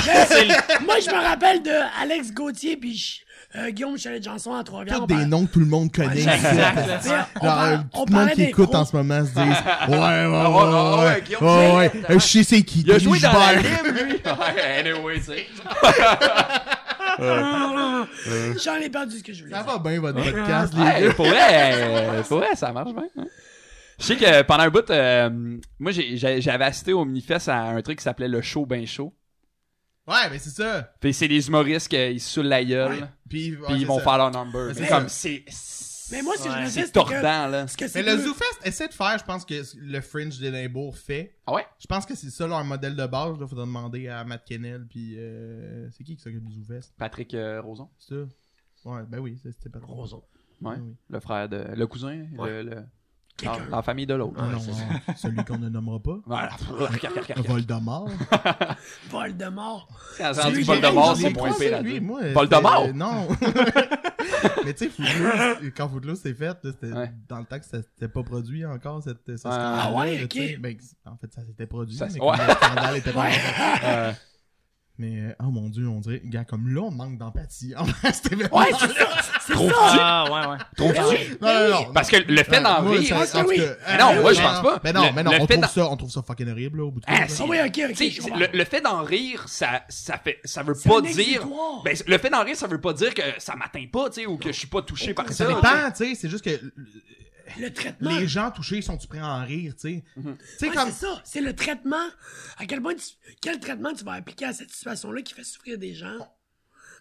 Moi, je me rappelle de Alex Gauthier puis Ch- euh, Guillaume Chalet-Janson à Trois-Rivières. tous On des parlait- noms que tout le monde connaît. ici. Exact, Tu sais, là. on Genre, parlait- euh, on tout le monde parlait qui des écoute pros. en ce moment se dit Ouais, ouais, ouais, ouais, ouais, ouais, Guillaume, ouais, ouais, exactement. Euh, je sais c'est qui. Il a joué Guy dans la Gilbert. lime, lui. Ouais, anyway, tu sais. J'en ai perdu ce que je voulais Ça dire. va bien, votre podcast, les Ouais, gars. pour vrai, euh, pour vrai, ça marche bien. hein. Je sais que pendant un bout, euh, moi j'ai- j'ai- j'avais assisté au Minifest à un truc qui s'appelait le show ben chaud. Ouais, mais c'est ça. Puis c'est des humoristes qui euh, se saoulent la gueule, Ouais. Puis ouais, puis c'est ils vont ça. faire leur number. Mais C'est c'est comme ça. c'est Mais moi, ce que je Ouais. me dis, c'est c'est que... tordant là. ce que c'est Mais le deux- ZooFest essaie de faire, je pense que le Fringe d'Edinburgh fait. Ah ouais? Je pense que c'est ça leur modèle de base. Il faudra demander à Matt Kennel. Puis euh, c'est qui qui s'occupe du ZooFest Patrick euh, Roson, C'est ça Ouais, ben oui, ça, c'était pas trop. Roson. ouais, Ah Oui. le frère de le cousin, le, le- Quelqu'un. dans- dans la famille de l'autre. non, non, celui qu'on ne nommera pas. Voilà. Voldemort. Voldemort. Rendu lui, Voldemort, j'ai- c'est j'ai moins quoi, pire ça, à lui? dire. Moi, euh, Voldemort? c'était- euh, Non. Mais tu sais, Footloose, quand Footloose s'est fait, là, c'était Ouais. dans le temps que ça s'était pas produit encore, cette ce Ah, scandale-là, ouais, là, ok. tu sais. Ben, en fait, ça s'était produit, Ça mais s- comme ouais. le scandale était pas encore- Euh, Mais, euh, oh mon Dieu, on dirait, gars, comme là, on manque d'empathie. Ah, C'était vraiment- Ouais, c'est ça! C'est Trop ça! Ah, ouais, ouais. Trop Ben oui, petit. Non, non, ben non. oui. Parce que le fait Ouais, d'en moi, rire, ça- Ah, c'est en tout oui. cas, Mais non, euh, moi, je pense pas. Mais non, Le- mais non, le on fait trouve d'en- ça, on trouve ça fucking horrible, là, au bout du Ah, compte, là. c'est- Ah oui, ok, ok. je Tu sais, comprends. le, le fait d'en rire, ça, ça fait, ça veut C'est pas un dire. exutoire. Ben, le fait d'en rire, ça veut pas dire que ça m'atteint pas, tu sais, ou que je suis pas touché par Ça ça. tu sais. dépend, tu sais, c'est juste que Le traitement. les gens touchés sont-tu prêts à en rire, tu sais. Tu sais, Mhm. Ouais, comme, C'est ça, c'est le traitement. À quel point tu- quel traitement tu vas appliquer à cette situation-là qui fait souffrir des gens?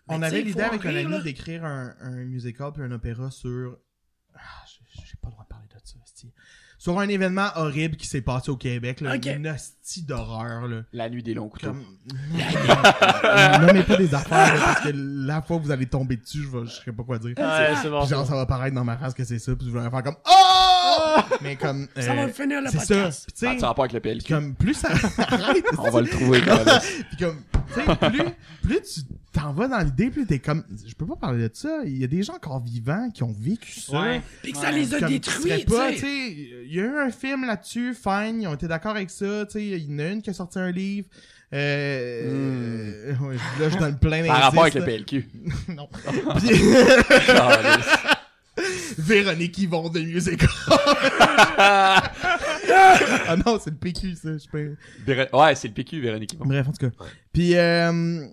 On Mais tu avait sais, l'idée faut en avec un rire, ami là. d'écrire un, un musical puis un opéra sur. Ah, j'ai- j'ai pas le droit de parler de ça, esti. Sur un événement horrible qui s'est passé au Québec, là, Ok. une hostie d'horreur, là. La nuit des longs couteaux. Comme. non, mais pas des affaires, là, parce que la fois que vous allez tomber dessus, je, vais- je sais pas quoi dire. Ouais, c'est bon. Puis genre, ça va paraître dans ma face que c'est ça, puis je vais faire comme. Oh! Mais comme. Ah! Ça euh, va finir le C'est ça. podcast. Puis tu Ça sais, a rapport avec le PLQ. comme plus ça. Arrête, On va le trouver. quand même. puis comme, tu sais, plus, plus tu t'en vas dans l'idée, plus t'es comme, je peux pas parler de ça. Il y a des gens encore vivants qui ont vécu ça. Ouais. Puis que ça les a Comme, détruits, tu serais pas, tu sais. tu sais, Il y a eu un film là-dessus, fine, ils ont été d'accord avec ça. tu sais, Il y en a une qui a sorti un livre. Euh, ouais, là, je suis dans le plein Ça a Hmm. rapport avec d'indices, le PLQ. là. Non. Puis- Calisse. Véronique Yvon de Music. ah non, c'est le PQ, ça. Je sais pas. Véro- ouais, c'est le PQ, Véronique. Yvon. Bref, en tout cas. Puis, euh, euh,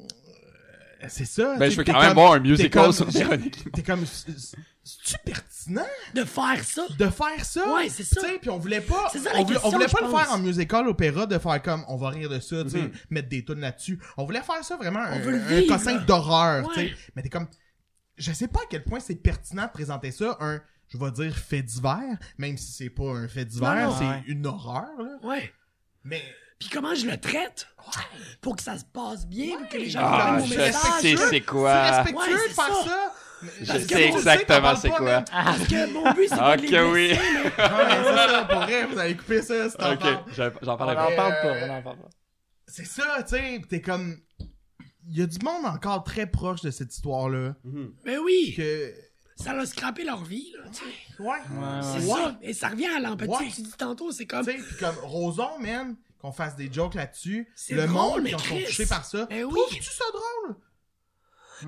c'est ça. tu Ben, je sais, peux t'es quand même comme- voir un t'es musical comme- sur Véronique. T'es comme, c'est-tu pertinent De faire ça. de faire ça? Ouais, c'est ça. Tu sais, puis on voulait pas, C'est ça la on voulait, on question, voulait pas je le pense. faire en musical, opéra, de faire comme, on va rire de ça, tu Mm-hmm. sais, mettre des tunes là-dessus. On voulait faire ça vraiment, un, veut le un vivre. cossin d'horreur, tu Ouais. sais. Mais t'es comme, je sais pas à quel point c'est pertinent de présenter ça, un, je vais dire fait divers, même si c'est pas un fait divers, Non, non. c'est Ouais. une horreur, là. Ouais. Mais Puis comment je le traite pour que ça se passe bien, pour que les gens Ah, comprennent je mon sais message. c'est quoi. c'est Ouais, respectueux de c'est faire ça. ça. mais- parce que nous, sais on sait qu'on exactement parle c'est pas, quoi. même. Parce que mon but, c'est Ah, pas de les Ok, oui. blesser, mais- Ouais, c'est ça, pour vrai, vous avez coupé ça, c'est Ok, j'en j'en On parle n'en avec. parle pas, on n'en parle pas. C'est ça, tu sais, pis t'es comme... Il y a du monde encore très proche de cette histoire-là. Mais Ben oui, Que... ça l'a scrappé leur vie, là, tu sais. Ouais. Ouais, C'est Ouais. ça. Et ça revient à l'empathie Ouais. que tu dis tantôt, c'est comme... Tu sais, pis comme Roson, man, qu'on fasse des jokes là-dessus. C'est Le drôle, monde mais qui en sont Chris. touchés par ça. Eh oui. Trouves-tu ça drôle?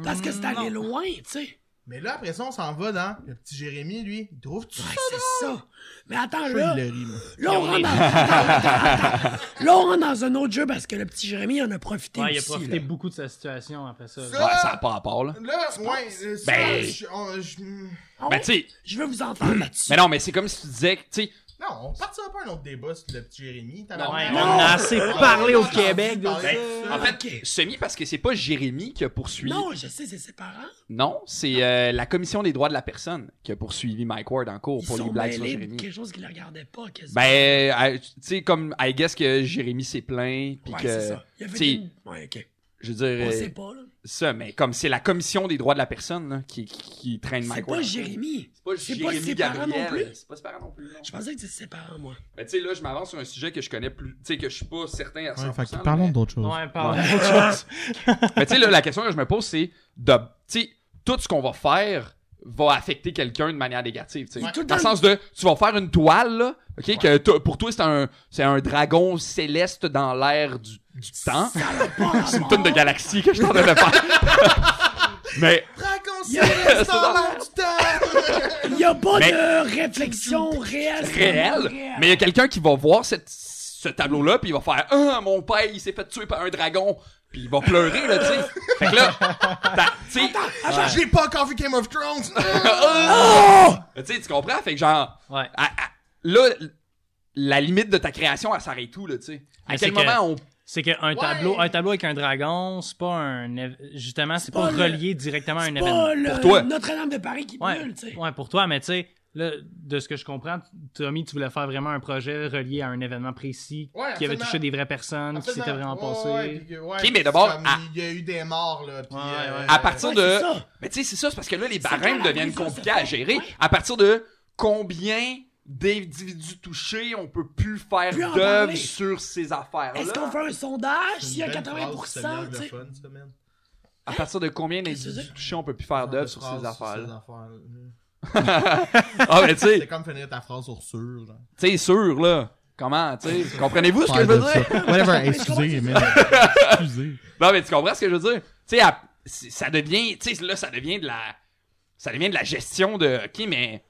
Parce que c'est Mm, allé Non. loin, tu sais. Mais là, après ça, on s'en va dans le petit Jérémy, lui. Il trouve tout Ouais, ça Ah, c'est ça. Mais attends, drôle. là, Il le rit, moi. là, on rentre dans... attends, attends, attends. Là, on rentre dans un autre jeu parce que le petit Jérémy en a profité Ouais, il a aussi, profité là. beaucoup de sa situation après ça. Ça- Ouais, ça n'a pas rapport, là. Là, ouais, euh, ça, Ben. je- on- je- Non, Ah Mais ouais? Ben, tu sais, Ben, Je veux vous entendre là-dessus. mais non, mais c'est comme si tu disais, que, tu sais, on partira pas à un autre débat sur le petit Jérémy. t'as Ouais, l'air- on a assez parlé au entendu Québec de parler Ben, ça. en fait, semi parce que c'est pas Jérémy qui a poursuivi. Non, je sais, c'est ses parents. Non, c'est euh, la commission des droits de la personne qui a poursuivi Mike Ward en cours Ils pour les sont blagues sur mêlés de Jérémy. quelque chose qu'ils ne regardaient pas. quasiment. Ben, euh, tu sais, comme, I guess que Jérémy s'est plaint, puis ouais, que, c'est ça. Il a tu sais, fait une... Ouais, ok. je On sait veux dire, euh, pas, là. ça, mais comme c'est la commission des droits de la personne là, qui, qui, qui traîne C'est Mike pas Ward. Jérémy. C'est C'est pas pas Jérémy ses parents Gabriel. non plus. C'est pas ses parents non plus. non. Je pensais que c'était ses parents, moi. Mais tu sais, là, je m'avance sur un sujet que je connais plus, tu sais, que je suis pas certain à 100%. là, mais- d'autres choses. Ouais, parle Ouais. d'autre chose. Mais tu sais, là, la question que je me pose, c'est de. Tu sais, tout ce qu'on va faire va affecter quelqu'un de manière négative. tu sais. Ouais. Tout le Dans le temps- sens de. Tu vas faire une toile, là, OK, que t- pour toi, c'est un, c'est un dragon céleste dans l'air du, du temps. Ça n'a pas rapport. C'est une tonne de galaxies que je t'en devais faire. Mais. Raconte-le, Yeah. c'est dans l'air du temps! Il n'y a pas Mais- de réflexion réelle. réel, mais il y a quelqu'un qui va voir cette- ce tableau-là, puis il va faire Ah, mon père, il s'est fait tuer par un dragon, puis il va pleurer, là, tu sais. Fait que là, t'as- tu sais, Attends, j'ai pas encore vu Game of Thrones! tu sais, tu comprends? Fait que genre, Ouais. à- à- là, la limite de ta création, elle s'arrête où, là, tu sais? À Mais quel c'est que- moment C'est qu'un tableau, un tableau avec un dragon, c'est pas un. év- Justement, c'est pas pas, le- relié directement à un événement. Pas le Pour toi. Notre-Dame de Paris qui Ouais, brûle, tu sais. ouais, pour toi, mais tu sais, là, de ce que je comprends, Tommy, tu voulais faire vraiment un projet relié à un événement précis Ouais, qui avait absolument. touché des vraies personnes, qui s'était vraiment passé. Ok, mais d'abord, à- Il y a eu des morts, là. Puis, Ouais, euh, ouais. on. À partir Ouais, de. c'est ça. Mais tu sais, c'est ça, c'est parce que là, les C'est barèmes quand la deviennent raison se compliqués à fait. gérer. Ouais. À partir de combien d'individus touchés, on peut plus faire Plus en d'œuvre parler. sur ces affaires-là. Est-ce qu'on fait un sondage s'il y a Une belle phrase, ça 80 vient de tu sais? fun, ça, man. À partir de combien Qu'est-ce que d'individus c'est? touchés on peut plus faire d'œuvre sur Phrase ces affaires-là? affaires-là. Ah, mais tu C'est sais, comme finir ta phrase sur sûr, genre. tu sais, sûr, là. Comment, tu sais, comprenez-vous ce que je veux dire? Whatever, excusez, man. Excusez. Non, mais tu comprends ce que je veux dire? Tu sais, à- c'est- ça devient, tu sais, là, ça devient de la, ça devient de la gestion de, ok, mais,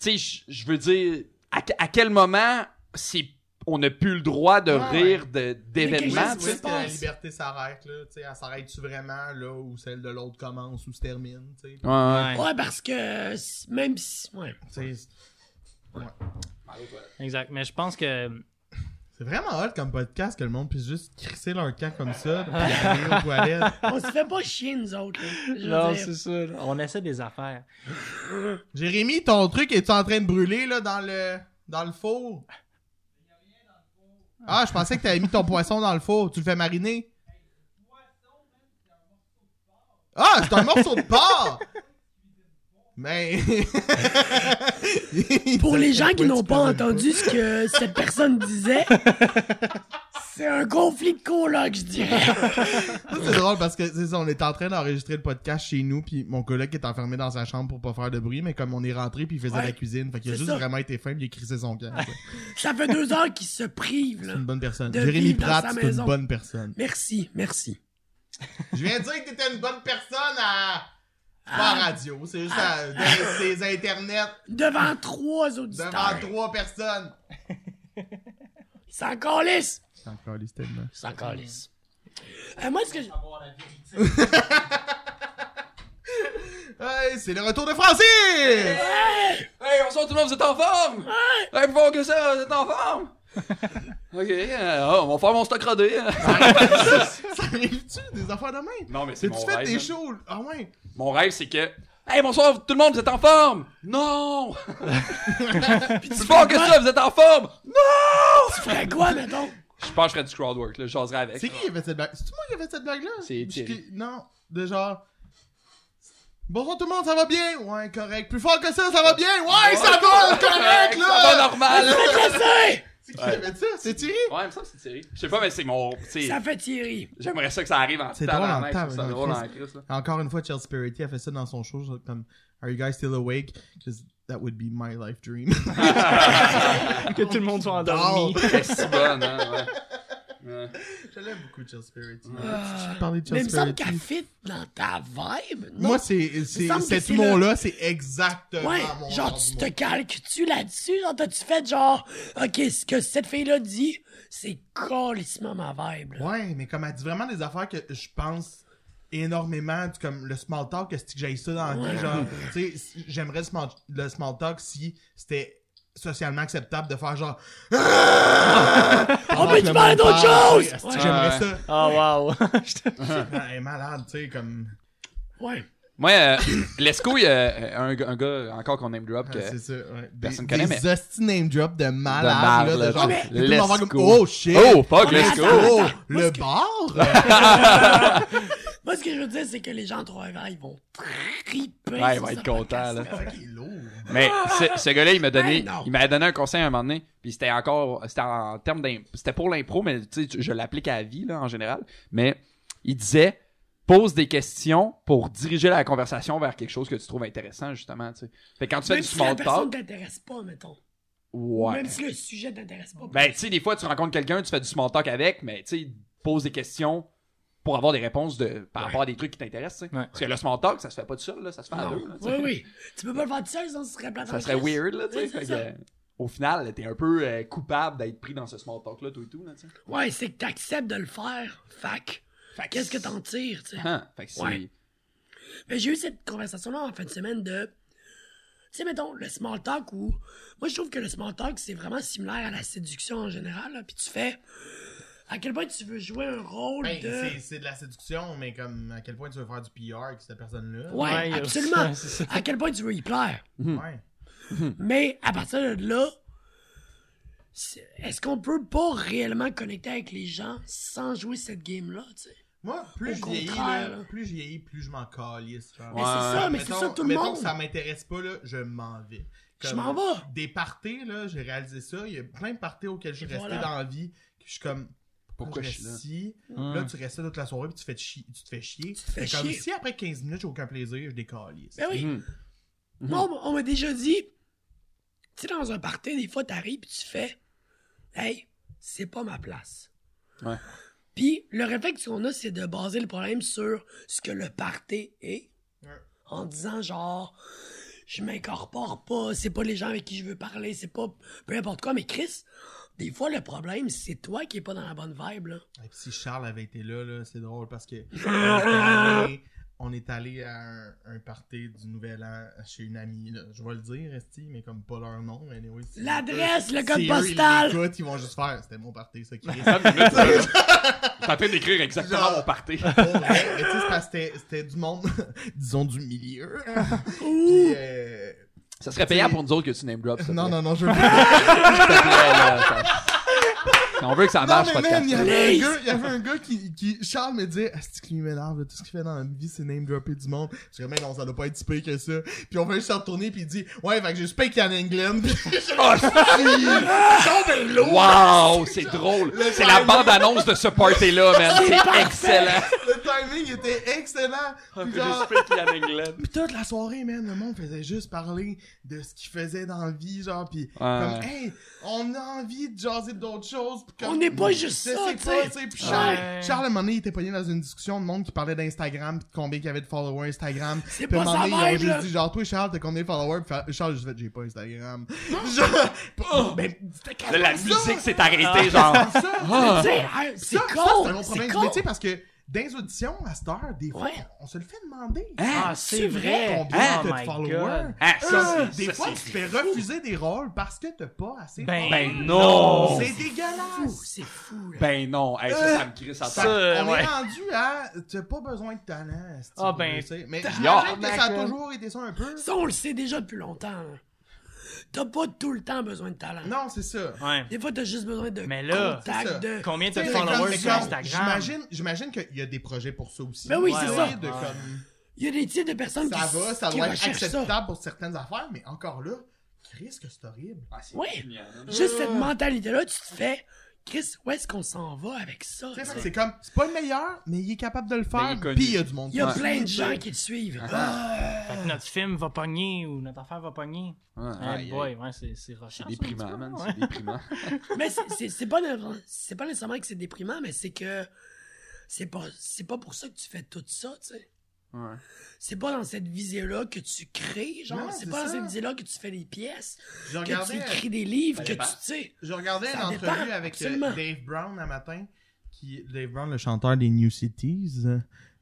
tu sais, je- je veux dire, à, que- à quel moment c'est, on n'a plus le droit de Ah, Ouais, rire de- quelque d'événements, chose tu qui sais? se que la passe. liberté s'arrête, là. Tu sais, elle s'arrête-tu vraiment, là, où celle de l'autre commence ou se termine, tu sais? Ouais, ouais. Ouais, parce que euh, si- même si. Ouais. Tu sais, Exact. Mais je pense que. C'est vraiment hot comme podcast que le monde puisse juste crisser leur camp comme ça, puis aller aux toilettes. On se fait pas chier, nous autres. là. Je veux dire. ça. On essaie des affaires. Jérémy, ton truc est en train de brûler là dans le dans le four? Ah, je pensais que t'avais mis ton poisson dans le four. Tu le fais mariner? Ah, c'est un morceau de porc! Mais. Pour les gens qui Ouais, n'ont tu pas parles. entendu ce que cette personne disait, c'est un conflit de coloc, je dirais. Ça, C'est drôle parce que c'est ça, on était en train d'enregistrer le podcast chez nous, puis mon collègue est enfermé dans sa chambre pour pas faire de bruit, mais comme on est rentré, puis il faisait Ouais. de la cuisine, fait qu'il a C'est juste ça. vraiment été fin, puis il a crissé son camp. quoi. Ça fait deux heures qu'ils se privent, là. C'est une bonne personne. De Jérémy vivre dans Pratt, sa c'est une maison. bonne personne. Merci, merci. Je viens de dire que t'étais une bonne personne à. Pas Ah. en radio, c'est juste à. ces internets Devant trois devant auditeurs. trois personnes. Ils s'en calissent. C'est encore les tellement. Ils s'en calissent. Euh, moi, ce que je... Hey, c'est le retour de Francis! Hey! Hey, on sort tout le monde, vous êtes en forme? Hey, plus fort que ça, vous êtes en forme? ok, euh, oh, on va faire mon stock rodé. hein. Ça arrive-tu des affaires de même? non, mais c'est C'est-tu mon fait rêve. hein. des man. shows? Ah ouais! Mon rêve, c'est que, hey, bonsoir tout le monde, vous êtes en forme? Non! plus fort que ça, vous êtes en forme? Non! Tu ferais quoi, mettons? Je pense que je ferais du crowd work, là, je jaserais avec. C'est qui qui avait cette blague? C'est moi qui avait cette blague-là? C'est Parce Thierry. que- Non, de genre... Bonjour tout le monde, ça va bien? Ouais, correct. Plus fort que ça, ça va bien? Ouais, ça va, correct, Ça va là! normal! C'est qui qui avait dit ça? C'est Thierry? ouais, il me semble que c'est Thierry. Je sais pas, mais c'est mon. tu sais, Ça fait Thierry. J'aimerais ça que ça arrive en C'est temps, drôle dans en la- temps, ça, mais drôle non, en mais crise, là. Encore une fois, Chelsea Peretti a fait ça dans son show, genre comme Are you guys still awake? 'Cause that would be my life dream. Ah, que tout le monde soit endormi. Elle est si bonne, hein, ouais. Ouais. Je l'aime beaucoup, Chelsea Peretti. Ah, Tu parlais de Mais il me Chelsea semble Peretti. qu'elle fit dans ta vibe. non? Moi, c'est, c'est, semble que cet c'est humour-là, c'est exactement Ouais, mon genre, genre tu d'humour. te calques-tu là-dessus? Genre, t'as-tu fait genre, OK, ce que cette fille-là dit, c'est colissement ma vibe. là. Ouais, mais comme elle dit vraiment des affaires que je pense énormément, du- comme le small talk, que c'est que j'aille ça dans la vie, genre, tu sais, si- j'aimerais le small, le small talk si c'était socialement acceptable de faire genre On Ah, peut-tu le parler monde d'autre parle, chose? tu sais, Ouais. asti, j'aimerais ça Ah, Oh wow. elle est malade tu sais comme Ouais. Moi, euh, Lesco, il y a un, gars- un gars encore qu'on name drop. que- Ah, c'est ça ouais. Personne des, connaît, des hosties name drop de de malade marde, là, là, de genre, genre, tout le monde va Lesco. comme, oh shit Oh, fuck, Mais Lesco! attends, Oh, attends, moi, le ce que- bar Moi, ce que je veux dire, c'est que les gens trop ils vont triper. Ouais, il sur va ce être content, podcast. là. C'est vrai qu'il est lourd Mais ce, ce gars-là, il m'a donné, Ben non. il m'a donné un conseil à un moment donné, puis c'était encore, c'était en termes d'im- c'était pour l'impro, mais tu sais, tu- je l'applique à la vie là en général. Mais il disait, pose des questions pour diriger la conversation vers quelque chose que tu trouves intéressant justement. Tu sais. Fait que quand tu fais Même du si la small personne talk, t'intéresse pas, mettons. ouais. Même si le sujet t'intéresse pas. Ben tu sais, des fois tu rencontres quelqu'un, tu fais du small talk avec, mais tu sais, pose des questions pour avoir des réponses de par rapport à des trucs qui t'intéressent. tu sais. Ouais. Parce que le small talk, ça se fait pas tout seul, là, ça se fait à Non. deux. là, tu sais. ben, oui, oui. Tu peux pas le faire tout seul, sinon ce serait plate. ça en serait crise. weird là, tu sais. Oui, c'est Fait que, ça. euh, au final, là, t'es un peu euh, coupable d'être pris dans ce small talk là, tout et tout là, tu sais. Ouais, c'est que t'acceptes de le faire. Fac. Qu'est-ce que t'en tires, tu sais? Hein? Fait que c'est- Ouais. Mais Ben, j'ai eu cette conversation-là en fin de semaine de. Tu sais, mettons, le small talk où. Moi, je trouve que le small talk, c'est vraiment similaire à la séduction en général. là. Puis tu fais. À quel point tu veux jouer un rôle Ben, de. c'est- C'est de la séduction, mais comme à quel point tu veux faire du PR avec cette personne-là. Ouais, Ouais, absolument. c'est ça. À quel point tu veux y plaire. Ouais. Mais à partir de là, c'est- est-ce qu'on peut pas réellement connecter avec les gens sans jouer cette game-là, tu sais? Moi, plus Au je vieillis, contraire, là, là. plus je vieillis, plus je m'en calisse. genre. Mais Ben, c'est ça, mais c'est Mettons- ça tout le mettons monde. que ça m'intéresse pas, là, je m'en vais. Je m'en vais. Des parties, là, j'ai réalisé ça. Il y a plein de parties auxquelles je suis Et resté voilà. dans la vie. que Je suis comme. Pourquoi je reste suis là? ici? Hmm. Là, tu restes là toute la soirée puis tu, fais te chi- tu te fais chier. Tu Hum. fais comme chier. si après 15 minutes, j'ai aucun plaisir, je décalisse. Ben oui. Mhm. Moi, on- on m'a déjà dit, tu sais, dans un party, des fois, t'arrives et tu fais, hey, c'est pas ma place. Ouais. Puis le réflexe qu'on a, c'est de baser le problème sur ce que le party est, Ouais. en disant genre, je m'incorpore pas, c'est pas les gens avec qui je veux parler, c'est pas peu importe quoi, mais Chris, des fois, le problème, c'est toi qui es pas dans la bonne vibe, là. Et puis si Charles avait été là, là c'est drôle parce que on est allé- on est allé à un, un party du Nouvel An chez une amie. là. Je vais le dire, Esti, mais comme pas leur nom. mais Anyway, si- L'adresse, le si code eux, Ils, postal! l'écoutent, ils vont juste faire. C'était mon party, ça qui est. Femme, il met ça, Ah, là. T'es en train d'écrire exactement Genre. mon party. Pour vrai, mais tu sais, c'est parce que c'était- c'était du monde, disons, du milieu. Puis, euh, Ça serait payant pour nous autres que tu name drop. Non, Ah, non, non, je veux pas. On veut que ça Non, marche, mais man, il y podcast. avait un Please. gars, il y avait un gars qui, qui Charles me dit, ah, c'est qui lui m'énerve, là, tout ce qu'il fait dans la vie, c'est name dropper du monde. Je dis, mais non, ça doit pas être si pire que ça. Puis on fait juste se retourner, puis il dit, ouais, fait que je speak en England. Oh, Wow, c'est drôle. Le C'est la timing. bande-annonce de ce party-là, man. C'est excellent. Le timing était excellent. Puis genre, Puis toute la soirée, man, le monde faisait juste parler de ce qu'il faisait dans la vie, genre, pis comme, hey, on a envie de jaser d'autres choses. pis comme- On n'est pas juste Je ça, sais tu pas, sais. tu sais. Puis Charles, Ouais. Charles, à un moment donné, il était pogné dans une discussion de monde qui parlait d'Instagram, pis de combien il y avait de followers Instagram. C'est Puis à un pas moment sa donné, ils ont vibe, juste là. dit, genre, toi, Charles, t'as combien de followers? Puis Fa- Charles, je fait, j'ai pas Instagram. Genre, oh, ben, c'était Là, la quasiment ça. musique s'est arrêtée, genre. C'est ça. Tu sais, hein, C'est Ça, ça, c'est un con! bon C'est problème. con! Mais tu sais, parce que dans les auditions, à cette heure, des fois, Ouais. on se le fait demander. Ah, c'est vrai. Combien oh t'as de my followers? God. Ah, ça, c'est- Des ça, fois, tu c'est- te fais refuser des rôles parce que t'as pas assez de Ben, followers. Ben non! C'est fou, dégueulasse! c'est fou, là. Ben non. Hey, ça, ça me crie sa Ça, tête. euh, on est ouais. rendu à t'as pas besoin de talent. esti, Ah, ben, tu sais. mais tabarnak, j'imagine que ça a hein. toujours été ça un peu. Ça, on le sait déjà depuis longtemps. hein. T'as pas tout le temps besoin de talent. Non, c'est ça. Ouais. Des fois, t'as juste besoin de Mais là, c'est ça. contact, de... Combien de T'sais, followers comme- sur comme- Instagram? J'imagine, j'imagine qu'il y a des projets pour ça aussi. Ben oui, Ouais, c'est ouais. ça. De comme, Il y a des types de personnes ça qui, va, ça qui doit être recherchent ça. acceptable pour certaines affaires, mais encore là, Chris, que c'est horrible. Ouais. Juste cette mentalité-là, tu te fais, Chris, où est-ce qu'on s'en va avec ça? Tu sais, tu sais? C'est comme, c'est pas le meilleur, mais il est capable de le Mais faire, il est connu. puis il y a du monde. Il y a Ouais. plein de gens qui le suivent. Ah. euh, Fait que notre film va pogner ou notre affaire va pogner. Aïe, Hey aïe. boy, ouais, c'est c'est rushant, ça, C'est un petit déprimant, peu, man. ouais. C'est déprimant. Ah. Mais c'est- c'est c'est pas, nécessairement- c'est pas nécessairement que c'est déprimant, mais c'est que c'est pas, c'est pas pour ça que tu fais tout ça, tu sais. Ouais. C'est pas dans cette visée-là que tu crées, Non, genre. C'est c'est pas dans ça. cette visée-là que tu fais les pièces, Je que tu regardais, écris des livres, Ça que tu, tu dépend. sais. je regardais Ça une dépend, entrevue avec euh, absolument. Dave Brown un matin, qui, Dave Brown, le chanteur des New Cities.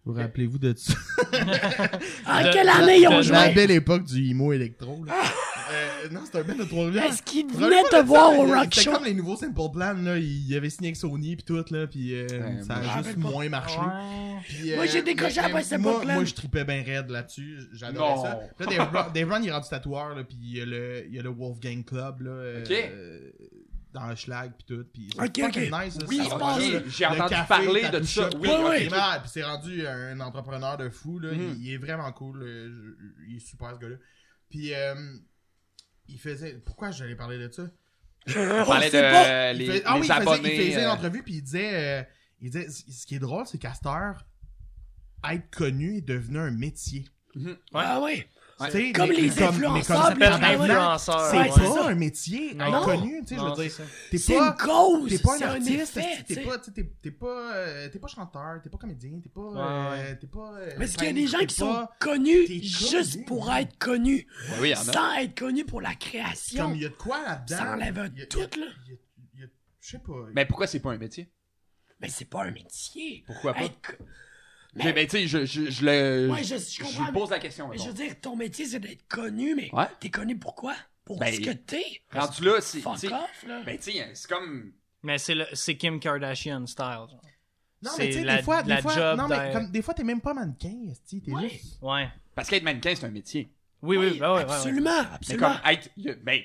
Vous rappelez-vous de ça? En De- Ah, quelle de- année ils ont de- La joué? belle époque du emo électro. là. Ah! Euh, non, c'était un bel de Trois-Rivières. Est-ce qu'ils Vraiment, venaient te là, voir ça, au euh, rock C'était show? comme les nouveaux Simple Plan, là. Ils avaient signé avec Sony pis tout, là. Pis euh, ça Ouais, moi, je a rappelle juste pas. moins marché. Ouais. Puis, euh, Moi, j'ai décroché mais- après mais Simple moi, Plan. moi, je tripais bien raide là-dessus. Non. J'adorais ça. Là, Dave Brown, Dave Brown, il est rendu tatoueur, là. Pis il y a le, il y a le Wolfgang Club, là. euh, Ok. euh, dans le schlag pis tout. Pis c'est Ok, fucking ok. nice, là, Oui, ça ok, va, là. j'ai Le entendu café, parler de tattoo ça. shop, Oui, là, oui. il est malade, Pis c'est rendu un entrepreneur de fou, là. Mm. Il, il est vraiment cool. euh, je- Il est super, ce gars-là. Pis, euh, il faisait. Pourquoi j'allais parler de ça? On parlait sait pas. de euh, les, Il fait- ah oui, les il faisait- abonnés. il faisait une euh, entrevue puis il disait, euh, il disait, c- ce qui est drôle, c'est qu'à cette heure, être connu est devenu un métier. Ah oui. Ouais. Tu sais, Comme les influenceurs, ça Ah, puis s'appelle les maintenant, influenceurs, C'est ouais. pas C'est ça. un métier, Non. être connu, tu sais, je veux Non, c'est dire. ça. T'es C'est pas, une cause. t'es pas un c'est un artiste, effet, t'es tu sais. pas, t'es, t'es pas, euh, t'es pas chanteur, t'es pas comédien, t'es pas, Ouais, euh, t'es pas. euh, Mais est-ce qu'il y a peintre, des gens t'es qui sont pas- connus t'es juste connu. pour être connus, ouais, ben oui, il y en a. sans être connus pour la création? Comme il y a de quoi là-dedans. Ça enlève Il y a- tout, là. il y a- il y a- Je sais pas. Mais pourquoi c'est pas un métier? Mais c'est pas un métier. Pourquoi pas? Être co- Mais- J'ai- Ben, tu sais, je, je, je le. Ouais, je, je je comprends. lui pose la question. mais mettons. je veux dire, ton métier, c'est d'être connu, mais Ouais. t'es connu pourquoi? Pour Ben, ce que t'es. Rendu là, c'est. Fuck tu sais, off, là. Ben, tu sais, c'est comme. Mais c'est le- c'est Kim Kardashian style. genre. Non, C'est mais tu sais, la- des fois, la des fois, job non, d'un- mais comme, des fois, t'es même pas mannequin, esti, t'es Ouais. juste. Ouais. Parce qu'être mannequin, c'est un métier. Oui, oui, bah ouais, ouais, ouais. absolument, Mais absolument. comme être. y a- Ben.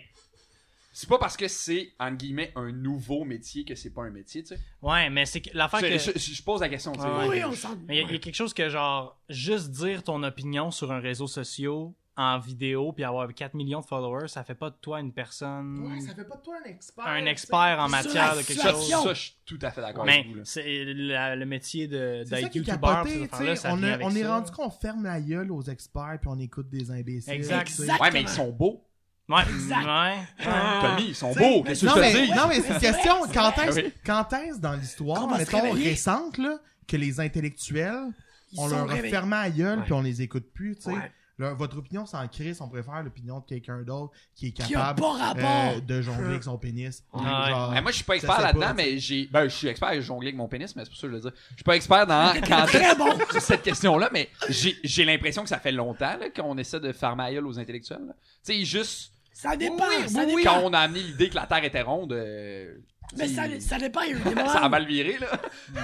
C'est pas parce que c'est, entre guillemets, un nouveau métier que c'est pas un métier, tu sais. Ouais, mais c'est que l'affaire que. Je, je- je pose la question, tu sais. Ouais. Oui, on s'en... Mais il y a- il y, a quelque chose que, genre, juste dire ton opinion sur un réseau social en vidéo puis avoir 4 millions de followers, ça fait pas de toi une personne, Ouais, ça fait pas de toi un expert. Hmm. un tu sais. expert en Sur la matière de quelque Ça, chose. situation. ça, je suis tout à fait d'accord Mais avec vous, là. c'est la- le métier de- C'est ça d'être qui est youtubeur, ces capoté, tu affaires-là, sais. ça On, vient a- avec on est ça. rendu qu'on ferme la gueule aux experts puis on écoute des imbéciles. Exact. tu sais. Exact. Ouais, mais ils sont beaux. Ouais, Exact. ouais. Ah. Tommy, ils sont Tu sais, beaux. mais- Qu'est-ce que non, je te mais- dis? Non, mais c'est une C'est vrai, question. c'est Quand vrai. est-ce Ah oui. quand est-ce dans l'histoire, Qu'on va se mettons, réveiller. récente, là, que les intellectuels, Ils on sont leur a réveillés. fermé la gueule Ouais. puis on les écoute plus, tu sais. Ouais. Là, votre opinion s'en crisse, on préfère l'opinion de quelqu'un d'autre qui est Qui a capable pas rapport. euh, de jongler Euh. avec son pénis. Ouais. Ou genre- Ouais, Ah, moi, je suis pas Ça expert sait là-dedans, pas, mais j'ai. Ben, je suis expert à jongler avec mon pénis, mais c'est pour ça que je le dis. Je suis pas expert dans quand Très bon. sur cette question-là, mais j'ai j'ai l'impression que ça fait longtemps là, qu'on essaie de faire ma gueule aux intellectuels. là. Tu sais, juste. Ça dépend, Oui, ça oui, dépend. quand on a amené l'idée que la Terre était ronde, euh, Mais tu- ça, ça dépend, il y a eu des moments Ben, ça a où- mal viré, là.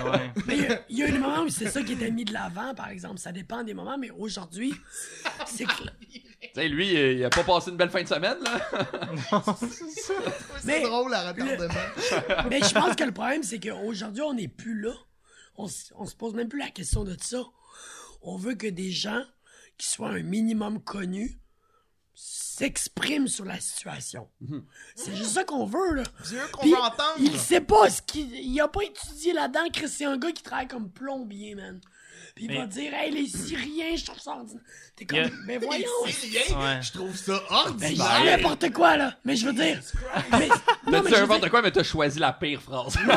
ouais. mais il y a- il y a eu des moments où c'est ça qui était mis de l'avant, par exemple. Ça dépend des moments, mais aujourd'hui, c'est que... Tu sais, lui, euh, il a pas passé une belle fin de semaine, là. Mais- C'est drôle à retardement. Mais je pense que le problème, c'est qu'aujourd'hui, on n'est plus là. On, s- on se pose même plus la question de ça. On veut que des gens qui soient un minimum connus s'expriment sur la situation. C'est juste ça qu'on veut, là. Dieu qu'on Puis, veut entendre. il sait pas ce qu'il... Il a pas étudié là-dedans. Chris, c'est un gars qui travaille comme plombier, man. Puis il Mais- va dire, « Hey, les Syriens, je trouve ça ordinaire. » T'es comme, Il y a- Mais voyons! Les Syriens, Ouais. je trouve ça Ben, je ordinaire. dis n'importe quoi, là. Mais je veux dire... mais- non, T'as mais dit je veux n'importe dire- quoi, mais t'as choisi la pire phrase. dans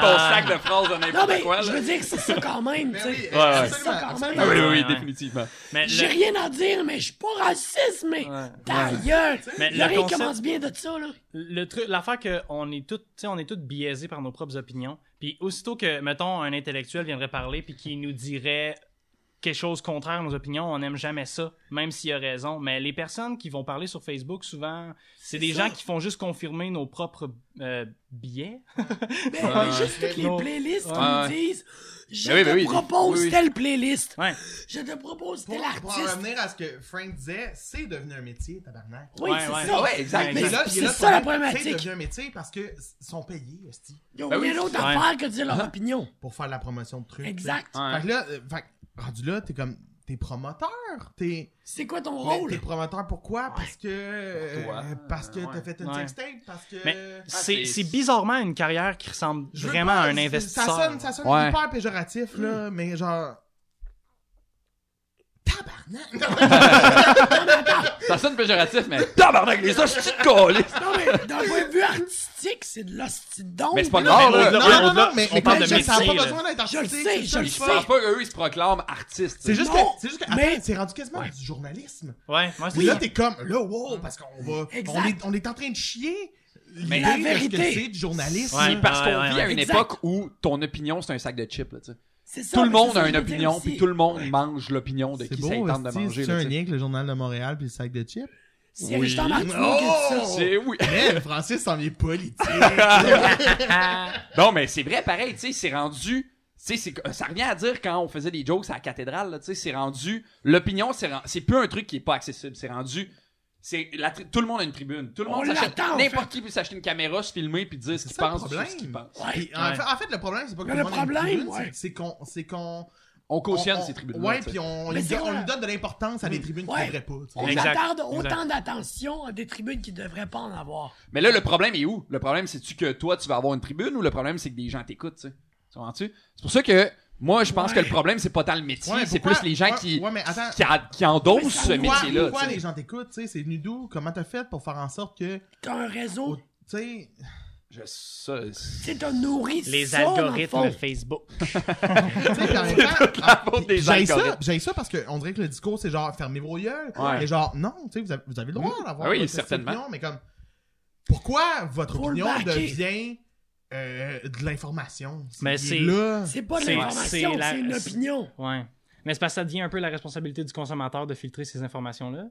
ton sac de phrases de Non, n'importe mais quoi, là. je veux dire, c'est ça quand même, tu Ben sais. oui, Ouais, ouais. C'est ça quand même. Ah oui, oui, Ouais, oui, ouais. définitivement. Mais J'ai le- rien à dire, mais je suis pas raciste, mais Ouais. ta gueule! Mais Le le rien concept- commence bien de ça, là. le truc l'affaire que on est toutes tu sais, on est toutes biaisés par nos propres opinions puis aussitôt que mettons un intellectuel viendrait parler puis qui nous dirait quelque chose contraire à nos opinions, on n'aime jamais ça, même s'il a raison. Mais les personnes qui vont parler sur Facebook, souvent, c'est des ça. gens qui font juste confirmer nos propres euh, biais. Mais, Ouais. mais Ben, juste toutes les Non. playlists qui Ouais. nous disent Je Mais oui, te mais oui. propose Oui, oui. telle playlist. Ouais. Je te propose Pour, tel pour en artiste. revenir à ce que Frank disait, c'est devenu un métier, tabarnak. Oui, Ouais, c'est ouais. ça. Ah ouais, exact. Mais Il est là- c'est il est là ça, la pour- C'est problématique. devenu un métier parce que s- ils sont payés, hostie, Ils ont Ben oui. rien d'autre Ouais. à faire que de dire leur opinion. pour faire de la promotion de trucs. Exact. tu sais. Ouais. Fait que là, euh, fait que, rendu là, t'es comme, t'es promoteur, t'es... C'est quoi ton Mais T'es rôle? promoteur pourquoi? Parce que. Pour toi. euh, parce que Ouais. t'as fait une Ouais. sextape, parce que. Mais Ah, c'est c'est- c'est bizarrement une carrière qui ressemble je veux vraiment pas- à un ça- investisseur. Ça sonne, ça sonne Ouais. hyper péjoratif, là, mais genre. Tabarnak! Ça sonne péjoratif, mais tabarnak, les hosties de câlisse. Non, mais d'un point de vue artistique, c'est de l'hostidon. Mais c'est pas Non, grave, là. non, au-delà- non, non, au-delà, mais on parle mais de je- Ça n'a métier, pas là. besoin d'être Je le artistique, sais, c'est je ça le Je sais. pense pas qu'eux, ils se proclament artistes. C'est juste que. Non, C'est juste que. mais- attends, c'est rendu quasiment Ouais. du journalisme. Ouais, moi, c'est Puis là, ça. t'es comme, là, wow, parce qu'on va. Exact. On est, on est en train de chier. Mais l'idée la de vérité. Ce que c'est du journalisme. Ouais. C'est parce qu'on ouais, vit ouais. à une Exact. époque où ton opinion, c'est un sac de chips. Là, tu sais. C'est ça, tout le mais c'est monde ça a que une je veux dire opinion, aussi. puis tout le monde mange l'opinion de C'est qui beau, ça tente de hostie, manger. c'est là, un tu sais. lien avec le journal de Montréal puis le sac de chips. C'est Oui. Richard Martineau qui a dit ça. Oh! C'est oui. Mais Francis s'en vient politique. Non, mais c'est vrai, pareil, tu sais, c'est rendu. Tu sais, c'est- ça revient à dire quand on faisait des jokes à la cathédrale, là, tu sais, c'est rendu. L'opinion, c'est ren- c'est plus un truc qui est pas accessible. C'est rendu. c'est la tri- Tout le monde a une tribune. Tout le On monde s'achète. l'attend, en N'importe qui peut s'acheter une caméra, se filmer, puis dire ce C'est qu'il ça, le pense, sur ce problème. qu'il pense. Ouais. Et en, Ouais. fait, en fait, le problème, c'est pas que Mais tout le monde a une problème, tribune, ouais. c'est- c'est qu'on. C'est qu'on. On cautionne on- on- ces tribunes-là. Ouais, tu sais. puis on, Mais lui c'est donne- quoi, on là? lui donne de l'importance à des tribunes Ouais. qui devraient pas. tu sais. On Exact. attarde autant Exact. d'attention à des tribunes qui ne devraient pas en avoir. Mais là, le problème est où? Le problème, c'est-tu que toi, tu vas avoir une tribune ou le problème, c'est que des gens t'écoutent, tu sais? Tu comprends-tu? C'est pour ça que moi, je pense Ouais. que le problème, c'est pas tant le métier, Ouais, c'est pourquoi- plus les gens ouais, qui, ouais, mais attends. qui, a- qui endossent ce Mais Pourquoi, métier-là. pourquoi tu sais. les gens t'écoutent, tu sais, c'est venu d'où? Comment t'as fait pour faire en sorte que, T'as un au- réseau, tu sais, Je- ça, c'est- tu sais, t'as nourri Les ça, dans le fond. algorithmes Facebook. tu sais, puis en même temps, la faute des j'ai algorithmes. ça, j'ai ça parce qu'on dirait que le discours c'est genre fermez vos yeux, Ouais. et genre non, tu sais, vous avez, vous avez le droit d'avoir Ah oui, votre certainement. opinion, mais comme pourquoi votre Faut le opinion backer. devient euh, de l'information Mais c'est- là, C'est pas de C'est- l'information, c'est la- c'est une c'est- opinion. Ouais. Mais c'est parce que ça devient un peu la responsabilité du consommateur de filtrer ces informations-là.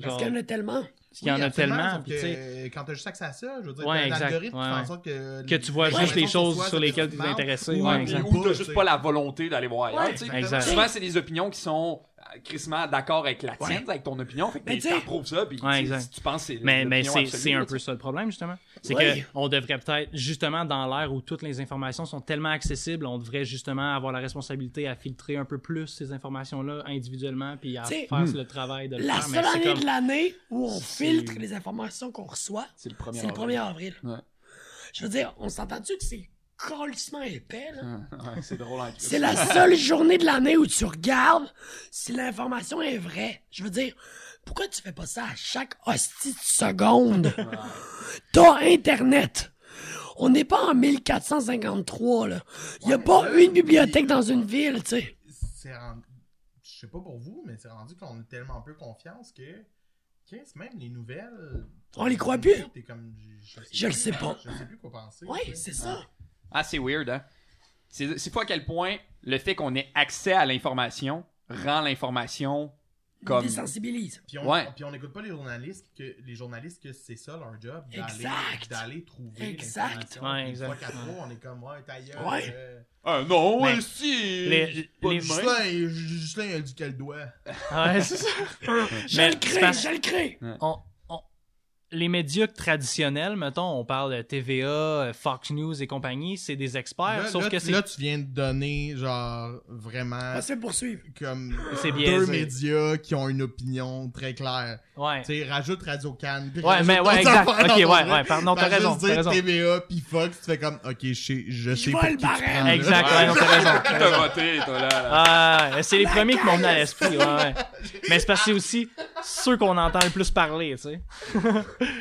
Parce Genre, qu'il y en a tellement. parce qu'il y en Oui, a absolument, tellement. sauf puis que, tu sais, euh, quand t'as juste accès à ça, je veux dire, Ouais, t'as un exact, algorithme ouais, qui fait ouais. en sorte que que tu vois les juste les informations choses soient sur lesquelles tu de t'es intéressé. marde, Ouais, ou- Puis exact. ou- Ou t'as pas, juste t'sais. pas la volonté d'aller voir ailleurs, Ouais, tu sais. exact. Souvent, c'est des opinions qui sont euh, crissement d'accord avec la tienne, avec ton opinion. Fait Mais tu que t'es- sais- t'approuves ça, puis tu Ouais, sais, exact. si tu penses que c'est Mais, mais l'opinion c'est absolue, c'est un là, tu peu sais. ça le problème, justement. C'est Oui. que on devrait peut-être, justement, dans l'ère où toutes les informations sont tellement accessibles, on devrait justement avoir la responsabilité à filtrer un peu plus ces informations-là individuellement, puis à Tu sais, hmm. faire le travail de le La faire. mais seule c'est année comme- de l'année où on C'est- filtre les informations qu'on reçoit, C'est le premier. c'est le 1er avril. Ouais. Je veux dire, on s'entend-tu que c'est colissement épais, là? Ouais, c'est drôle en plus. C'est la seule journée de l'année où tu regardes si l'information est vraie. Je veux dire, pourquoi tu fais pas ça à chaque hostie de seconde? T'as Internet. On n'est pas en 1453, là. Il n'y a pas une bibliothèque dans une ville, tu sais. c'est rendu- je sais pas pour vous, mais c'est rendu qu'on a tellement peu confiance que Chris, même les nouvelles. On les croit plus. T'es comme, je, je Je le plus- sais pas. Je sais plus quoi penser. Oui, tu sais. c'est ça. Ah, c'est weird, hein? C'est c'est fou à quel point le fait qu'on ait accès à l'information rend l'information comme. Désensibilise. Puis on, Ouais. puis on n'écoute pas les journalistes que les journalistes que c'est ça leur job d'aller Exact. d'aller trouver Exact. l'information. Ouais, Puis exact. Une fois qu'à trop, on est comme ouais, ta gueule. Ouais. euh, Ah non, Mais si! les- pas les- de main. Justin, il- Justin, il a dit qu'elle doit. Ouais, c'est ça. Je Mais le c'est crée, parce- je le crée. on- on- les médias traditionnels, mettons, on parle de TVA, euh, Fox News et compagnie, c'est des experts, Là, sauf là, que tu- c'est là, tu viens de donner genre vraiment On se fait poursuivre. comme C'est deux biaisé. médias qui ont une opinion très claire. ouais. Tu sais, rajoute Radio Can. puis Ouais, rajoute mais ouais, d'autres exact. affaires Ok, dans ton ouais, truc. ouais, pardon, t'as Fait raison, juste t'as dire raison. TVA puis Fox, tu fais comme, ok, je sais, je sais vole pour qui tu barème. prends, là. Exact, ouais, non, t'as raison. t'as T'as raison. voté, toi, là. là. Ah, c'est les premiers qui m'ont venu à l'esprit, ouais, ouais. Mais c'est parce que c'est aussi ceux qu'on entend le plus parler, tu sais. Ouais,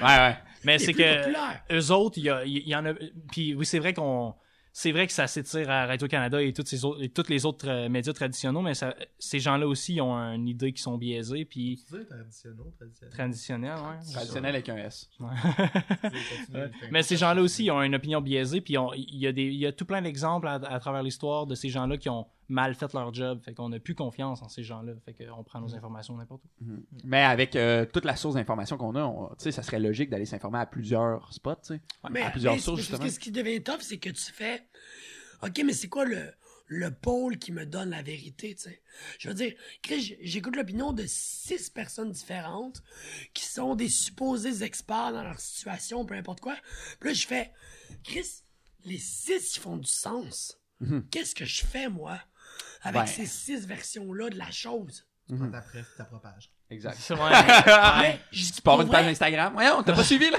ouais. Mais Les c'est plus que populaires. eux autres, il y, a- il y en a. Puis oui, c'est vrai qu'on, c'est vrai que ça s'étire à Radio Canada et toutes ces autres, et toutes les autres euh, médias traditionnels, mais ça, ces gens-là aussi ils ont une idée qui sont biaisés puis Tu sais, traditionnel, traditionnel. traditionnels, ouais. Traditionnel avec un S. Continue, Justin. Mais ces gens-là aussi, ils ont une opinion biaisée, puis ils ont- il y, a des- il y a tout plein d'exemples à, à travers l'histoire de ces gens-là qui ont mal fait leur job. Fait qu'on n'a plus confiance en ces gens-là. Fait qu'on prend nos informations n'importe où. Mais avec euh, toute la source d'information qu'on a, on- tu sais, ça serait logique d'aller s'informer à plusieurs spots, tu sais. Mais, à plusieurs mais sources, c'est parce justement. que ce qui devient tough, c'est que tu fais OK, mais c'est quoi le, le pôle qui me donne la vérité, tu sais? Je veux dire, Chris, j- j'écoute l'opinion de six personnes différentes qui sont des supposés experts dans leur situation, peu importe quoi. Puis là, je fais Chris, les six, ils font du sens. Mhm. Qu'est-ce que je fais, moi, avec Ouais. ces six versions-là de la chose? Tu prends ta presse, ta propage. Exact. C'est vrai. hein, Mais, je- Tu pars pour une vrai, page Instagram. Ouais, on t'a pas suivi, là.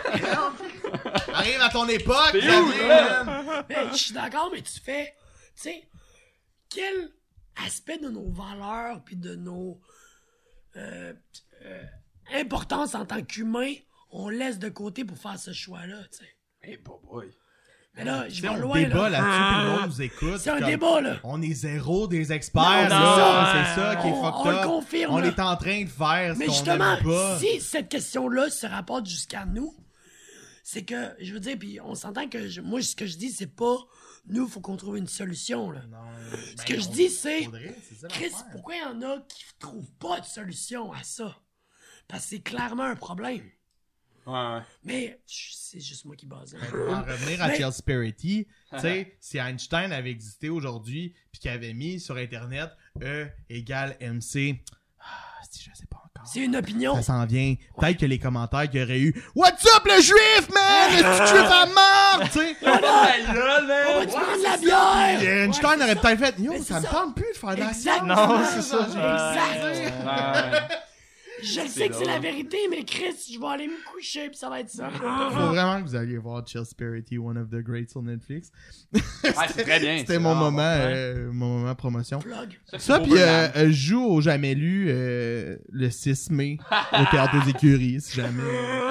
Arrive à ton époque, Xavier, man. Ben, je suis d'accord, mais tu fais, tu sais, quel aspect de nos valeurs puis de nos euh, euh, importances en tant qu'humains on laisse de côté pour faire ce choix-là, tu sais. Eh, boy. Mais là, je Tu sais, vais on loin, débat là. Ah. là-dessus, puis le monde nous écoute. C'est un comme- débat, là. On est zéro des Non, experts, là. c'est ça. C'est ça qui est On- fucked on le up. confirme, On là. est en train de faire ce Mais qu'on justement, aime pas. si cette question-là se rapporte jusqu'à nous, c'est que, je veux dire, puis on s'entend que je- moi, ce que je dis, c'est pas nous, faut qu'on trouve une solution, là. Non, ben, Ce que je on- dis, c'est, faudrait, c'est ça Chris, l'affaire. pourquoi il y en a qui trouvent pas de solution à ça? Parce que c'est clairement un problème. Ouais, ouais. Mais ch- c'est juste moi qui base. hein. Pour en revenir à Mais- Ah Chelsea Parity, tu sais, si Einstein avait existé aujourd'hui puis qu'il avait mis sur Internet E égale MC, ah, si je sais pas encore. C'est une opinion. Ça s'en vient. Peut-être que les commentaires qu'il y aurait eu What's up le juif, man? Est-ce que tu juif à mort? Tu sais, On va te prendre la bière! Et Einstein Ouais, aurait peut-être fait Yo, Mais ça c'est me ça. tente plus de faire de la science. Exactement. Non, c'est ça. Exact. Ouais. Je le sais que c'est la vérité, mais Chris, je vais aller me coucher puis ça va être ça. Faut vraiment que vous alliez voir Chelsea Parity, One of the Greats sur Netflix. Ouais, c'est très bien. C'était ça. mon Ah, moment, ouais. euh, mon moment promotion. Plug. Ça, c'est puis euh, Boberman. euh, je joue au Jamais Lu euh, le 6 mai au Théâtre des Écuries, si jamais.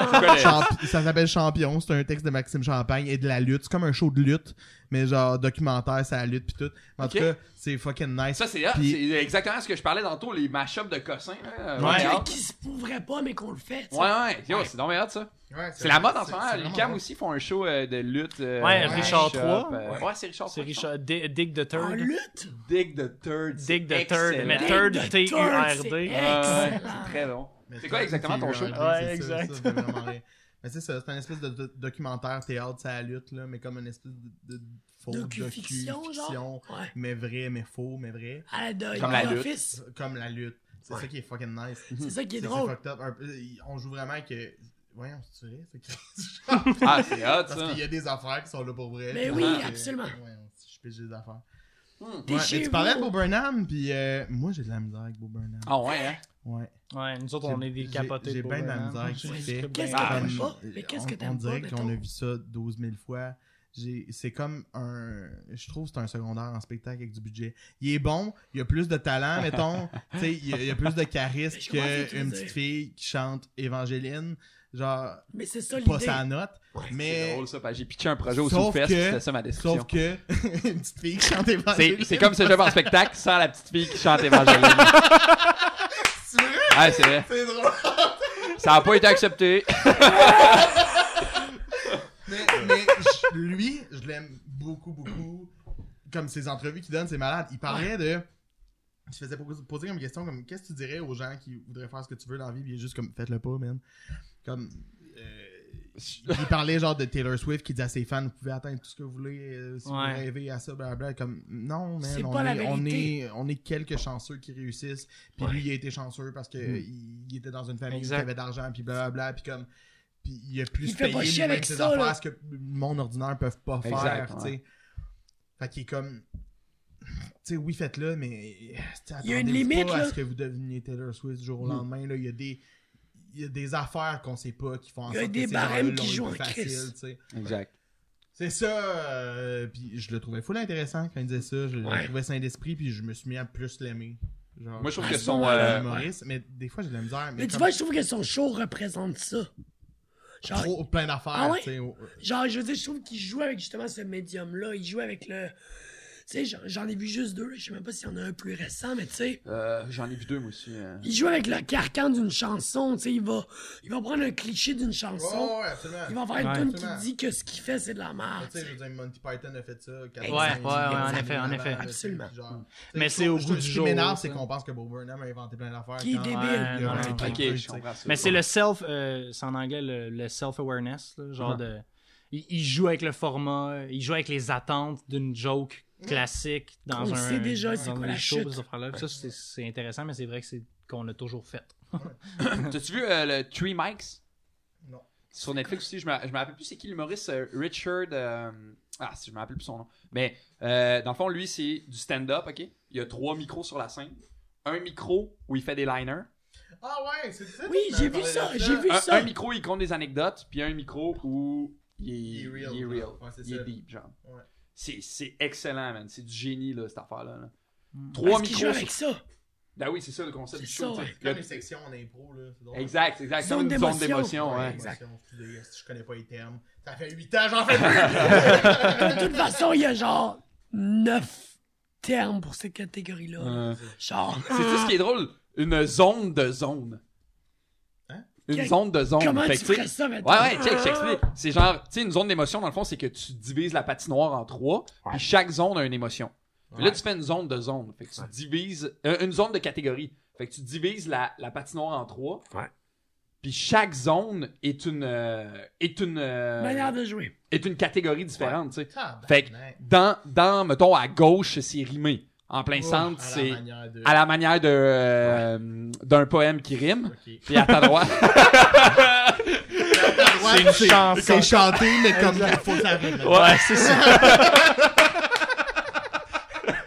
quoi, le- Champ- ça s'appelle Champion, c'est un texte de Maxime Champagne et de la lutte. C'est comme un show de lutte, mais genre documentaire, c'est la lutte puis tout. Mais En Ok. tout cas, c'est fucking nice. Ça, c'est hot. Puis- C'est exactement ce que je parlais tantôt, les mashups de cossins. là, au Ouais. théâtre. Qui se pourrait pas, mais qu'on le fait. tu sais. hein? Ouais, ouais, Yo, c'est dommage ça. Ouais, C'est la mode en ce moment. c'est Les vraiment cams bon. aussi font un show euh, de lutte. euh, Ouais, Richard mashup, III. euh, Ouais, c'est Richard C'est III, je Richard. Dig Dig the En Third. lutte. pense. Dig the Third. c'est Dig the Third. excellent. Mais Dig Third, the T-U-R-D. Third, c'est Ah, ouais, excellent. C'est très long. C'est quoi exactement ton show? Ouais, exact. Mais c'est ça, c'est un espèce de do- documentaire théâtre, c'est la lutte, là, mais comme une espèce de, de faux Docu-fiction, docu-fiction, genre? Ouais. mais vrai, mais faux, mais vrai. À la de- Comme la de lutte. Office. Comme la lutte. C'est ça qui est fucking nice. C'est ça qui est C'est- c'est drôle. fucked up. Un peu, euh, on joue vraiment que. Voyons, c'est vrai, c'est que- Ah, c'est hot Parce ça. qu'il y a des affaires qui sont là pour vrai. Mais oui, Puis après, absolument. voyons, je pige des affaires. T'es Hmm. Ouais, chez mais tu parlais de vous. Bo Burnham, puis euh, moi j'ai de la misère avec Bo Burnham. Ah ouais, hein? Ouais. Ouais, nous autres, on est euh, des J'ai- capotés. J'ai de bien de la Boberman. misère avec ce Ouais, qu'il c'est fait. Ah, très Qu'est-ce bien. Ah, que Comme- t'aimes pas? Oh, Mais qu'est-ce Ben, on- que On t'aimes pas, dirait qu'on a mettons? vu ça 12 000 fois. J'ai- C'est comme un. Je trouve que c'est un secondaire en spectacle avec du budget. Il est bon, il a plus de talent, mettons. Tu sais, il, y a- il y a plus de charisme Mais Ben, je comprends ce que tu veux qu'une dire. petite fille qui chante Évangéline. Genre, Mais c'est ça pas l'idée. sa note. C'est mais. drôle ça, parce que j'ai pitché un projet au Sauf Soulfest, que- c'était ça ma description. Sauf que. une petite fille qui chante C'est Évangéline. c'est comme ce job en spectacle sans la petite fille qui chante Évangeline. C'est vrai? Ouais, c'est vrai. C'est drôle. Ça a pas été accepté. Mais, mais je- lui, je l'aime beaucoup, beaucoup. Comme ses entrevues qu'il donne, c'est malade. Il parlait de. Je faisais po- poser comme question, comme qu'est-ce que tu dirais aux gens qui voudraient faire ce que tu veux dans la vie, puis il est juste comme faites-le pas, man. Comme. euh, il parlait genre de Taylor Swift qui dit à ses fans vous pouvez atteindre tout ce que vous voulez euh, si Ouais. vous rêvez à ça blablabla comme non man, C'est on, pas la est, on vérité. est on est quelques chanceux qui réussissent puis lui il a été chanceux parce que Mm. euh, il, il était dans une famille Exact. qui avait d'argent puis blablabla puis comme puis il a plus Il fait payé pas chier lui-même avec ses ça, là. affaires ce que le monde ordinaire peuvent pas Exact, faire ouais. tu sais fait qu'il est comme tu sais oui faites-le mais euh, tu sais, Il y a une attendez-vous limite, pas à là. ce que vous deveniez Taylor Swift du jour au Mm. lendemain là il y a des il y a des affaires qu'on sait pas qui font en Il y a sorte que des ces barèmes gens-là qui l'ont eu jouent plus en facile, crise. tu sais. Exact. C'est ça. euh, puis je le trouvais full intéressant quand il disait ça. Je Ouais. le trouvais sain d'esprit, puis je me suis mis à plus l'aimer. Genre, Moi, je trouve Ah, que c'est son. pas mal, euh, euh, humoriste, mais des fois j'ai de la misère. Mais, Mais tu comme vois, je trouve que son show représente ça. Genre, trop plein d'affaires. Ah ouais? tu sais, au- Genre, je veux dire, je trouve qu'il joue avec justement ce médium-là. Il joue avec le. sais, j'en- j'en ai vu juste deux, je sais même pas s'il y en a un plus récent, mais tu sais, Euh, J'en ai vu deux, moi aussi. euh. hein. il joue avec le carcan d'une chanson, tu sais, il va, il va prendre un cliché d'une chanson, ouais, absolument. il va faire une Ouais. tune qui Absolument. dit que ce qu'il fait, c'est de la merde. Tu sais, je veux dire, Monty Python a fait ça. Ouais, ouais, ouais, en Exactement. effet, en effet. Absolument. Genre, Mais je c'est trouve- au je goût trouve- du Ce jour, qui m'énerve, c'est ça. qu'on pense que Bob Burnham a inventé plein d'affaires. Qui est quand- débile. Ouais, Il y a non, un non, truc non. Ok, qui- je comprends ça. Mais c'est le self, euh, c'est en anglais le, le self-awareness, là, genre Ouais. de. Il, il joue avec le format, il joue avec les attentes d'une joke classique dans On un. sait déjà dans c'est quoi des la shows, chute. ces affaires-là. Ça, c'est- c'est intéressant, mais c'est vrai que c'est qu'on l'a toujours fait. T'as-tu vu euh, le Three Mics Non. Sur Netflix aussi, je me je me rappelle plus c'est qui l'humoriste euh, Richard. euh, ah, si je me rappelle plus son nom. Mais euh, dans le fond, lui, c'est du stand-up, ok Il y a trois micros sur la scène. Un micro où il fait des liners. Ah ouais, c'est ça. Oui, tu j'ai m'avais vu parlé ça, de j'ai vu. Un, ça. un micro où il compte des anecdotes, puis un micro où il est, Il est real, il est, genre. real, Ouais, c'est il est ça. deep, genre. Ouais. C'est- C'est excellent, man. C'est du génie, là, cette affaire-là. là. Trois Hmm. Parce qu'il joue micros. avec sur- ça. Ben oui, c'est ça le concept C'est du show. ça, tu sais. Comme une Le- section en impro, là. c'est drôle. Exact, exact. Zone Comme une zone d'émotion. d'émotion, Ouais, ouais. exact. émotion, excusez, si je connais pas les termes. Ça fait 8 ans, j'en fais plus. De toute façon, il y a genre neuf termes pour cette catégorie-là. Euh, Genre, C'est tout ce qui est drôle. Une zone de zone. Hein? Une Que- zone de zone. comment Fait tu que, tu sais, ferais ça maintenant? Ouais, ouais, check, je t'explique. C'est genre, tu sais, une zone d'émotion, dans le fond, c'est que tu divises la patinoire en trois, puis chaque zone a une émotion. Puis Là, tu fais une zone de zone. Fait que tu divises. euh, une zone de catégorie. Fait que tu divises la, la patinoire en trois. Ouais. Puis chaque zone est une. euh, est une. euh, Manière de jouer. est une catégorie différente, tu sais. Tabarnak. Fait que dans, dans, mettons, à gauche, c'est rimé. En plein Ouf, centre, Oh, à la c'est manière de- à la manière de euh, d'un poème qui rime. Ok. Puis à ta droite, Ouais, une chanson. C'est chanté, mais comme il faut que ça rime. Ouais, c'est ça.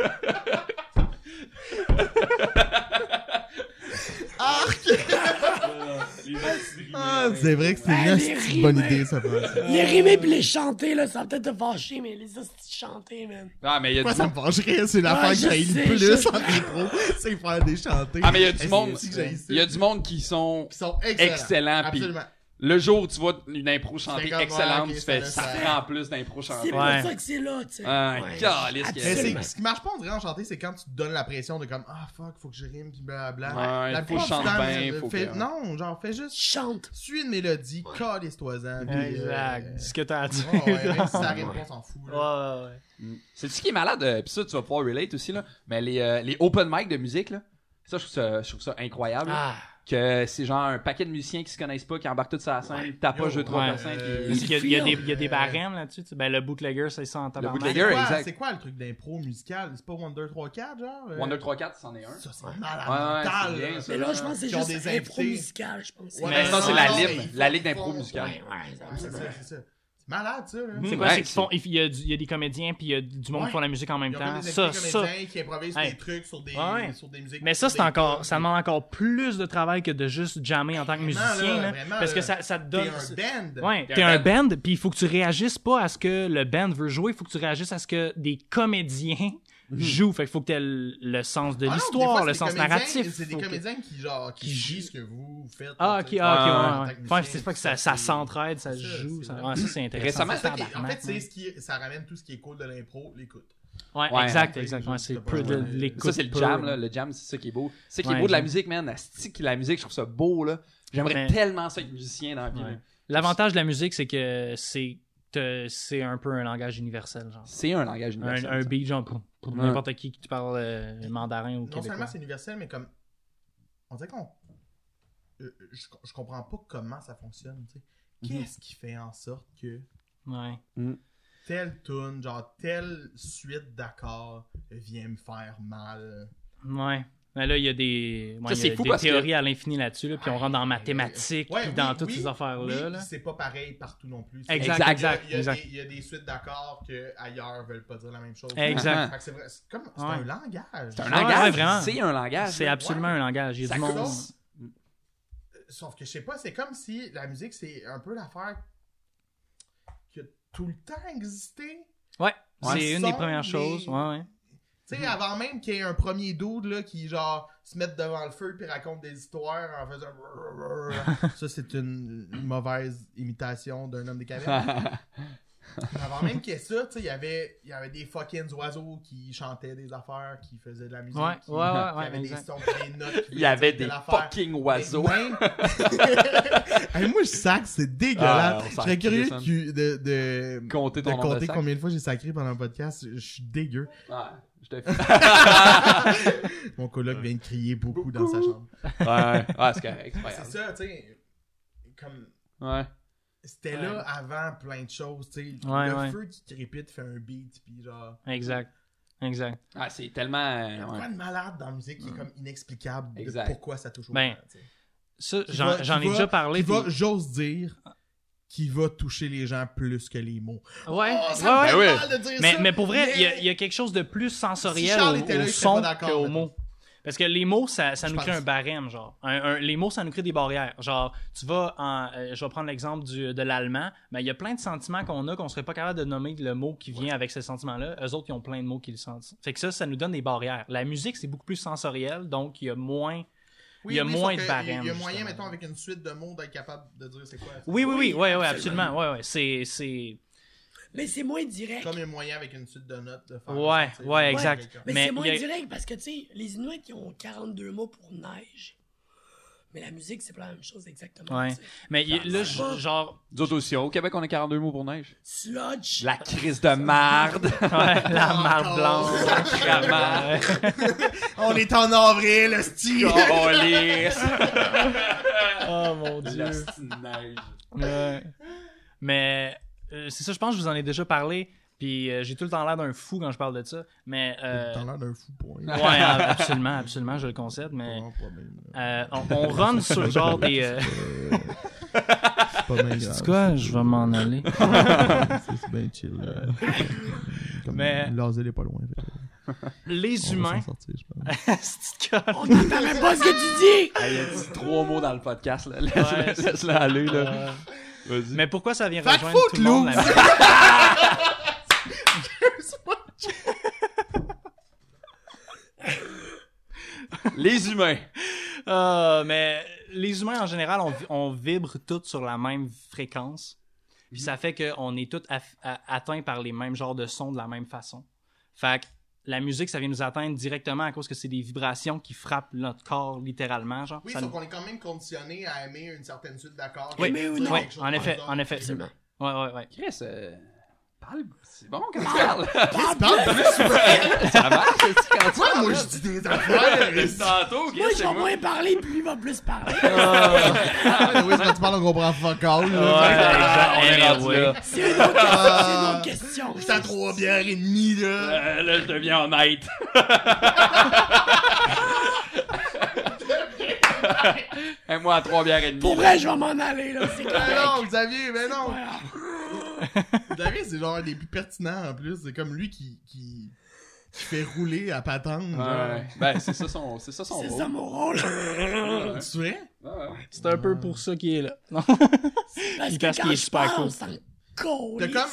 Ah, c'est vrai que c'est Elle une est hostie de bonne rimée. idée, ça, Francis. Euh, Les rimer pis les chanter, là, ça va peut-être te fâcher, mais les hosties chanter, man. ah mais il y a Moi, du ça me monde. pencherait, c'est l'affaire Ouais, que je j'aille sais, le plus je- en impro, c'est faire des chantés. Ah mais il y a du Est-ce monde. que j'haïs ça? Il y a du monde qui sont Qui sont excellents. excellents puis Absolument. le jour où tu vois une impro chantée C'est comme, ouais, excellente, ok, tu ça fais le ça sert. prend plus d'impro C'est chantée. pour Ouais. ça que c'est là, tu sais. Ah, Ouais. calisse que- Mais Absolument. c'est- ce qui marche pas, on dirait en chanté, c'est quand tu te donnes la pression de comme Ah fuck, faut que je rime, pis blablabla. Ouais, la faut plupart que je chante du temps, bien, je- faut fais- que- Non, genre, fais juste. Chante. Suis une mélodie, calisse-toi-en. puis, euh, Exact. Ce que t'as à dire. Ouais, ouais, même si ça rime pas, on s'en fout. là. Ouais, ouais, ouais. C'est ce Mm. qui est malade euh, puis ça tu vas pouvoir relate aussi là, mais les, euh, les open mic de musique là, ça je trouve ça je trouve ça incroyable là, Ah, que c'est genre un paquet de musiciens qui se connaissent pas qui embarquent toute sa scène, tapage Yo, de trois ouais. personnes Euh, parce puis qu'il y a- il y, a des- feel, il y a des euh, barèmes là-dessus. tu sais. Ben, le bootlegger, c'est ça en tabarnak. bootlegger. C'est quoi- exact. C'est quoi le truc d'impro musical C'est pas 1, 2, 3, 4 genre euh? One 2 3 4 c'en est un. Ça, c'est Ouais, ouais, malade c'est mental, bien, là. ça. Mais là, je pense que c'est Qui ont juste des impro invités. musicale, je pense. Ouais, Mais mais ça c'est non, la non, lib, ils font- la ils ligue d'impro font- musicale. Ouais, ouais, ça, C'est ça, ça, ça. c'est ça. C'est malade, ça. Là. C'est Mm. quoi, Ouais, c'est qu'ils c'est- font, il y, a du- il y a des comédiens, puis il y a du monde qui font la musique en même Ils ont temps. comme des Ça, acteurs ça. comédiens qui improvisent Hey. des trucs sur des, Ouais, ouais. sur des musiques. Mais sur ça, c'est des- encore, ça demande encore plus de travail que de juste jammer en tant que Vraiment, musicien, là, là. vraiment, parce là. que ça, ça te T'es donne. un band. Ah Ouais, T'es t'es un un band, puis il faut que tu réagisses pas à ce que le band veut jouer, il faut que tu réagisses à ce que des comédiens jouent. Fait qu'il faut que t'aies le, le sens Hmm. Ah de non, des l'histoire, fois, c'est le des sens comédiens- narratif. C'est des Faut que- comédiens qui, genre, qui Qui jouent ce que vous faites. Ah, tu ok, sais. Ah, en ah, tant ok, que ouais, ouais. musicien, Ouais, c'est pas que ça, ça s'entraide, ça se C'est ça, joue. c'est ça- vrai. ouais, ça, c'est intéressant. Récemment, C'est ça qui- en fait, tabarnak, c'est ouais. ce qui, ça ramène tout ce qui est cool de l'impro, l'écoute. Ouais, Ouais. exact, exact. ouais, c'est Ouais. peu de Ça, l'écoute. Ça, c'est le peu. jam, là. Le jam, c'est ça qui est beau. C'est ça qui est Ouais, beau de la jam. musique, man. Asti que la musique, je trouve ça beau, là. J'aimerais Mais- tellement ça être musicien dans la vie, Ouais. là. L'avantage de la musique, c'est que c'est te- c'est un peu un langage universel, genre. C'est un langage Un, universel. un ça. beat, genre, pour, pour Ouais. n'importe qui que tu parles euh, mandarin ou Non seulement québécois. c'est universel, mais comme. On dirait qu'on. euh, Je, je comprends pas comment ça fonctionne, tu sais. Mhm. Qu'est-ce qui fait en sorte que Ouais. telle tune, genre telle suite d'accords vient me faire mal? Ouais. Mais là, il y a des, Ça, ouais, il y a c'est fou des parce que- théories à l'infini là-dessus, là, puis on rentre dans mathématiques, Ouais, puis oui, dans toutes oui, ces oui, affaires-là. là. puis c'est pas pareil partout non plus. Exact, Exact. exact, Il y a, exact. Des, il y a des suites d'accords que ailleurs veulent pas dire la même chose. Exact. Fait que c'est vrai, c'est comme c'est Ouais. un langage. C'est un Ouais, langage. Ah, ouais, vraiment. C'est un langage. C'est là. absolument un langage. Il y a Ça du monde. commence- Sauf que je sais pas, c'est comme si la musique c'est un peu l'affaire qui a tout le temps existé. Ouais. Ouais. C'est une Son, des premières choses. les- Ouais, ouais. Tu sais, avant même qu'il y ait un premier dude là, qui genre se mette devant le feu puis raconte des histoires en faisant. Ça, c'est une mauvaise imitation d'un homme des cavernes. Avant même qu'il y ait ça, tu sais, il y avait, il y avait des fucking oiseaux qui chantaient des affaires, qui faisaient de la musique. Ouais, qui- ouais, ouais, qui ouais, avaient des exact. sons, des notes. qui Il y avait faisaient des l'affaire. fucking oiseaux. Mais même- Hey, moi, je sac, c'est dégueulasse. Ah, on je s'en serais curieux crisse, que- de, de, Compter de ton nombre de compter sacs. combien de fois j'ai sacré pendant le podcast. Je suis dégueu. Ouais, je te fais. Mon coloc vient de crier beaucoup dans sa chambre. Ouais, ouais, c'est correct. c'est pas C'est grave. ça, tu sais. Comme. Ouais. C'était là avant plein de choses, tu sais. Ouais, le ouais. feu qui crépite fait un beat, puis genre. Exact. Exact. Ah, c'est tellement. Il y euh, a ouais. Quoi de malade dans la musique qui est comme inexplicable Exact. de pourquoi ça touche au Ben, cœur, tu sais. Ça, Qui j'en va- j'en qui ai va- déjà parlé. qui va, puis- j'ose dire, qui va toucher les gens plus que les mots. Ouais, Oh, ouais, ça me fait ouais. ouais. mal de dire Mais, ça, mais pour vrai, il y a- mais- il y, a quelque chose de plus Si sensoriel Charles au- était là, au il serait son pas d'accord, qu'aux mettons. mots. Parce que les mots, ça, ça Je nous crée pense. un barème, genre. Un- un- les mots, ça nous crée des barrières. Genre, tu vas en... euh, je vais prendre l'exemple du- de l'allemand, mais il y a plein de sentiments qu'on a qu'on serait pas capable de nommer le mot qui vient avec ce sentiment-là. Eux autres, ils ont plein de mots qui le sentent. Fait que ça, ça nous donne des barrières. La musique, c'est beaucoup plus sensoriel, donc il y a moins... Oui, il y a oui, moins sauf de que barèmes, Il y a moyen, justement. mettons, avec une suite de mots, d'être capable de dire c'est quoi. Oui, oui, oui, ouais, ouais, absolument. Ouais, ouais, c'est... c'est... Mais c'est moins direct. Comme il y a moyen avec une suite de notes de faire. Ouais, ressentir ouais, quelqu'un. exact. Mais, Mais c'est moins il y a- direct parce que, tu sais, les Inuits, ils ont 42 mots pour neige. Mais la musique, c'est pas la même chose exactement. Ouais. tu sais. Mais il- là, je- genre... Nous autres aussi, au Québec, on a 42 mots pour neige. Sludge. La crise de marde. Ouais, la marde Encore. blanche. Sacrement. On est en avril, Euh, style. Calice. oh, mon Dieu. La petite neige. Ouais. Mais euh, c'est ça, je pense que je vous en ai déjà parlé. Puis euh, j'ai tout le temps l'air d'un fou quand je parle de ça. Mais. euh, T'en l'air d'un fou point. ouais, ab- absolument, absolument, je le concède. Mais Pas un problème, là. euh, on, on run sur le genre des. euh, C'est euh, pas bien grave. C'est quoi, je vais m'en aller. C'est c'est bien chill. là. Comme Mais- L'asile est pas loin. fait que on Les va humains. s'en sortir, je pense. C'est de conne. On n'entend même pas ce que tu dis! Ah, Il a dit trois mots dans le podcast. là. Laisse- Ouais, laisse- c'est- Laisse-le aller. Là. Euh, Vas-y. mais pourquoi ça vient Fait que rejoindre tout le monde la Footloose. musique? Les humains. Euh, Mais les humains en général, on, vi- on vibre tous sur la même fréquence. Puis ça fait qu'on est tous aff- a- atteints par les mêmes genres de sons de la même façon. Fait que la musique, ça vient nous atteindre directement à cause que c'est des vibrations qui frappent notre corps littéralement. Genre. Oui, Ça sauf nous- qu'on est quand même conditionné à aimer une certaine suite d'accords. Oui, Mais ou Dire non. Ouais, quelque chose en par effet, exemple. en effet. Absolument. Ouais, ouais, ouais. Chris, euh, parle. C'est bon quand tu parles. Parle Parle plus. plus souvent. Ça marche, c'est-tu, quand tu Toi, moi, je dis des affaires. Tantôt, Chris, Moi, je c'est vais moi. moins parler, puis lui va plus parler. Oui, quand tu parles, on comprend fuck all. Ah, Ouais, on est rendu anyway. là. C'est une autre question. C'est une autre question. à trois bières et demie, là. Euh, là, je deviens honnête. Et moi, à trois bières et demie. Pour vrai, je vais m'en aller, là. C'est Mais correct. non, Xavier, mais non. Voilà. Xavier, c'est genre un des plus pertinents en plus. C'est comme lui qui, qui, qui fait rouler à patente. genre. Ouais. Ben, c'est ça son, c'est ça son C'est rôle. ça mon rôle. Ouais. Tu sais? Ouais, ouais. C'est un peu pour ça qu'il est là. Non. Parce Il que pense quand qu'il est je super pense, en T'as colis. comme,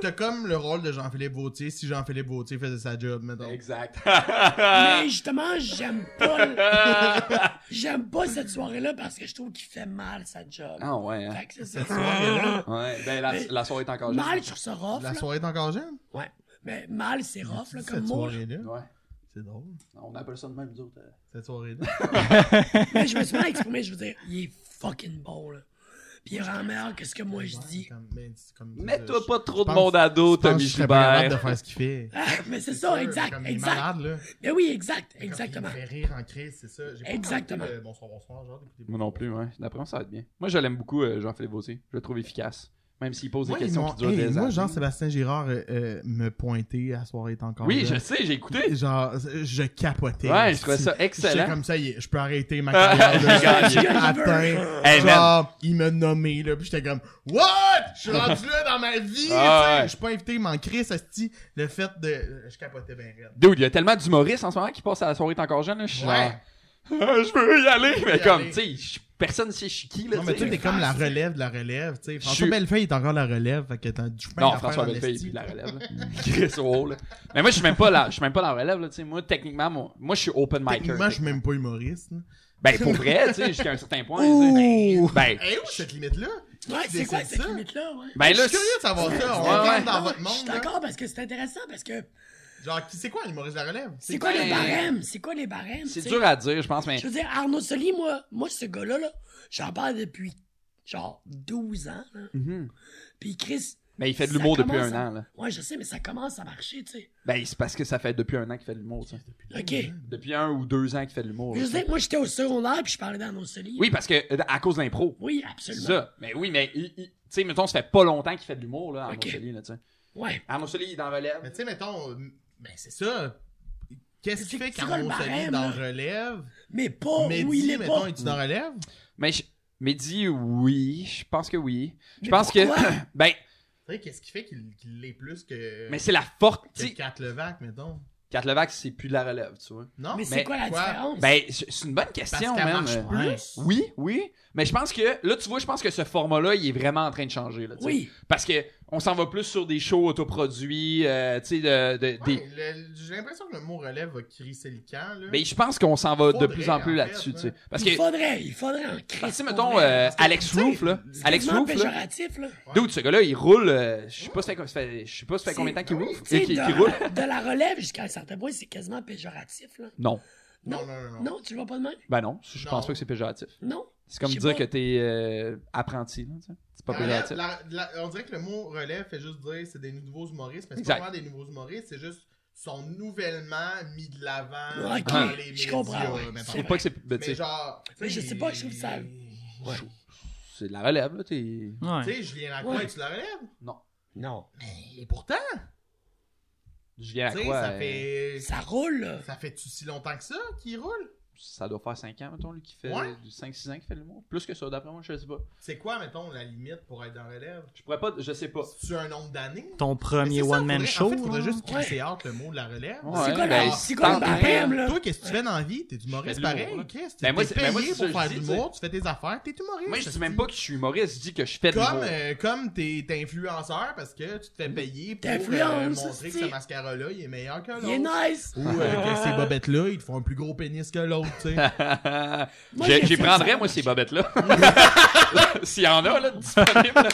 t'as comme le rôle de Jean-Philippe Vautier si Jean-Philippe Vautier faisait sa job, mettons. Exact. Mais justement, j'aime pas, le- j'aime pas cette soirée-là parce que je trouve qu'il fait mal sa job. Ah ouais, hein. Fait que c'est ça. Ouais, ben la, Mais- la soirée est encore Mal juste. sur ce rough, La là. soirée est encore jeune? Ouais. Mais mal, c'est rough, là, comme Cette mot. soirée-là. Ouais. C'est drôle. On appelle ça de même, nous autres. euh. Cette soirée-là. Mais je me suis mal exprimé, je veux dire, il est fucking bon, là. Puis il est vraiment meilleur que ce que moi je Ouais, dis. comme- mais c'est comme- Mets-toi je- pas trop de pense- monde à je dos, pense que Tommy je serais pas capable de Joubert. faire ce qu'il fait. Ah, Mais c'est ça, sûr, exact, comme il est exact. malade, là. Mais oui, exact, Comme exactement. Il me fait rire en crise, c'est ça. J'ai pas Exactement. écouté le Bonsoir, bonsoir, genre d'écouter Moi non plus, ouais. D'après moi, ça va être bien. Moi, je l'aime beaucoup, euh, Jean-Philippe Vautier. Je le trouve efficace. Même s'il pose Moi, des ils questions m'ont- qui durent hey, des Moi, années. Jean-Sébastien Girard euh, euh, me pointait à soirée est encore. Oui, je jeune. sais, j'ai écouté. Genre, je capotais. Ouais, je trouvais ça J'étais excellent. Ah, comme ça, il- je peux arrêter ma carrière de J'ai j'ai gagné. atteint. Hey, genre, il m'a nommé, là, puis j'étais comme, What? Je suis rendu là dans ma vie, tu Ah, sais. ouais. Je suis pas invité, il m'en crie, ça se dit, le fait de. Je capotais bien raide. Dude, il y a tellement d'humoristes en ce moment qui passent à la soirée est encore jeune. là, Je suis Ouais. genre, Ah, je veux y aller. Mais y comme, aller. tu sais, je- personne sait je suis qui. Là, Non, mais tu sais. tu t'es comme la relève de la relève, tu sais. François suis- Bellefeuille est encore la relève, fait que t'as du chemin Non, à faire François en Bellefeuille, esti. il la relève. là. Chris wow, là. Mais moi, je suis même pas là, je suis même pas dans la relève, là, tu sais. Moi, techniquement, moi, moi, je suis open micer. Techniquement, je suis même pas humoriste. là. Ben, pour vrai, tu sais, jusqu'à un certain point, tu sais. Ben, Elle est où Eh, cette limite-là? Ouais, c'est quoi décide cette ça? limite-là? Ouais. Ben je là, suis curieux de savoir ça. On Ouais, rentre ouais. dans Non, votre Je suis monde. là. d'accord parce que c'est intéressant parce que Genre, qui- c'est quoi l'humoriste de la relève? c'est quoi ben- les barèmes? C'est quoi les barèmes? c'est tu sais? dur à dire, je pense, mais Je veux dire, Arnaud Soli, moi, moi ce gars-là, là, j'en parle depuis genre 12 ans. là. Mhm. Puis Chris. mais il fait de ça l'humour depuis commence un à- an. Là. Ouais, je sais, mais ça commence à marcher, tu sais. Ben, c'est parce que ça fait depuis un an qu'il fait de l'humour. ça. OK. Depuis un ou deux ans qu'il fait de l'humour. Je là. veux dire, moi, j'étais au secondaire puis je parlais d'Arnaud Soli. Oui, parce que à cause de l'impro. Oui, C'est absolument. ça. Mais oui, mais il- il- tu sais, mettons, ça fait pas longtemps qu'il fait de l'humour, là, Arnaud Ok. Soli, là, tu sais. Ouais. Arnaud Soli, il est dans relève. Mais tu sais, mettons, euh, ben c'est ça. Qu'est-ce C'est- qui fait c'est quoi le qu'Arnaud Soli barème, dans là? relève? Mais pas mais où il est mettons, pas. es-tu dans relève? Mais je- mais dis oui, je pense que oui. Je Mais pense que pourquoi? ben, Tu sais, qu'est-ce qui fait qu'il qu'il l'est plus que. mais c'est la forte. que Kat Levac, mettons. Kat Levac, c'est plus de la relève, tu vois. Non? Mais Mais c'est mais quoi la quoi? différence? Ben, c'est c'est une bonne question, qu'elle man. marche Euh, plus. ouais. Oui, oui. Mais je pense que, là, tu vois, je pense que ce format-là, il est vraiment en train de changer. Là, tu sais. oui. Parce que on s'en va plus sur des shows autoproduits, euh, tu sais, de, de- Ouais, des... le- J'ai l'impression que le mot relève va crisser le camp, là. Ben, je pense qu'on s'en va de Faudrait, plus en en plus fait, là-dessus, ouais. tu sais. Parce que, Il faudrait, il faudrait en créer. parce que, tu sais, mettons, euh, Alex tu sais, Roof, là. c'est Alex Roof, là. péjoratif, là. Dude, ce gars-là, il roule, euh, je sais pas, ça fait- ça fait- je sais pas, ça fait C'est- combien de temps qu'il roule. Tu sais, qu'il- qu'il de, roule. de la relève jusqu'à un certain point, c'est quasiment péjoratif, là. Non. Non, non, non, non. Non, tu le vois pas de même? Ben non, je pense Non. pas que c'est péjoratif. Non. C'est comme Je sais dire pas. que t'es euh, apprenti, là, tu sais. C'est pas La relève- péjoratif. la- la- on dirait que le mot relève fait juste dire c'est des nouveaux humoristes, mais c'est Exact. pas vraiment des nouveaux humoristes, c'est juste sont nouvellement mis de l'avant Ouais, ok, dans les je médias. comprends, ouais. mettons. Je trouve pas que Ah. c'est... ben, tu Mais sais, genre, tu Mais sais, je sais pas, je trouve ça- Ouais. c'est de la relève, là, t'es... Tu sais, Julien Lacroix, Ouais. tu la relèves? Non. Non. Et pourtant, Julien tu sais, Lacroix, ça euh, fait. Ça roule, là. Ça fait si longtemps que ça qu'il roule? ça doit faire 5 ans, mettons, lui, qui fait Ouais. 5-6 ans qu'il fait l'humour. Plus que ça, d'après moi, je sais pas. C'est quoi, mettons, la limite pour être dans relève? Je pourrais pas, je sais pas. Tu as un nombre d'années? Ton Mais premier c'est ça, one-man faudrait- show. En fait, faudrait là. juste Ouais. crisser hâte le mot de la relève. Ouais, c'est quoi, ben, la- c'est quoi le tant pis. hein. barème, là? Toi, qu'est-ce que tu fais dans la vie? T'es humoriste Je fais de pareil, l'humour, là. Chris. T'es Ben, moi, t'es c'est- ben, moi, payé c'est ça pour que faire je de dis, l'humour, tu fais tes affaires, t'es humoriste. Moi, je dis hostie. même pas que je suis humoriste, je dis que je fais de Comme, l'humour. euh, comme t'es t'es influenceur parce que tu te fais payer pour euh, T'influences, montrer que hostie. ce mascara-là, il est meilleur que Il est l'autre. nice. Ou euh, que ces bobettes-là, ils te font un plus gros pénis que l'autre, tu sais. Moi, J'ai- j'ai J'y fait prendrais, ça. moi, ces bobettes-là. S'il y en a, là, disponibles. là.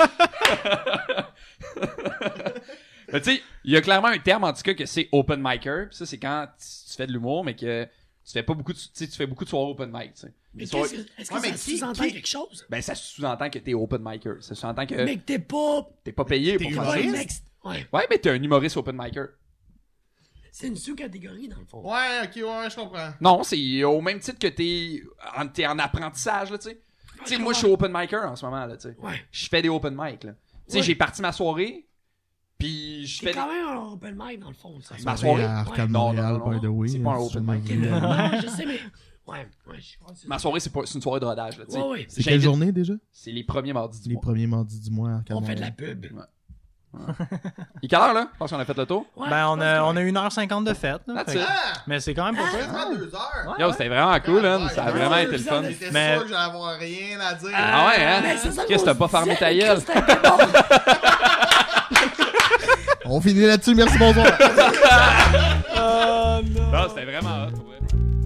mais tu sais, il y a clairement un terme, en tout cas, que c'est open micer. Puis Ça, c'est quand tu tu fais de l'humour, mais que tu fais pas beaucoup de, tu sais, tu fais beaucoup de soirées open mic, tu sais. Mais Des soirées- qu'est-ce que- est-ce que Ouais, mais ça qui- sous-entend qui- quelque chose? Ben, ça sous-entend que t'es open micer. Ça sous-entend que Mais que t'es pas... t'es pas payé t'es pour faire pas ça. humoriste. le next- Ouais. Ouais, mais t'es un humoriste open micer. C'est une sous-catégorie, dans le fond. Ouais, ok, ouais, je comprends. Non, c'est au même titre que t'es en, t'es en apprentissage, là, tu sais. Tu sais, moi, je suis open micer en ce moment, là, tu sais. Ouais. Je fais des open mic, là. Tu sais, Ouais. j'ai parti ma soirée, puis je T'es fais... quand même un open mic, dans le fond. ça. Ma soirée? Arcade Non, non, non, non. C'est pas un open mic. T'es le- Non, je sais, mais... Ouais, ouais, je crois que c'est- Ma soirée, c'est pas- c'est une soirée de rodage, là, tu sais. Ouais, ouais. C'est quelle J'invite- journée déjà? C'est les premiers mardis du Les mois. premiers mardis du mois, Arcade On fait de la Montréal. pub. Ben, Il est quelle heure, là? Je pense qu'on a fait le tour. Ouais, Ben, on je a, pense on a 1h50 de fête. là, That's fait it. que- Ah! Mais c'est quand même pas Ça pire. prend deux heures! Yo, c'était vraiment cool, hein. Ouais, Ça a ouais, vraiment ouais, été ouais, le fun. ouais. J'étais Mais- sûr que j'allais avoir rien à dire. Ah ouais, Mais hein? c'est Ben, ça Qu'est-ce que qu'on t'as pas se fermé disait, ta gueule? Chris, t'as été bon. On finit là-dessus, merci, bonsoir! Non, c'était vraiment hot, pour vrai.